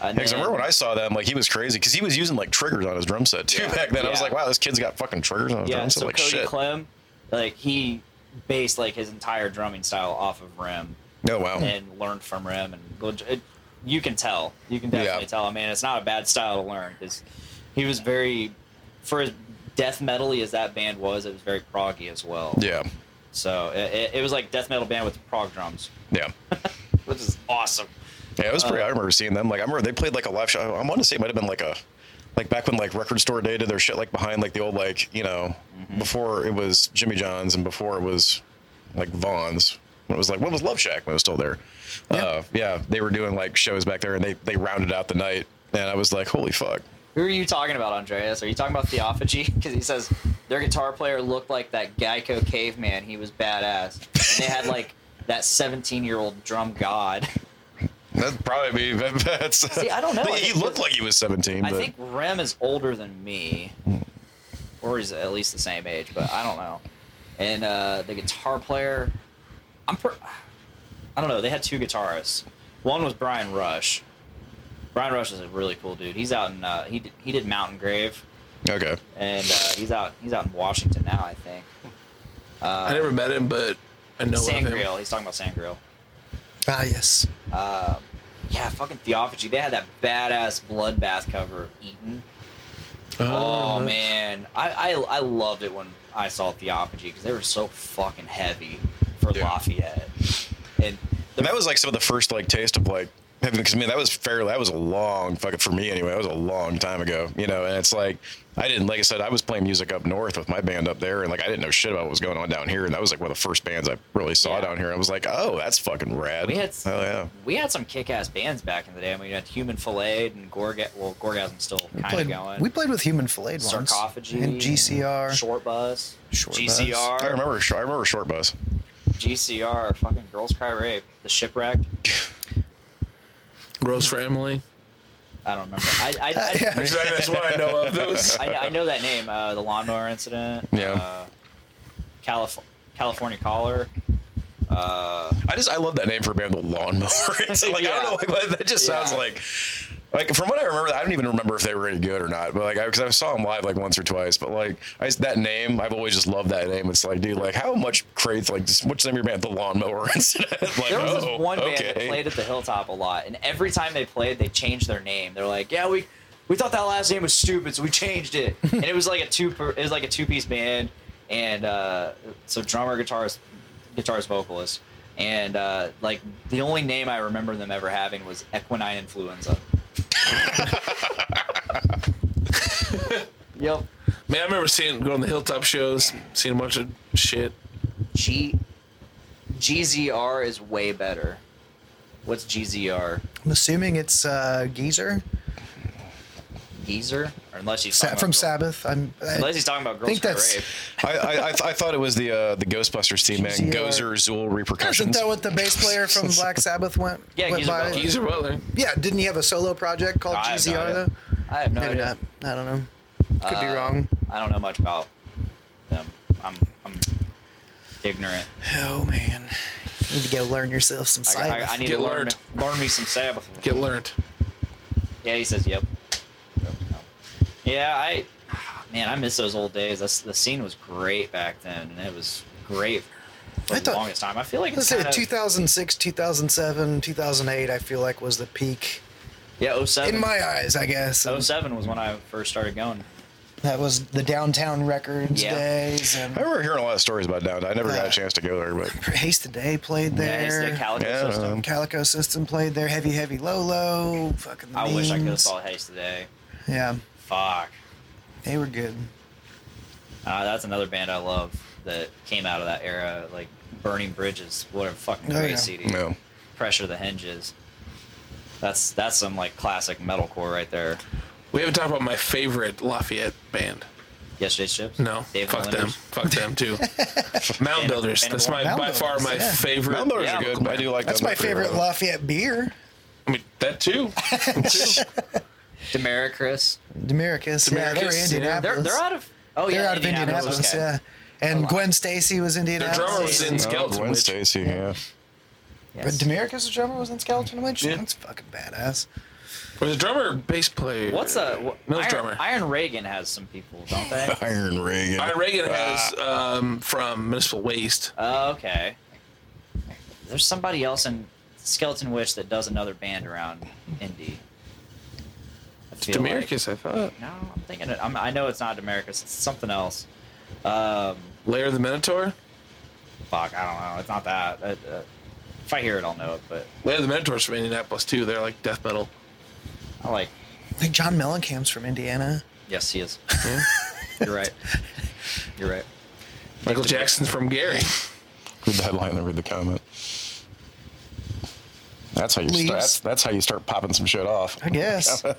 And Because I then- remember when I saw them, like he was crazy because he was using like triggers on his drum set too Yeah. back then. I was Yeah. like, wow, this kid's got fucking triggers on his yeah, drum set. so like Cody shit. Clem, like he based like his entire drumming style off of Rim oh wow. and learned from Rim, and leg- it, you can tell, you can definitely Yeah. tell. I mean, it's not a bad style to learn because he was very for as death metally as that band was, it was very proggy as well. Yeah. So it- it, it was like death metal band with prog drums, Yeah. which is awesome. Yeah, it was Uh, pretty. I remember seeing them. Like I remember they played like a live show. I want to say it might have been like a, like back when like record store day did their shit like behind like the old like you know Mm-hmm. before it was Jimmy John's and before it was like Vaughn's. When it was like when was Love Shack when it was still there. Yeah, uh, yeah they were doing like shows back there and they they rounded out the night and I was like holy fuck. Who are you talking about, Andreas? Are you talking about Theophagy? Because he says their guitar player looked like that Geico caveman. He was badass. And they had like that 17 year old drum god. That'd probably be that's. See, I don't know. He looked like he was seventeen. I but think Rem is older than me, or is at least the same age, but I don't know. And uh, the guitar player, I'm, per- I don't know. They had two guitarists. One was Brian Rush. Brian Rush is a really cool dude. He's out in uh, he did, he did Mountain Grave, okay. and uh, he's out he's out in Washington now, I think. I never met him, but I know of him. Sangreal. He's talking about Sangreal. Ah, yes. Yeah, fucking Theophagy. They had that badass bloodbath cover of Eaton. Uh, Oh, man, I, I I loved it when I saw Theophagy because they were so fucking heavy for Yeah. Lafayette. And the, And that was like some of the first like taste of like heaven because I mean that was fairly that was a long fucking for me anyway that was a long time ago you know and it's like I didn't like I said I was playing music up north with my band up there and like I didn't know shit about what was going on down here and that was like one of the first bands I really saw Yeah. down here I was like oh that's fucking rad we had oh yeah we had some kick ass bands back in the day. I mean, we had Human Fillet and Gorga. Well, Gorgasm's still kind of Played, going. we played with Human Fillet once. Sarcophagy and GCR. Short Bus, Short Bus. GCR, I remember I remember short bus GCR, fucking Girls Cry Rape, The Shipwrecked. Rose for Emily. I don't remember. I, I, I, Exactly, That's what I know of those. I, I know that name. Uh, the lawnmower incident. Yeah. Uh, Calif- California collar. Uh, I just I love that name for a band, the Lawnmower. It's like I Yeah. don't know, like what- that just sounds Yeah. like like from what I remember, I don't even remember if they were any good or not. But like because I, saw them live like once or twice, but like I just, that name, I've always just loved that name. It's like, dude, like how much crates like just, what's the name of your band, the Lawnmower Incident? like, there was oh, this one band that okay. played at the Hilltop a lot, and every time they played, they changed their name. They're like, "Yeah, we we thought that last name was stupid, so we changed it." and it was like a two per, it was like a two piece band, and uh, so drummer, guitarist, guitarist, vocalist, and uh, like the only name I remember them ever having was Equinine Influenza. yep. Man, I remember seeing going to hilltop shows, seeing a bunch of shit. G GZR is way better. What's GZR? I'm assuming it's uh, Geezer Geezer? Or unless he's Sa- talking from about girl- Sabbath. I'm, I, Unless he's talking about girls think Cry that's- rape. I, I I th- I thought it was the uh, the Ghostbusters team man, GZR. Gozer Zool isn't repercussions. that what the bass player from Black Sabbath went? Yeah, went Geezer by? Butler. Geezer Butler. Yeah, didn't he have a solo project called I have no GZR idea. though? I have no Maybe idea. Uh, not. I don't know. Could be wrong. I don't know much about them. I'm I'm ignorant. Oh man, you need to go learn yourself some I, I, Sabbath. I need Get to learn learned. learn me some Sabbath. Get learned. Yeah, he says yep. Yep, no. Yeah, I man, I miss those old days. That's the scene was great back then, and it was great for I the thought- longest time. I feel like Let's it's say kind of, 2006, 2007, 2008. I feel like was the peak yeah, 07. in my eyes. I guess And 07 was when I first started going. that was the downtown records Yeah. days I and remember hearing a lot of stories about down. I never got a chance to go there, but Haste Today played Yeah, it's there. the Calico Yeah, I don't system. know. Calico System played there. Heavy Heavy Lolo. Fucking. The I wish I could have Memes. saw Hayes today. Yeah, Fuck. they were good. Uh, that's another band I love that came out of that era, like Burning Bridges. What a fucking Oh, great yeah. CD. no. Pressure the Hinges. That's that's some like classic metalcore right there. We haven't talked about my favorite Lafayette band. Yesterday's Chips. No, Dave fuck and the them. Lenders. Fuck them too. Mound Builders. That's my Mound by far Builders, my yeah. favorite. Mound Builders Yeah, are good. I do like That's them. my They're pretty favorite rad. Lafayette beer. I mean, that too. Demericus. Demericus. yeah, they're Demericus, yeah. Indianapolis. They're, they're out of. Oh yeah, They're out of Indianapolis, okay. yeah. And Gwen Stacy was Their Indianapolis. drummer was in Skeleton Oh, Gwen Witch. Stacy, yeah. But Demarcus, the drummer, was in Skeleton Witch. Yeah. That's fucking badass. Was a drummer, or bass player. What's a wh- Mills Iron, drummer? Iron Reagan has some people, don't they? Iron Reagan. Iron Reagan has um, from Municipal Waste. Oh, okay. There's somebody else in Skeleton Witch that does another band around indie. I feel Demarcus, I thought. Like. No, I'm thinking it. I'm, I know it's not Demericus. It's something else. Um, Lair of the Minotaur. fuck, I don't know. It's not that. It, uh, if I hear it, I'll know it. But They have the mentors from Indianapolis too. They're like death metal. I like. Like John Mellencamp's from Indiana. Yes, he is. You're right. You're right. Michael Jackson's from Gary. Read the headline and read the comment. That's how you Leaves. start. That's, that's how you start popping some shit off. I guess. Well,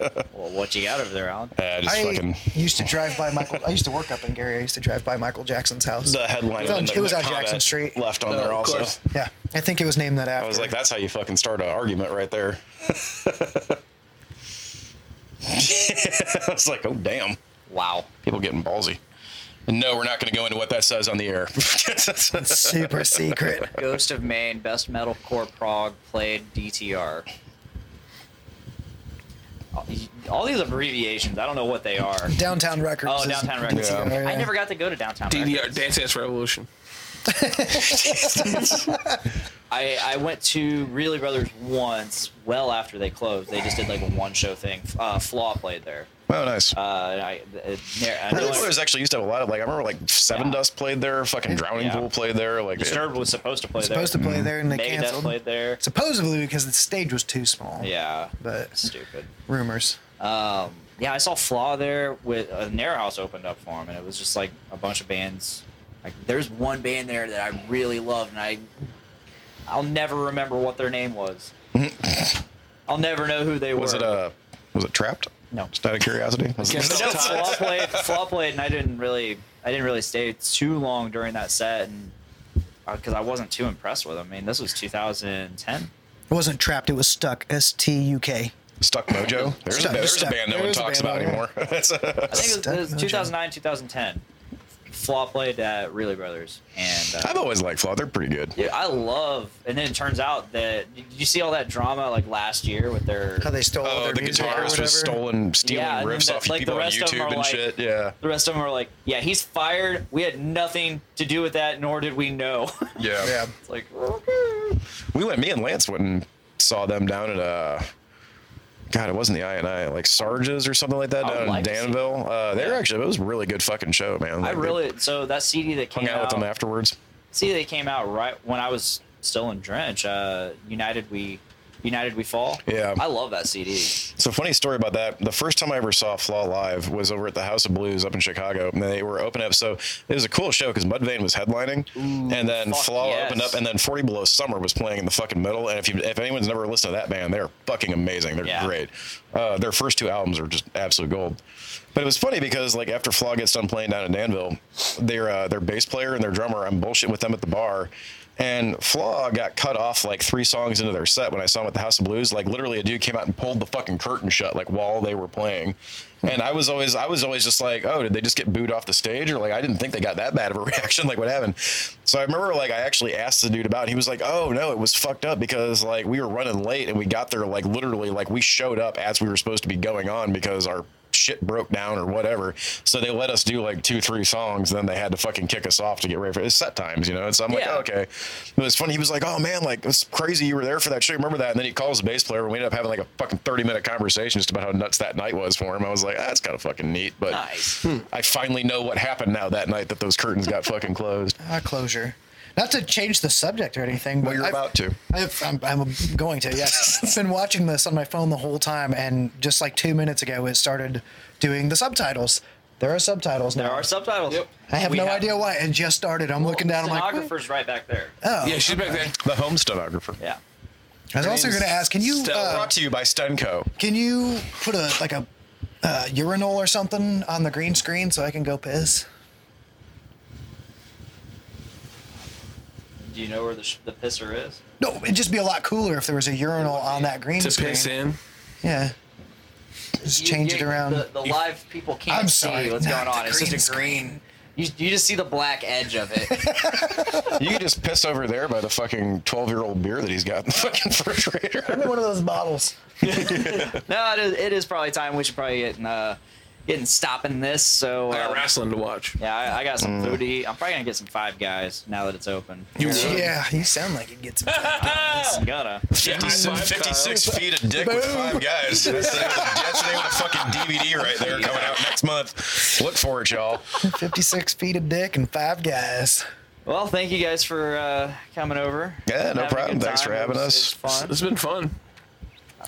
what you got over there, Alan? Yeah, just I fucking used to drive by Michael. I used to work up in Gary. I used to drive by Michael Jackson's house. the headline. It was on- and the- it was the on Jackson comment Street. Left on No, there of Oh, also. course. yeah, I think it was named that after. I was like, that's how you fucking start an argument right there. I was like, oh damn, Wow. people getting ballsy. And no, we're not going to go into what that says on the air. super secret. Ghost of Maine, best metalcore prog played DTR. All- All these abbreviations, I don't know what they are. Downtown Records. Oh, is- Downtown Records. Yeah. I never got to go to Downtown DDR Records. Dance Dance Revolution. I, I went to Really Brothers once, well after they closed. They just did like a one show thing. Uh, Flaw played there. oh, nice. Uh, and I, it, I Really know Brothers actually used to have a lot of like I remember like Seven Yeah. Dust played there, fucking Drowning Yeah. Pool played there, like Disturbed was supposed to play there. Supposed to play there and they Megadeth canceled. played there. Supposedly because the stage was too small. Yeah. But Stupid. rumors. Um, yeah, I saw Flaw there with uh, Narrow House opened up for him, and it was just like a bunch of bands. Like, there's one band there that I really loved, and I, I'll never remember what their name was. I'll never know who they was were. it uh was it Trapped? No. Just out of curiosity. Was it- No, Flaw played, Flaw played, and I didn't really, I didn't really stay too long during that set, and because I wasn't too impressed with them. I mean, this was 2010. It wasn't trapped, it was stuck. S T U K. Stuck Mojo. There's, Stuck- a, there's Stuck- a band no there one is a talks band, about yeah. anymore. That's a- I think it was, it was Stuck Mojo. 2009, 2010. Flaw played at Really Brothers, and uh, I've always liked Flaw. They're pretty good. Dude, I love, and then it turns out that did you see all that drama like last year with their How they stole all Oh, their the music or guitarist whatever. was stolen, stealing Yeah, and then riffs the- off like, the people on rest of them YouTube are and like- shit. Yeah, the rest of them were like, yeah, he's fired. We had nothing to do with that, nor did we know. yeah, Yeah. it's like okay. We went. Me and Lance went and saw them down at uh, God, it wasn't the I and I, like Sarge's or something like that I would down like in to see Danville. Uh, they were Yeah. actually it was a really good fucking show, man. I Like, they really so that CD that hung came out, with out, them afterwards. CD that came out right when I was still in Drench. Uh, United we, United we fall. Yeah. I love that CD. So funny story about that. The first time I ever saw Flaw live was over at the House of Blues up in Chicago, and they were open up. So it was a cool show because Mudvayne was headlining, and then fuck Flaw yes. opened up, and then Forty Below Summer was playing in the fucking middle. And if you, if anyone's never listened to that band, they're fucking amazing. They're Yeah. great. Uh, their first two albums are just absolute gold. But it was funny because like after Flaw gets done playing down in Danville, their uh, their bass player and their drummer, I'm bullshit with them at the bar. And Flaw got cut off like three songs into their set when I saw him at the House of Blues. Like literally, a dude came out and pulled the fucking curtain shut like while they were playing. And I was always, I was always just like, oh, did they just get booed off the stage? Or like, I didn't think they got that bad of a reaction. Like, what happened? So I remember, like, I actually asked the dude about. It. He was like, oh no, it was fucked up because like we were running late and we got there like literally like we showed up as we were supposed to be going on because our shit broke down or whatever. So they let us do like two, three songs. Then they had to fucking kick us off to get ready for it's set times, you know? And so I'm like, Yeah. okay. It was funny. He was like, oh man, like it's crazy you were there for that show. You Remember that? And then he calls the bass player and we ended up having like a fucking 30 minute conversation just about how nuts that night was for him. I was like, ah, that's kind of fucking neat. But Hmm. Nice. I finally know what happened now that night that those curtains got fucking closed. Ah, closure. Not to change the subject or anything, but Well, you're I've- about to. I've, I'm, I'm going to, yes. I've been watching this on my phone the whole time, and just like two minutes ago, it started doing the subtitles. There are subtitles There now. are subtitles. Yep. I have no idea why. It just started. I'm looking down. I'm like, "Hmm." "What?" Stenographer's right back there. oh. yeah, she's back there. The home stenographer. Yeah. I was also name's going to ask, can you Stella. uh, Brought to you by Stenco. can you put a like a uh, urinal or something on the green screen so I can go piss? Do you know where the, sh- the pisser is? No, it'd just be a lot cooler if there was a urinal on that green To screen. piss in. Yeah. Just You- change you- it around. The, the live people can't I'm see sorry, what's not going on. the It's just green a green. You, you just see the black edge of it. You can just piss over there by the fucking 12 year old beer that he's got in the fucking refrigerator. one of those bottles. no, it is, it is probably time. We should probably get uh, getting stopping this. So I got uh, wrestling to watch. yeah, I, I got some Mm. food to eat. I'm probably gonna get some Five Guys now that it's open. Yeah, you sound like it gets. I'm gonna. Yeah, high five, Kyle. 56 feet of dick with five guys. That's the, that's the name of the fucking DVD right there coming out next month. Look for it, y'all. 56 feet of dick and five guys. Well, thank you guys for uh, coming over. Yeah, no Having a problem. good Thanks for time. It having was- us. it was fun. It's been fun.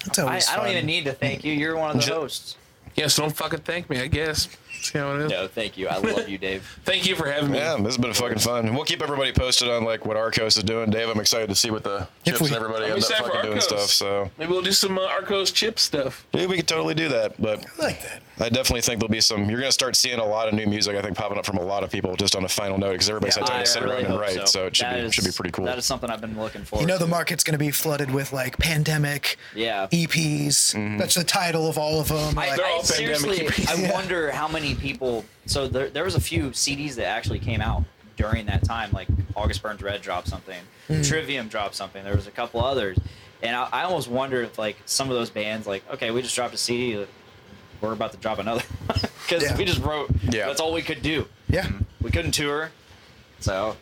It's I, always I fun. don't even need to thank you. You're one of the Ju- hosts. Yeah, so don't fucking thank me, I guess. See how it is. No, thank you. I love you, Dave. Thank you for having me. Yeah, this has been fucking fun. We'll keep everybody posted on like what Arcos is doing. Dave, I'm excited to see what the If chips we- and everybody I'm ends up excited for fucking doing Arcos. stuff. So, Maybe we'll do some uh, Arcos chip stuff. dude, we could totally do that. But I like that. I definitely think there'll be some. You're gonna start seeing a lot of new music. I think popping up from a lot of people just on a final note because everybody's had time I to sit really around and hope write. So, it should That be is- should be pretty cool. That is something I've been looking for. You know the market's going to be flooded with like pandemic Yeah. Mm-hmm. EPs. That's the title of all of them. I, like, "Oh, They're I all pandemic seriously, I Yeah. wonder how many people. So there, there was a few CDs that actually came out during that time. Like August Burns Red dropped something, Hmm. Trivium dropped something. There was a couple others, and I, I almost wonder if like some of those bands, like okay, we just dropped a CD, like, we're about to drop another because Yeah. we just wrote. Yeah. that's all we could do. Mm-hmm. yeah. We couldn't tour, so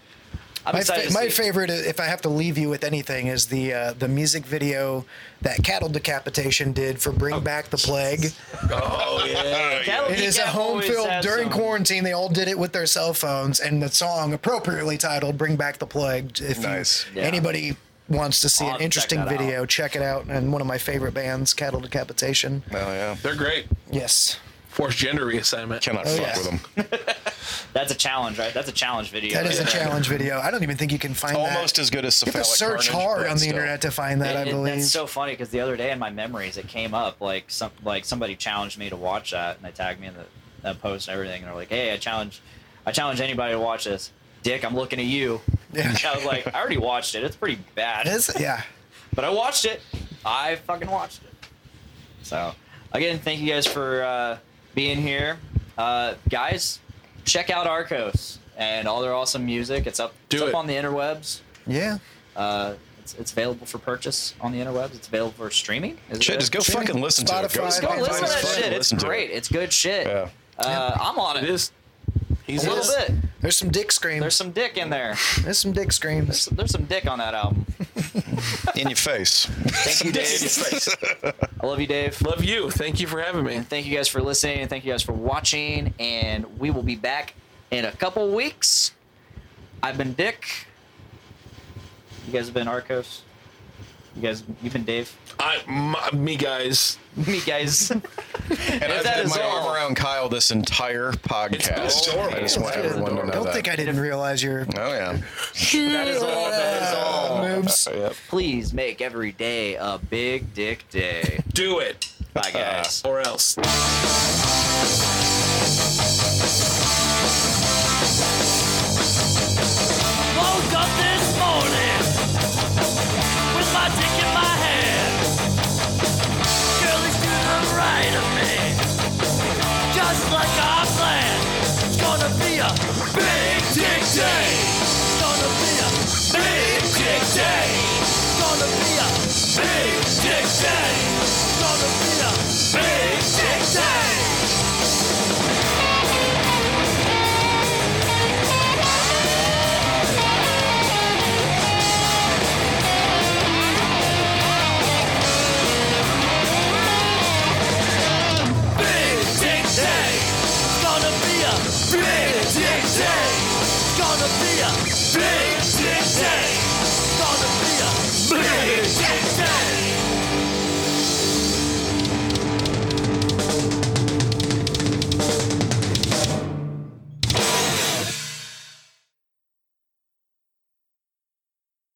I'm My, excited. fa- to my see. favorite, if I have to leave you with anything, is the uh, the music video that Cattle Decapitation did for Oh. Bring Back the Plague. Oh, yeah. Cattle It Beat is a Cat home always film has during some- quarantine. They all did it with their cell phones, and the song appropriately titled "Bring Back the Plague." If you- Nice. Yeah. anybody wants to see I'll have an to check interesting that video, check it out. And one of my favorite bands, Cattle Decapitation. oh yeah, They're great. Yes, Forced gender reassignment. cannot Oh, fuck yeah. with them. That's a challenge, right? That's a challenge video. that is right a challenge video. I don't even think you can find Almost that. as good as You have cephalic to search Carnage, hard but on the still. internet to find that. It- I it- believe. That's so funny because the other day in my memories it came up like some like somebody challenged me to watch that and they tagged me in the that post and everything and they're like, hey, I challenge, I challenge anybody to watch this. Dick, I'm looking at you. Yeah. I was like, I already watched it. It's pretty bad. It is- yeah. But I watched it. I fucking watched it. So again, thank you guys for uh, being here, uh, guys. Check out Arcos and all their awesome music. It's up, Do it's it. up on the interwebs. Yeah. Uh, it's, it's available for purchase on the interwebs. It's available for streaming. Is it Shit, just go Stream- fucking listen to it. Spotify, Just go Find listen to us. that fucking shit. It's listen to it. great. It's good shit. Yeah. Uh, I'm on it. It is. He's A in. little bit. There's some dick screams. There's some dick in there. There's some dick There's screams. some, there's some dick on that album. In your face. Thank you, Dave. I love you, Dave. Love you. Thank you for having me. And thank you guys for listening. And thank you guys for watching. And we will be back in a couple weeks. I've been Dick. You guys have been Arcos. You guys, you've been Dave. I, my, me guys. Me, guys. And If I've that had is my all- arm around Kyle this entire podcast. adorable. I just want That's everyone to adorable. know Don't that. think I didn't realize your oh yeah. that is all. That is all. moves. Yep. Please make every day a big dick day. Do it. Bye, guys. Or else. Woke up this morning with my dick in my hand. Girl is to the right of me, just like I planned. It's gonna be a big dick day. It's gonna be a big dick day. It's gonna be a big dick day. It's gonna be a big dick day.